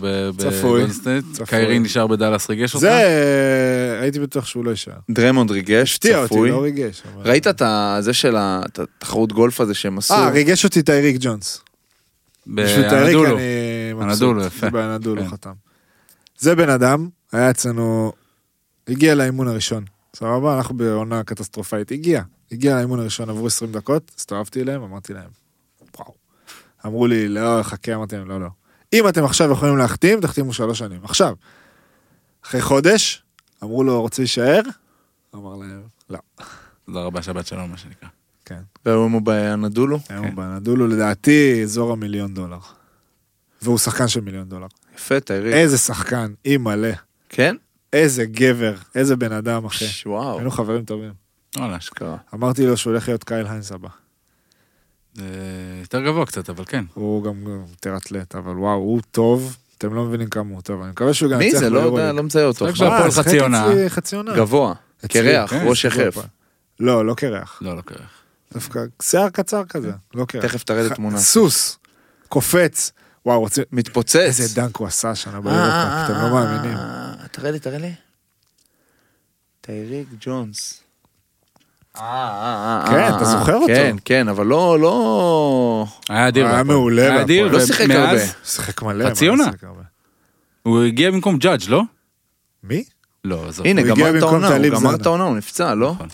Speaker 3: ב- ב-
Speaker 2: צפוי,
Speaker 3: גולדן סטייט,
Speaker 2: צפוי.
Speaker 3: קיירי נשאר בדאלאס ריגש אותך.
Speaker 2: זה, אה, הייתי בטוח שהוא לא יישאר.
Speaker 1: דרמונד ריגש,
Speaker 2: הפתיע אותי,
Speaker 1: צפוי.
Speaker 2: לא ריגש. אבל-
Speaker 1: ראית את ה- זה של ה- את התחרות גולף הזה שהם עשו?
Speaker 2: אה, ריגש אותי טייריק ג'ונס. בשביל טייריק
Speaker 3: באנדולו.
Speaker 2: אני מבסוט.
Speaker 3: הנדולו, יפה.
Speaker 2: באנדולו
Speaker 3: כן.
Speaker 2: חתם. זה בן אדם, היה אצלנו, הגיע לאימון הראשון. סבבה, אנחנו בעונה קטסטרופאית. הגיע, הגיע לאימון הראשון, עברו 20 דקות, הסתובבתי אליהם, אמרתי להם, וואו. אמרו לי, לא, חכה, אמרתי להם, לא, לא. אם אתם עכשיו יכולים להחתים, תחתימו שלוש שנים. עכשיו. אחרי חודש, אמרו לו, רוצה להישאר? אמר להם, לא.
Speaker 3: תודה רבה, שבת שלום, מה שנקרא.
Speaker 2: כן.
Speaker 1: והיום הוא באנדולו?
Speaker 3: כן.
Speaker 2: היום הוא באנדולו, לדעתי, אזור המיליון דולר. והוא שחקן של מיליון דולר.
Speaker 1: יפה, תיירי.
Speaker 2: איזה שחקן, אי מלא.
Speaker 1: כן?
Speaker 2: איזה גבר, איזה בן אדם, אחי.
Speaker 1: ש- וואו.
Speaker 2: היינו חברים טובים.
Speaker 3: וואלה, אשכרה.
Speaker 1: קרה.
Speaker 2: אמרתי לו שהוא הולך להיות קייל היינס הבא.
Speaker 3: זה יותר גבוה קצת, אבל כן.
Speaker 2: הוא גם יותר אתלט, אבל וואו, הוא טוב. אתם לא מבינים כמה הוא טוב. אני מקווה שהוא גם
Speaker 1: מי
Speaker 2: יצליח
Speaker 1: זה? לא
Speaker 2: ביורוליג.
Speaker 1: יודע, לא מזהה אותו.
Speaker 3: רק
Speaker 1: מה?
Speaker 3: שהפועל
Speaker 2: אה, שחק
Speaker 3: חצי עונה.
Speaker 2: אצלי חצי עונה.
Speaker 1: גבוה.
Speaker 2: אצלי,
Speaker 1: קרח,
Speaker 2: כן,
Speaker 1: ראש
Speaker 2: אצלי
Speaker 1: יחף.
Speaker 2: בהפועל. לא, לא קרח.
Speaker 3: לא, לא קרח.
Speaker 2: דווקא שיער קצר כזה. לא קרח.
Speaker 1: תכף תראה את
Speaker 2: ח-
Speaker 1: התמונה.
Speaker 2: סוס, קופץ. וואו, רוצים...
Speaker 1: מתפוצץ.
Speaker 2: איזה דנק הוא עשה שנה
Speaker 1: אה, אה,
Speaker 2: באירופה, אתם לא
Speaker 1: אה,
Speaker 2: מאמינים.
Speaker 1: אה, תראה לי, תראה לי. טייריק ג'ונס. אה, אה, אה,
Speaker 2: כן,
Speaker 1: אה,
Speaker 2: אתה
Speaker 1: אה,
Speaker 2: זוכר אותו.
Speaker 1: כן, כן, אבל לא, לא...
Speaker 3: היה אדיר.
Speaker 2: היה
Speaker 3: בהפועל.
Speaker 2: מעולה
Speaker 3: היה אדיר,
Speaker 1: בהפועל. לא שיחק
Speaker 3: ומאז
Speaker 1: הרבה.
Speaker 2: שיחק מלא. מה,
Speaker 3: חצי עונה.
Speaker 2: שיחק הרבה.
Speaker 3: הוא הגיע במקום ג'אדג', לא?
Speaker 2: מי?
Speaker 3: לא, עזוב.
Speaker 1: הנה,
Speaker 2: הוא
Speaker 1: גמר
Speaker 2: הגיע
Speaker 1: את
Speaker 2: במקום
Speaker 1: העונה,
Speaker 2: טליב
Speaker 1: הוא גמר
Speaker 2: זנה.
Speaker 1: את העונה, הוא נפצע, לא?
Speaker 3: נכון.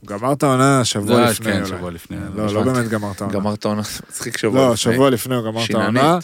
Speaker 2: הוא גמר את העונה
Speaker 3: זה
Speaker 2: שבוע
Speaker 3: היה,
Speaker 2: לפני.
Speaker 3: כן,
Speaker 2: אולי.
Speaker 3: שבוע לפני, זה
Speaker 2: לא, לא
Speaker 3: נשמע.
Speaker 2: באמת גמר את העונה.
Speaker 1: גמר את העונה, [laughs] מצחיק שבוע.
Speaker 2: לא,
Speaker 1: לפני.
Speaker 2: שבוע לפני הוא גמר את
Speaker 1: שיננית.
Speaker 2: העונה,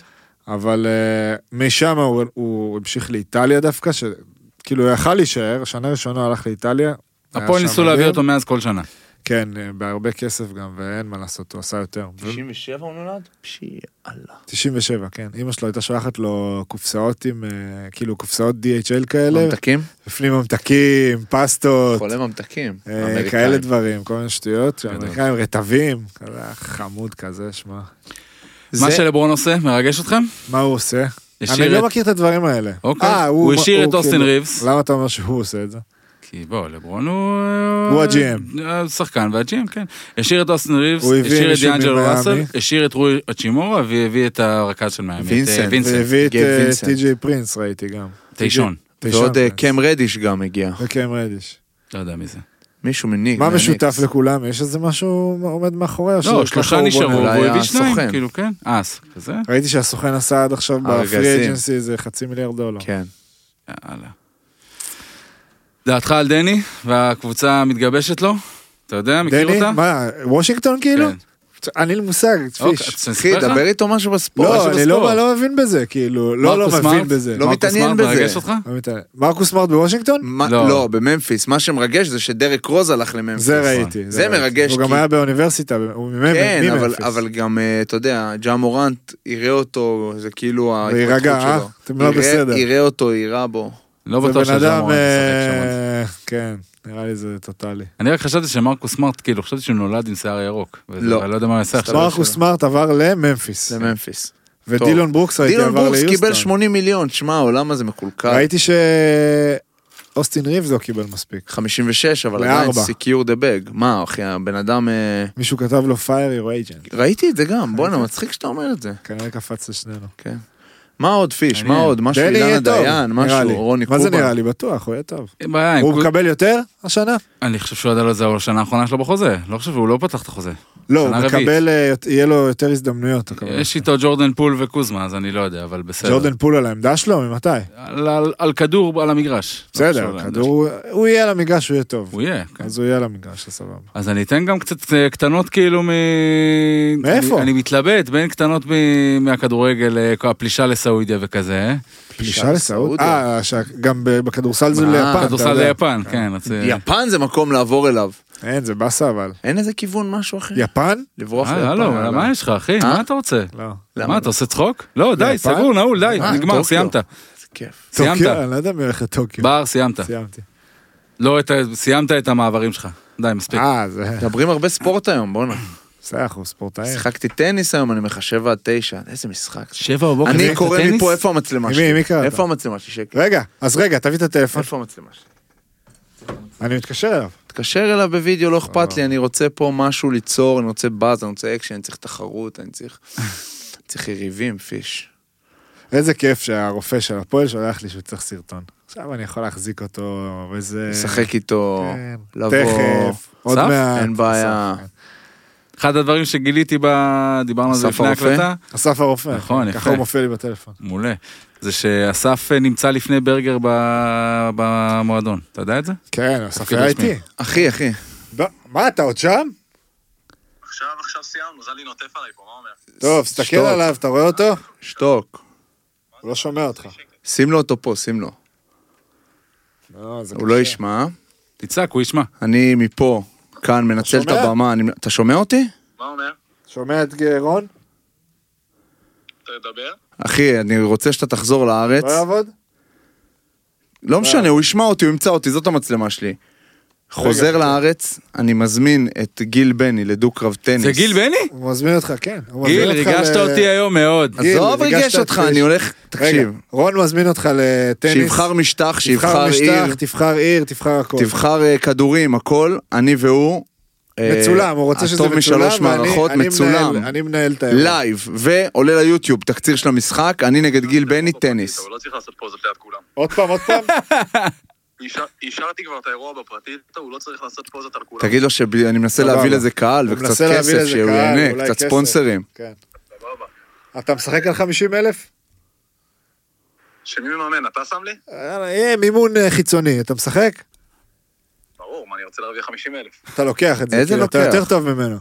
Speaker 2: אבל אה, משם הוא- הוא המשיך לאיטליה דווקא, שכאילו הוא יכל להישאר, שנה ראשונה הוא הלך לאיטליה.
Speaker 3: הפועל
Speaker 2: היה שם
Speaker 3: ניסו להביא
Speaker 2: מדהים.
Speaker 3: אותו מאז כל שנה.
Speaker 2: כן, אה, בהרבה כסף גם, ואין מה לעשות, הוא עשה יותר. ו-
Speaker 1: 97 הוא נולד? פשי, אללה.
Speaker 2: 97, כן. אמא שלו הייתה שולחת לו קופסאות עם, אה, כאילו קופסאות DHL כאלה,
Speaker 1: ממתקים?
Speaker 2: בפנים ממתקים, פסטות,
Speaker 1: חולה ממתקים.
Speaker 2: אה,
Speaker 1: אמריקאים.
Speaker 2: כאלה דברים, כל מיני שטויות,
Speaker 3: גדול.
Speaker 2: אמריקאים רטבים, כזה חמוד כזה, שמע.
Speaker 3: מה
Speaker 1: זה-
Speaker 3: שלברון עושה, מרגש אתכם?
Speaker 2: מה הוא עושה?
Speaker 3: השאיר
Speaker 2: אני לא
Speaker 3: את-
Speaker 2: מכיר את הדברים האלה.
Speaker 3: אוקיי.
Speaker 2: אה,
Speaker 3: הוא השאיר את אוסטין
Speaker 2: כאילו-
Speaker 3: ריבס.
Speaker 2: למה אתה אומר שהוא עושה את זה?
Speaker 3: כי בוא, לברון הוא... אה,
Speaker 2: הוא ה-GM.
Speaker 3: אה, שחקן וה-GM, כן. השאיר את אוסטין ריבס,
Speaker 2: הוא הביא
Speaker 3: השאיר את
Speaker 2: מישהו
Speaker 3: דיאנג'לו
Speaker 2: ממיאמי.
Speaker 3: ראסל, השאיר את רוי אצ'ימורה, והביא את הרכז של מיאמי. את, אה,
Speaker 1: וינסנט.
Speaker 3: וינסנט.
Speaker 2: והביא את
Speaker 1: גייב
Speaker 2: אה,
Speaker 1: וינסנט.
Speaker 2: טי.ג'יי פרינס, ראיתי גם.
Speaker 3: תשעון.
Speaker 2: טי.ג'יי ראשון,
Speaker 1: ועוד אה,
Speaker 2: כן.
Speaker 1: קם רדיש גם הגיע.
Speaker 2: וקם רדיש.
Speaker 3: לא יודע מי זה.
Speaker 1: מישהו מניק.
Speaker 2: מה משותף לכולם? יש איזה משהו עומד מאחורי? או
Speaker 3: לא,
Speaker 2: שככה
Speaker 3: שלושה
Speaker 2: הוא בונה?
Speaker 3: נשארו,
Speaker 1: אולי
Speaker 3: והוא הביא
Speaker 1: הסוכן.
Speaker 3: שניים, כאילו, כן? אה, אז כזה?
Speaker 2: ראיתי שהסוכן עשה עד עכשיו
Speaker 3: אה,
Speaker 2: בפרי
Speaker 1: ארגזים.
Speaker 2: אג'נסי איזה חצי מיליארד דולר.
Speaker 1: כן.
Speaker 3: יאללה. דעתך על דני והקבוצה המתגבשת לו? אתה יודע, מכיר
Speaker 2: דני,
Speaker 3: אותה?
Speaker 2: מה, וושינגטון כאילו?
Speaker 3: כן.
Speaker 2: אין לי מושג,
Speaker 3: אוקיי,
Speaker 2: פיש.
Speaker 3: אז אני
Speaker 1: אחי,
Speaker 3: אספר לך?
Speaker 1: דבר איתו משהו בספורט.
Speaker 2: לא,
Speaker 1: משהו
Speaker 2: אני
Speaker 1: בספורט.
Speaker 2: לא לא מבין בזה, כאילו, לא לא
Speaker 3: מרקוס
Speaker 2: מבין
Speaker 3: סמארט?
Speaker 2: בזה.
Speaker 1: לא
Speaker 3: מרקוס
Speaker 1: מתעניין
Speaker 3: סמארט
Speaker 1: בזה.
Speaker 3: מרגש אותך?
Speaker 2: לא מתעניין. מרקוס סמארט בוושינגטון?
Speaker 1: מה-
Speaker 3: לא.
Speaker 1: לא, בממפיס. מה שמרגש זה שדרק רוז הלך לממפיס.
Speaker 2: זה ראיתי.
Speaker 1: זה
Speaker 2: ראיתי.
Speaker 1: מרגש,
Speaker 2: הוא גם
Speaker 1: כי-
Speaker 2: היה באוניברסיטה, הוא ממ-
Speaker 1: כן,
Speaker 2: מממפיס.
Speaker 1: אבל- אבל גם, אה, אתה יודע, ג'ה מורנט יראה אותו, זה כאילו
Speaker 2: ויירגע,
Speaker 1: ההתפתחות
Speaker 2: אה?
Speaker 1: שלו.
Speaker 2: אתם לא
Speaker 1: יראה-
Speaker 2: בסדר.
Speaker 1: יראה אותו, יירה בו.
Speaker 3: לא
Speaker 2: זה
Speaker 3: בטוח
Speaker 2: בן
Speaker 3: שזה
Speaker 2: אדם,
Speaker 3: אמור לשחק שם. על זה.
Speaker 2: אה, כן, נראה לי זה טוטאלי.
Speaker 3: אני רק חשבתי שמרקוס סמארט, כאילו, חשבתי שהוא נולד עם שיער ירוק. וזה-
Speaker 1: לא.
Speaker 3: אבל אני לא יודע מה הוא יעשה עכשיו.
Speaker 2: מרקוס
Speaker 1: שלו.
Speaker 2: סמארט עבר לממפיס,
Speaker 1: לממפיס.
Speaker 2: ודילון ברוקס ראיתי
Speaker 1: דילון
Speaker 2: עבר
Speaker 1: ברוקס קיבל
Speaker 2: ליוסטון.
Speaker 1: 80 מיליון, שמע, העולם הזה מקולקל.
Speaker 2: ראיתי שאוסטין ריבס לא קיבל מספיק.
Speaker 1: 56, אבל עדיין
Speaker 2: לארבע.
Speaker 1: סיקיור דה בג. מה, אחי, הבן אדם... אה,
Speaker 2: מישהו כתב לו fire your agent.
Speaker 1: ראיתי את זה גם, בואנה, מצחיק שאתה אומר את זה.
Speaker 2: כנראה קפץ לשנינו.
Speaker 1: כן. מה עוד פיש? מה
Speaker 3: מעניין.
Speaker 1: עוד? משהו
Speaker 2: דני יהיה
Speaker 1: אילנה
Speaker 2: טוב,
Speaker 1: דיין,
Speaker 2: נראה לי.
Speaker 1: משהו רוני קובה.
Speaker 2: מה זה נראה לי? בטוח, הוא יהיה טוב.
Speaker 3: אין בעיה, עם
Speaker 2: הוא
Speaker 3: קו-
Speaker 2: מקבל יותר השנה?
Speaker 3: אני חושב שהוא עד על זה השנה האחרונה שלו בחוזה. לא חושב, הוא לא פתח את החוזה.
Speaker 2: לא, הוא
Speaker 3: שנה רביעית.
Speaker 2: מקבל, אה, יות- יהיה לו יותר הזדמנויות. הכוונה.
Speaker 3: יש איתו ג'ורדן פול וקוזמה, אז אני לא יודע, אבל בסדר.
Speaker 2: ג'ורדן פול על העמדה שלו? ממתי?
Speaker 3: על- על- על כדור, על המגרש. לא
Speaker 2: בסדר,
Speaker 3: חושב לא, על
Speaker 2: כדור- הוא- הוא יהיה על המגרש, הוא יהיה
Speaker 3: העמדה.
Speaker 2: טוב.
Speaker 3: הוא יהיה, כן.
Speaker 2: אז הוא יהיה על המגרש, אז סבבה.
Speaker 3: אז אני אתן גם קצת אה, קטנות כאילו מ...
Speaker 2: מאיפה?
Speaker 3: אני, אני מתלבט בין קטנות מ... מהכדורגל, אה, כל הפלישה לסעודיה וכזה.
Speaker 2: פלישה לסעוד?
Speaker 1: לסעודיה.
Speaker 2: אה, שה- גם ב- בכדורסל זה
Speaker 1: אה,
Speaker 2: ליפן. אתה
Speaker 3: כדורסל
Speaker 2: יודע.
Speaker 3: ליפן, כן. אז, אה,
Speaker 1: יפן זה מקום לעבור אליו.
Speaker 2: אין, זה באסה אבל. אין.
Speaker 1: אין איזה כיוון, משהו אחר.
Speaker 2: יפן?
Speaker 1: לברוח
Speaker 3: אה,
Speaker 1: ליפן.
Speaker 3: הלו, מה יש לך אחי?
Speaker 1: אה?
Speaker 3: מה אתה רוצה?
Speaker 2: לא.
Speaker 1: למה
Speaker 3: מה,
Speaker 1: לא?
Speaker 3: אתה עושה צחוק? לא, די,
Speaker 2: ליפן?
Speaker 3: סגור, נעול, די,
Speaker 1: אה,
Speaker 3: נגמר,
Speaker 1: טוקיו.
Speaker 3: סיימת.
Speaker 1: איזה כיף.
Speaker 3: סיימת.
Speaker 2: טוקיו? אני לא יודע מי הולך
Speaker 1: כן.
Speaker 2: לטוקיו.
Speaker 3: בר, סיימת.
Speaker 2: סיימתי.
Speaker 3: לא, את ה- סיימת את המעברים שלך. די, מספיק.
Speaker 2: אה, זה...
Speaker 1: מדברים הרבה ספורט היום, בואנה.
Speaker 2: בסדר, אנחנו ספורטאים.
Speaker 1: שיחקתי טניס היום, אני מחשב עד תשע. איזה משחק.
Speaker 3: שבע בבוקר.
Speaker 1: אני קורא מפה, איפה המצלמה
Speaker 2: מי-
Speaker 1: שלי?
Speaker 2: מי קרא
Speaker 1: איפה
Speaker 2: אותה?
Speaker 1: המצלמה שלי? שקל.
Speaker 2: רגע, אז רגע, תביא את הטלפון.
Speaker 1: איפה המצלמה שלי?
Speaker 2: אני מתקשר אליו.
Speaker 1: תתקשר אליו בווידאו, לא אכפת לי, אני רוצה פה משהו ליצור, אני רוצה באז, אני רוצה אקשן, אני צריך תחרות, אני
Speaker 2: [laughs]
Speaker 1: צריך... צריך יריבים, פיש.
Speaker 2: כן. איזה כיף שהרופא של הפועל שולח לי שהוא צריך סרטון. עכשיו אני יכול להחזיק אותו, וזה...
Speaker 1: לשחק איתו,
Speaker 2: כן.
Speaker 1: לבוא.
Speaker 2: תכף, עוד
Speaker 3: אסף?
Speaker 2: מעט.
Speaker 1: אין בעיה.
Speaker 2: אסף,
Speaker 3: אחד הדברים שגיליתי, ב- דיברנו על זה
Speaker 1: אסף
Speaker 3: לפני
Speaker 1: הרופא?
Speaker 3: ההקלטה.
Speaker 2: כן. אסף הרופא.
Speaker 3: נכון, יפה.
Speaker 2: ככה הוא מופיע לי בטלפון.
Speaker 3: מעולה. זה שאסף אה, נמצא לפני ברגר ב- במועדון. אתה יודע את זה?
Speaker 2: כן, אסף
Speaker 3: תפקיד
Speaker 2: היה
Speaker 3: רשמי.
Speaker 2: איתי.
Speaker 1: אחי, אחי,
Speaker 2: ב- מה, אתה עוד שם?
Speaker 4: עכשיו, עכשיו סיימנו, זלי נוטף עליי פה, מה אומר?
Speaker 2: טוב, תסתכל
Speaker 1: שתוק.
Speaker 2: עליו, אתה רואה אותו?
Speaker 1: שתוק.
Speaker 2: הוא לא שומע אותך.
Speaker 1: שים לו אותו פה, שים לו.
Speaker 2: לא, זה
Speaker 1: הוא לא
Speaker 2: קשה.
Speaker 1: ישמע.
Speaker 3: תצעק, הוא ישמע.
Speaker 1: אני מפה, כאן, מנצל את
Speaker 2: שומע?
Speaker 1: הבמה. אני- אתה שומע אותי?
Speaker 4: מה אומר?
Speaker 2: שומע את רון?
Speaker 4: תדבר?
Speaker 1: אחי, אני רוצה שאתה תחזור לארץ.
Speaker 2: לא יעבוד?
Speaker 1: לא משנה, הוא ישמע אותי, הוא ימצא אותי, זאת המצלמה שלי. חוזר
Speaker 2: רגע.
Speaker 1: לארץ, אני מזמין את גיל בני לדו-קרב טניס.
Speaker 3: זה גיל בני?
Speaker 2: הוא מזמין אותך, כן. הוא
Speaker 3: גיל,
Speaker 2: מזמין אותך
Speaker 3: ריגשת
Speaker 2: ל-
Speaker 3: אותי היום מאוד.
Speaker 2: גיל,
Speaker 1: עזוב,
Speaker 2: ריגשת
Speaker 1: ריגש אותך,
Speaker 2: אותי.
Speaker 1: אני הולך, תקשיב.
Speaker 2: רגע, רון מזמין אותך לטניס.
Speaker 1: שיבחר משטח, שיבחר עיר,
Speaker 2: משטח, תבחר עיר, תבחר הכל.
Speaker 1: תבחר אה, כדורים, הכל, אני והוא. אה,
Speaker 2: מצולם, הוא רוצה שזה
Speaker 1: הטוב
Speaker 2: מצולם,
Speaker 1: משלוש
Speaker 2: ואני-
Speaker 1: מערכות,
Speaker 2: אני
Speaker 1: מצולם. לא.
Speaker 2: מנהל- אני מנהל את האירוע.
Speaker 1: לייב, ועולה ליוטיוב, תקציר של המשחק, אני נגד גיל בני, טניס.
Speaker 4: הוא לא צריך לעשות פוזות ליד כולם.
Speaker 2: עוד פעם, עוד
Speaker 1: [laughs]
Speaker 2: פעם?
Speaker 4: אישר- אישרתי כבר את האירוע בפרטית, הוא לא צריך לעשות פוזות על כולם.
Speaker 1: תגיד לו שאני מנסה
Speaker 2: סבבה.
Speaker 1: להביא לזה קהל
Speaker 2: הוא
Speaker 1: וקצת
Speaker 2: מנסה להביא
Speaker 1: כסף,
Speaker 2: לזה
Speaker 1: שהוא
Speaker 2: קהל,
Speaker 1: ייהנה,
Speaker 2: אולי
Speaker 1: קצת
Speaker 2: כסף.
Speaker 1: ספונסרים.
Speaker 2: כן.
Speaker 4: סבבה.
Speaker 2: אתה משחק על 50 אלף?
Speaker 4: שמי מממן, אתה שם לי?
Speaker 2: יהיה מימון אה, חיצוני, אתה משחק?
Speaker 4: ברור, מה, אני רוצה להרוויח 50 אלף.
Speaker 2: אתה לוקח את זה,
Speaker 1: איזה
Speaker 2: כאילו, אתה
Speaker 1: לוקח?
Speaker 2: יותר טוב ממנו.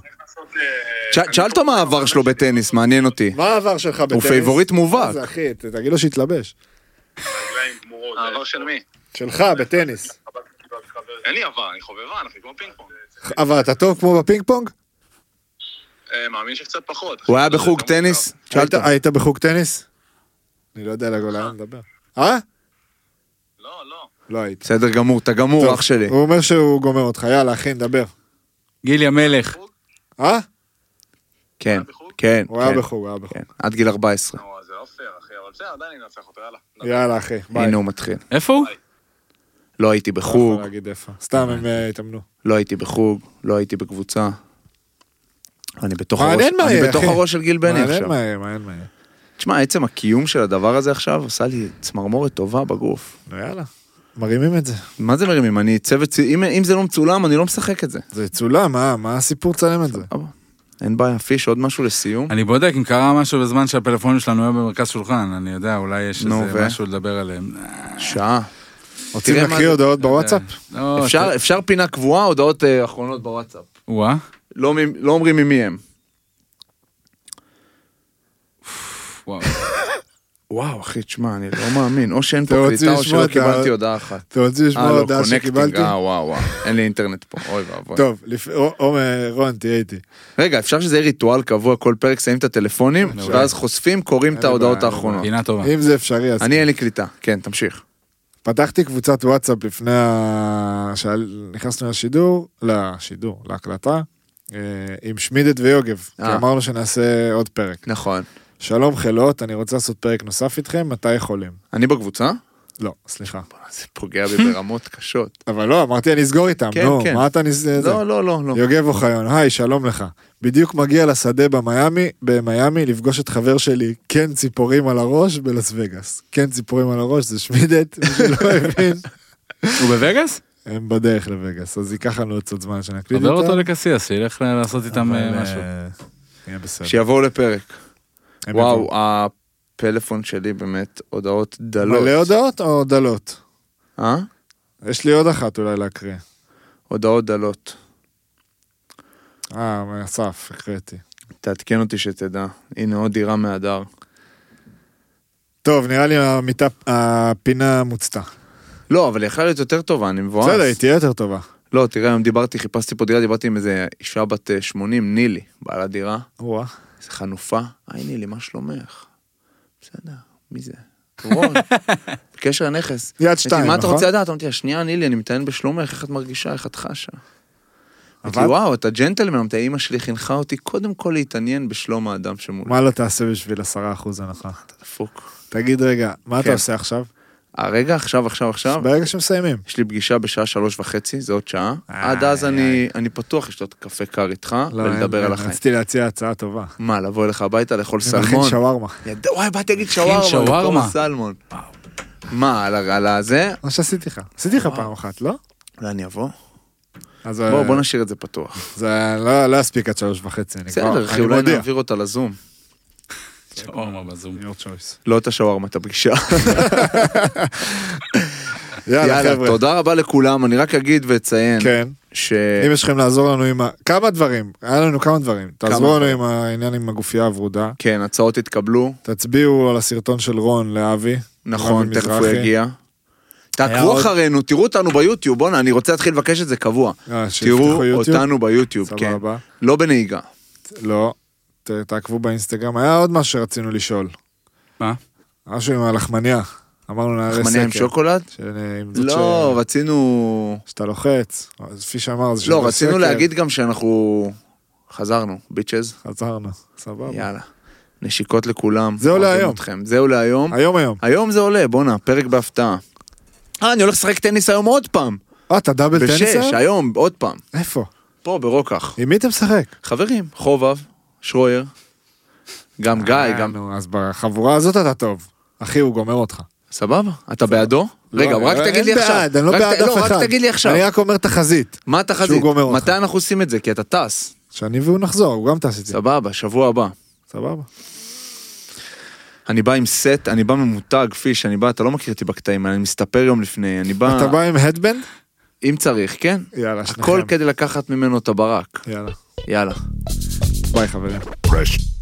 Speaker 1: תש- תשאל אותו מה העבר שלו בטניס, מעניין אותי.
Speaker 2: מה העבר שלך בטניס?
Speaker 1: פייבוריט מובהק.
Speaker 2: מה זה, אחי, ת- תגיד לו שיתלבש.
Speaker 4: העבר אה, לא, של מי?
Speaker 2: שלך, בטניס.
Speaker 4: אין לי עבר, אני חובבן, אחי, כמו פינג פונג.
Speaker 2: אבל אתה טוב כמו בפינג פונג?
Speaker 4: אה, מאמין שקצת פחות.
Speaker 1: הוא היה בחוג טניס? תשאל
Speaker 2: היית-
Speaker 1: אותו.
Speaker 2: היית בחוג טניס? אני לא יודע לגולה לדבר. אה?
Speaker 4: לא, לא.
Speaker 2: לא היית.
Speaker 1: בסדר גמור, אתה גמור,
Speaker 2: טוב,
Speaker 1: אח שלי.
Speaker 2: הוא אומר שהוא גומר אותך, יאללה אחי, נדבר.
Speaker 3: גילי המלך.
Speaker 2: אה?
Speaker 1: כן,
Speaker 4: בחוג?
Speaker 1: כן,
Speaker 2: הוא היה
Speaker 1: כן,
Speaker 2: בחוג, הוא היה בחוג.
Speaker 1: כן. עד גיל 14.
Speaker 4: נו, אז זה לא פייר, אחי, אבל בסדר, עדיין אני אנצח אותו, יאללה.
Speaker 1: אה,
Speaker 2: יאללה אחי, ביי.
Speaker 1: כן. הנה הוא מתחיל.
Speaker 3: איפה הוא?
Speaker 1: לא הייתי
Speaker 2: לא
Speaker 1: בחוג,
Speaker 2: יכול להגיד איפה. סתם הם אה, התאמנו.
Speaker 1: לא הייתי בחוג, לא הייתי בקבוצה. אני בתוך הראש,
Speaker 2: מעניין מה
Speaker 1: אני
Speaker 2: יהיה,
Speaker 1: בתוך
Speaker 2: אחי.
Speaker 1: הראש של גיל בני
Speaker 2: מעניין
Speaker 1: עכשיו.
Speaker 2: מה יהיה, מעניין מה יהיה.
Speaker 1: תשמע, עצם הקיום של הדבר הזה עכשיו עשה לי צמרמורת טובה בגוף.
Speaker 2: נו, יאללה. מרימים את זה.
Speaker 1: מה זה מרימים? אני צוות, צי- אם, אם זה לא מצולם, אני לא משחק את זה.
Speaker 2: זה צולם, מה, מה הסיפור צלם את זה?
Speaker 1: סבבה. אין בעיה, פיש, עוד משהו לסיום?
Speaker 3: אני בודק אם קרה משהו בזמן שהפלאפונים שלנו היו במרכז שולחן, אני יודע, אולי יש
Speaker 1: נו,
Speaker 3: איזה
Speaker 1: ו?
Speaker 3: משהו לדבר עליהם.
Speaker 1: שעה.
Speaker 2: רוצים
Speaker 1: תראה מה
Speaker 2: להקריא
Speaker 1: זה-
Speaker 2: הודעות בוואטסאפ?
Speaker 3: לא,
Speaker 1: אפשר, אפשר פינה קבועה, הודעות אה, אחרונות בוואטסאפ.
Speaker 3: אתה- וואה.
Speaker 1: לא, מ- לא אומרים ממי הם.
Speaker 3: וואו.
Speaker 1: וואו, אחי, תשמע, אני לא מאמין. או שאין פה
Speaker 2: אתם רוצים
Speaker 1: קליטה או
Speaker 2: לשמוע
Speaker 1: שלא
Speaker 2: את ה-
Speaker 1: קיבלתי הודעה אחת.
Speaker 2: אתם רוצים
Speaker 1: אה,
Speaker 2: לשמוע
Speaker 1: לא,
Speaker 2: הודעה
Speaker 1: קונקטינג,
Speaker 2: שקיבלתי?
Speaker 1: אה, וואו, וואו. אין לי אינטרנט פה, אוי ואבוי.
Speaker 2: טוב, לפ- רו- עומר, רון, תהיה איתי.
Speaker 1: רגע, אפשר שזה יהיה ריטואל קבוע כל פרק, שמים את הטלפונים, ואז חושפים, קוראים את
Speaker 2: לי
Speaker 1: ההודעות
Speaker 2: בעיה, אין לי
Speaker 1: האחרונות.
Speaker 3: פינה טובה.
Speaker 2: אם זה אפשרי, אז...
Speaker 1: אני אין לי קליטה. כן, תמשיך.
Speaker 2: פתחתי קבוצת וואטסאפ לפני ה... שנכנסנו לשידור, לשידור, להקלטה, אה, עם שמידת ויוגב, כי
Speaker 1: אה.
Speaker 2: אמרנו שנעשה עוד פרק.
Speaker 1: נכון.
Speaker 2: שלום חלות, אני רוצה לעשות פרק נוסף איתכם, מתי יכולים?
Speaker 1: אני בקבוצה?
Speaker 2: לא, סליחה.
Speaker 1: בוא'נה, זה
Speaker 2: [laughs]
Speaker 1: פוגע בי ברמות קשות.
Speaker 2: אבל לא, אמרתי אני אסגור איתם,
Speaker 1: כן,
Speaker 2: נו,
Speaker 1: כן.
Speaker 2: מה אתה נס... זה?
Speaker 1: לא, לא, לא, לא.
Speaker 2: יוגב אוחיון, היי, שלום לך. בדיוק מגיע לשדה במיאמי, במיאמי, לפגוש את חבר שלי, כן ציפורים על הראש, בלאס וגאס. כן ציפורים על הראש, זה שמידת, מי שלא הבין.
Speaker 3: הוא בווגאס?
Speaker 2: הם בדרך לווגאס, אז ייקח לנו עוד קצת זמן שנקליט
Speaker 3: חבר
Speaker 2: אותם.
Speaker 3: אותו לקסיאס, שילך ל- לעשות איתם
Speaker 2: אבל,
Speaker 3: אה,
Speaker 2: אה,
Speaker 3: משהו.
Speaker 2: יהיה בסדר.
Speaker 1: שיבואו לפרק.
Speaker 2: הם
Speaker 1: וואו,
Speaker 3: אה,
Speaker 2: יבואו.
Speaker 1: הפלאפון שלי באמת הודעות דלות.
Speaker 2: מלא הודעות או דלות?
Speaker 1: אה?
Speaker 2: יש לי עוד אחת אולי להקריא.
Speaker 1: הודעות דלות.
Speaker 2: אה, מאסף, הקראתי.
Speaker 1: תעדכן אותי שתדע. הנה עוד דירה מהדר.
Speaker 2: טוב, נראה לי המיטה, הפינה מוצתה.
Speaker 1: לא, אבל היא יכלה להיות יותר טובה, אני מבואס.
Speaker 2: בסדר, היא תהיה יותר טובה.
Speaker 1: לא, תראה, היום דיברתי, חיפשתי פה דירה, דיברתי עם איזה אישה בת אה, 80, נילי, בעלת דירה.
Speaker 2: וואה.
Speaker 1: איזה חנופה. היי נילי, מה שלומך? בסדר, מי
Speaker 2: [laughs]
Speaker 1: זה? רון, בקשר הנכס.
Speaker 2: יד
Speaker 1: אמרתי,
Speaker 2: שתיים,
Speaker 1: מה אתה
Speaker 2: נכון?
Speaker 1: רוצה לדעת? אמרתי, שנייה נילי, אני מתעניין בשלומך, איך את מרגישה, איך את חשה? אמרתי,
Speaker 2: עבד?
Speaker 1: וואו, אתה ג'נטלמן, אמרתי, אמא שלי חינכה אותי קודם כל להתעניין בשלום האדם שמולי.
Speaker 2: מה לא תעשה בשביל עשרה אחוז הנחה?
Speaker 1: דפוק.
Speaker 2: תגיד רגע, מה אתה
Speaker 1: כן.
Speaker 2: עושה עכשיו?
Speaker 1: הרגע, עכשיו, עכשיו, עכשיו,
Speaker 2: ברגע שמסיימים.
Speaker 1: יש לי פגישה בשעה שלוש וחצי, זה עוד שעה.
Speaker 2: איי,
Speaker 1: עד אז אני- אני פתוח לשתות קפה קר איתך
Speaker 2: אין,
Speaker 1: ולדבר על
Speaker 2: אין,
Speaker 1: החיים.
Speaker 2: לא, רציתי להציע הצעה טובה.
Speaker 1: מה, לבוא אליך הביתה, לאכול
Speaker 2: נכין
Speaker 1: סלמון?
Speaker 2: שווארמה.
Speaker 1: ידע- וואי, באתי להגיד שווארמה,
Speaker 3: שווארמה.
Speaker 1: במקום הסלמון. מה, על ה- על הזה?
Speaker 2: מה שעשיתי לך. עשיתי לך פעם אחת, לא?
Speaker 1: אולי אני אבוא?
Speaker 2: אז
Speaker 1: בוא,
Speaker 2: אה,
Speaker 1: בוא נשאיר את זה פתוח.
Speaker 2: זה לא- לא יספיק עד שלוש וחצי, אני כבר...
Speaker 1: בסדר, אחי,
Speaker 2: אני
Speaker 1: אולי
Speaker 2: מודיע.
Speaker 1: נעביר אותה לזום.
Speaker 3: שוארמה בזום.
Speaker 2: Your choice.
Speaker 1: לא את השווארמה, את [laughs] הפגישה.
Speaker 2: יאללה,
Speaker 1: יאללה,
Speaker 2: חבר'ה.
Speaker 1: תודה רבה לכולם, אני רק אגיד ואציין,
Speaker 2: כן.
Speaker 1: ש...
Speaker 2: אם יש לכם לעזור לנו עם ה... כמה דברים, היה לנו כמה דברים. תעזרו לנו עם העניין עם הגופייה הוורודה.
Speaker 1: כן, הצעות התקבלו,
Speaker 2: תצביעו על הסרטון של רון לאבי.
Speaker 1: נכון,
Speaker 2: רבי
Speaker 1: תכף הוא
Speaker 2: מזרחי.
Speaker 1: יגיע. תעקבו
Speaker 2: עוד-
Speaker 1: אחרינו, תראו אותנו ביוטיוב, בואנה, אני רוצה להתחיל לבקש את זה קבוע.
Speaker 2: אה, שיפתחו
Speaker 1: תראו
Speaker 2: יוטיוב?
Speaker 1: אותנו ביוטיוב, כן.
Speaker 2: סבבה.
Speaker 1: לא בנהיגה.
Speaker 2: לא. ת- תעקבו באינסטגרם. היה עוד משהו שרצינו לשאול.
Speaker 3: מה?
Speaker 2: משהו עם הלחמניה. אמרנו נערי סקר.
Speaker 1: לחמניה עם שוקולד?
Speaker 2: ש- עם זאת
Speaker 1: לא,
Speaker 2: ש-
Speaker 1: רצינו... שאתה
Speaker 2: שאתה לוחץ. אז כפי שאמר, זה
Speaker 1: לא,
Speaker 2: שומרי
Speaker 1: רצינו
Speaker 2: סקר.
Speaker 1: להגיד גם שאנחנו חזרנו, ביצ'ז.
Speaker 2: חזרנו, סבבה.
Speaker 1: יאללה. נשיקות לכולם.
Speaker 2: זהו
Speaker 1: אוהבים
Speaker 2: להיום.
Speaker 1: אתכם. זהו להיום.
Speaker 2: היום היום.
Speaker 1: היום זה עולה, בואנה, פרק בהפתעה. אה, אני הולך לשחק טניס היום עוד פעם.
Speaker 2: אה, אתה דאבל טניס
Speaker 1: בשש,
Speaker 2: היום?
Speaker 1: היום, עוד פעם.
Speaker 2: איפה?
Speaker 1: פה, ברוקח.
Speaker 2: עם מי אתה משחק?
Speaker 1: חברים, חובב, שרויר, גם גיא,
Speaker 2: אה,
Speaker 1: גם...
Speaker 2: נו, אז בחבורה הזאת אתה טוב. אחי, הוא גומר אותך.
Speaker 1: סבבה? אתה בעדו? רגע,
Speaker 2: לא,
Speaker 1: רק
Speaker 2: אין
Speaker 1: תגיד לי עכשיו.
Speaker 2: בעד, אני לא
Speaker 1: רק
Speaker 2: בעד
Speaker 1: ת-
Speaker 2: אף אחד.
Speaker 1: לא, רק תגיד לי עכשיו.
Speaker 2: אני רק אומר תחזית.
Speaker 1: מה התחזית?
Speaker 2: גומר אותך.
Speaker 1: מתי אנחנו עושים את זה? כי אתה טס.
Speaker 2: שאני והוא נחזור, הוא גם טס איתי.
Speaker 1: סבבה, שבוע הבא.
Speaker 2: סבבה.
Speaker 1: אני בא עם סט, אני בא ממותג, פיש, אני בא, אתה לא מכיר אותי בקטעים, אני מסתפר יום לפני, אני בא,
Speaker 2: אתה בא עם הדבנד?
Speaker 1: אם צריך, כן?
Speaker 2: יאללה, שניכם.
Speaker 1: הכל כדי לקחת ממנו את הברק.
Speaker 2: יאללה.
Speaker 1: יאללה.
Speaker 2: ביי חברים.
Speaker 5: Fresh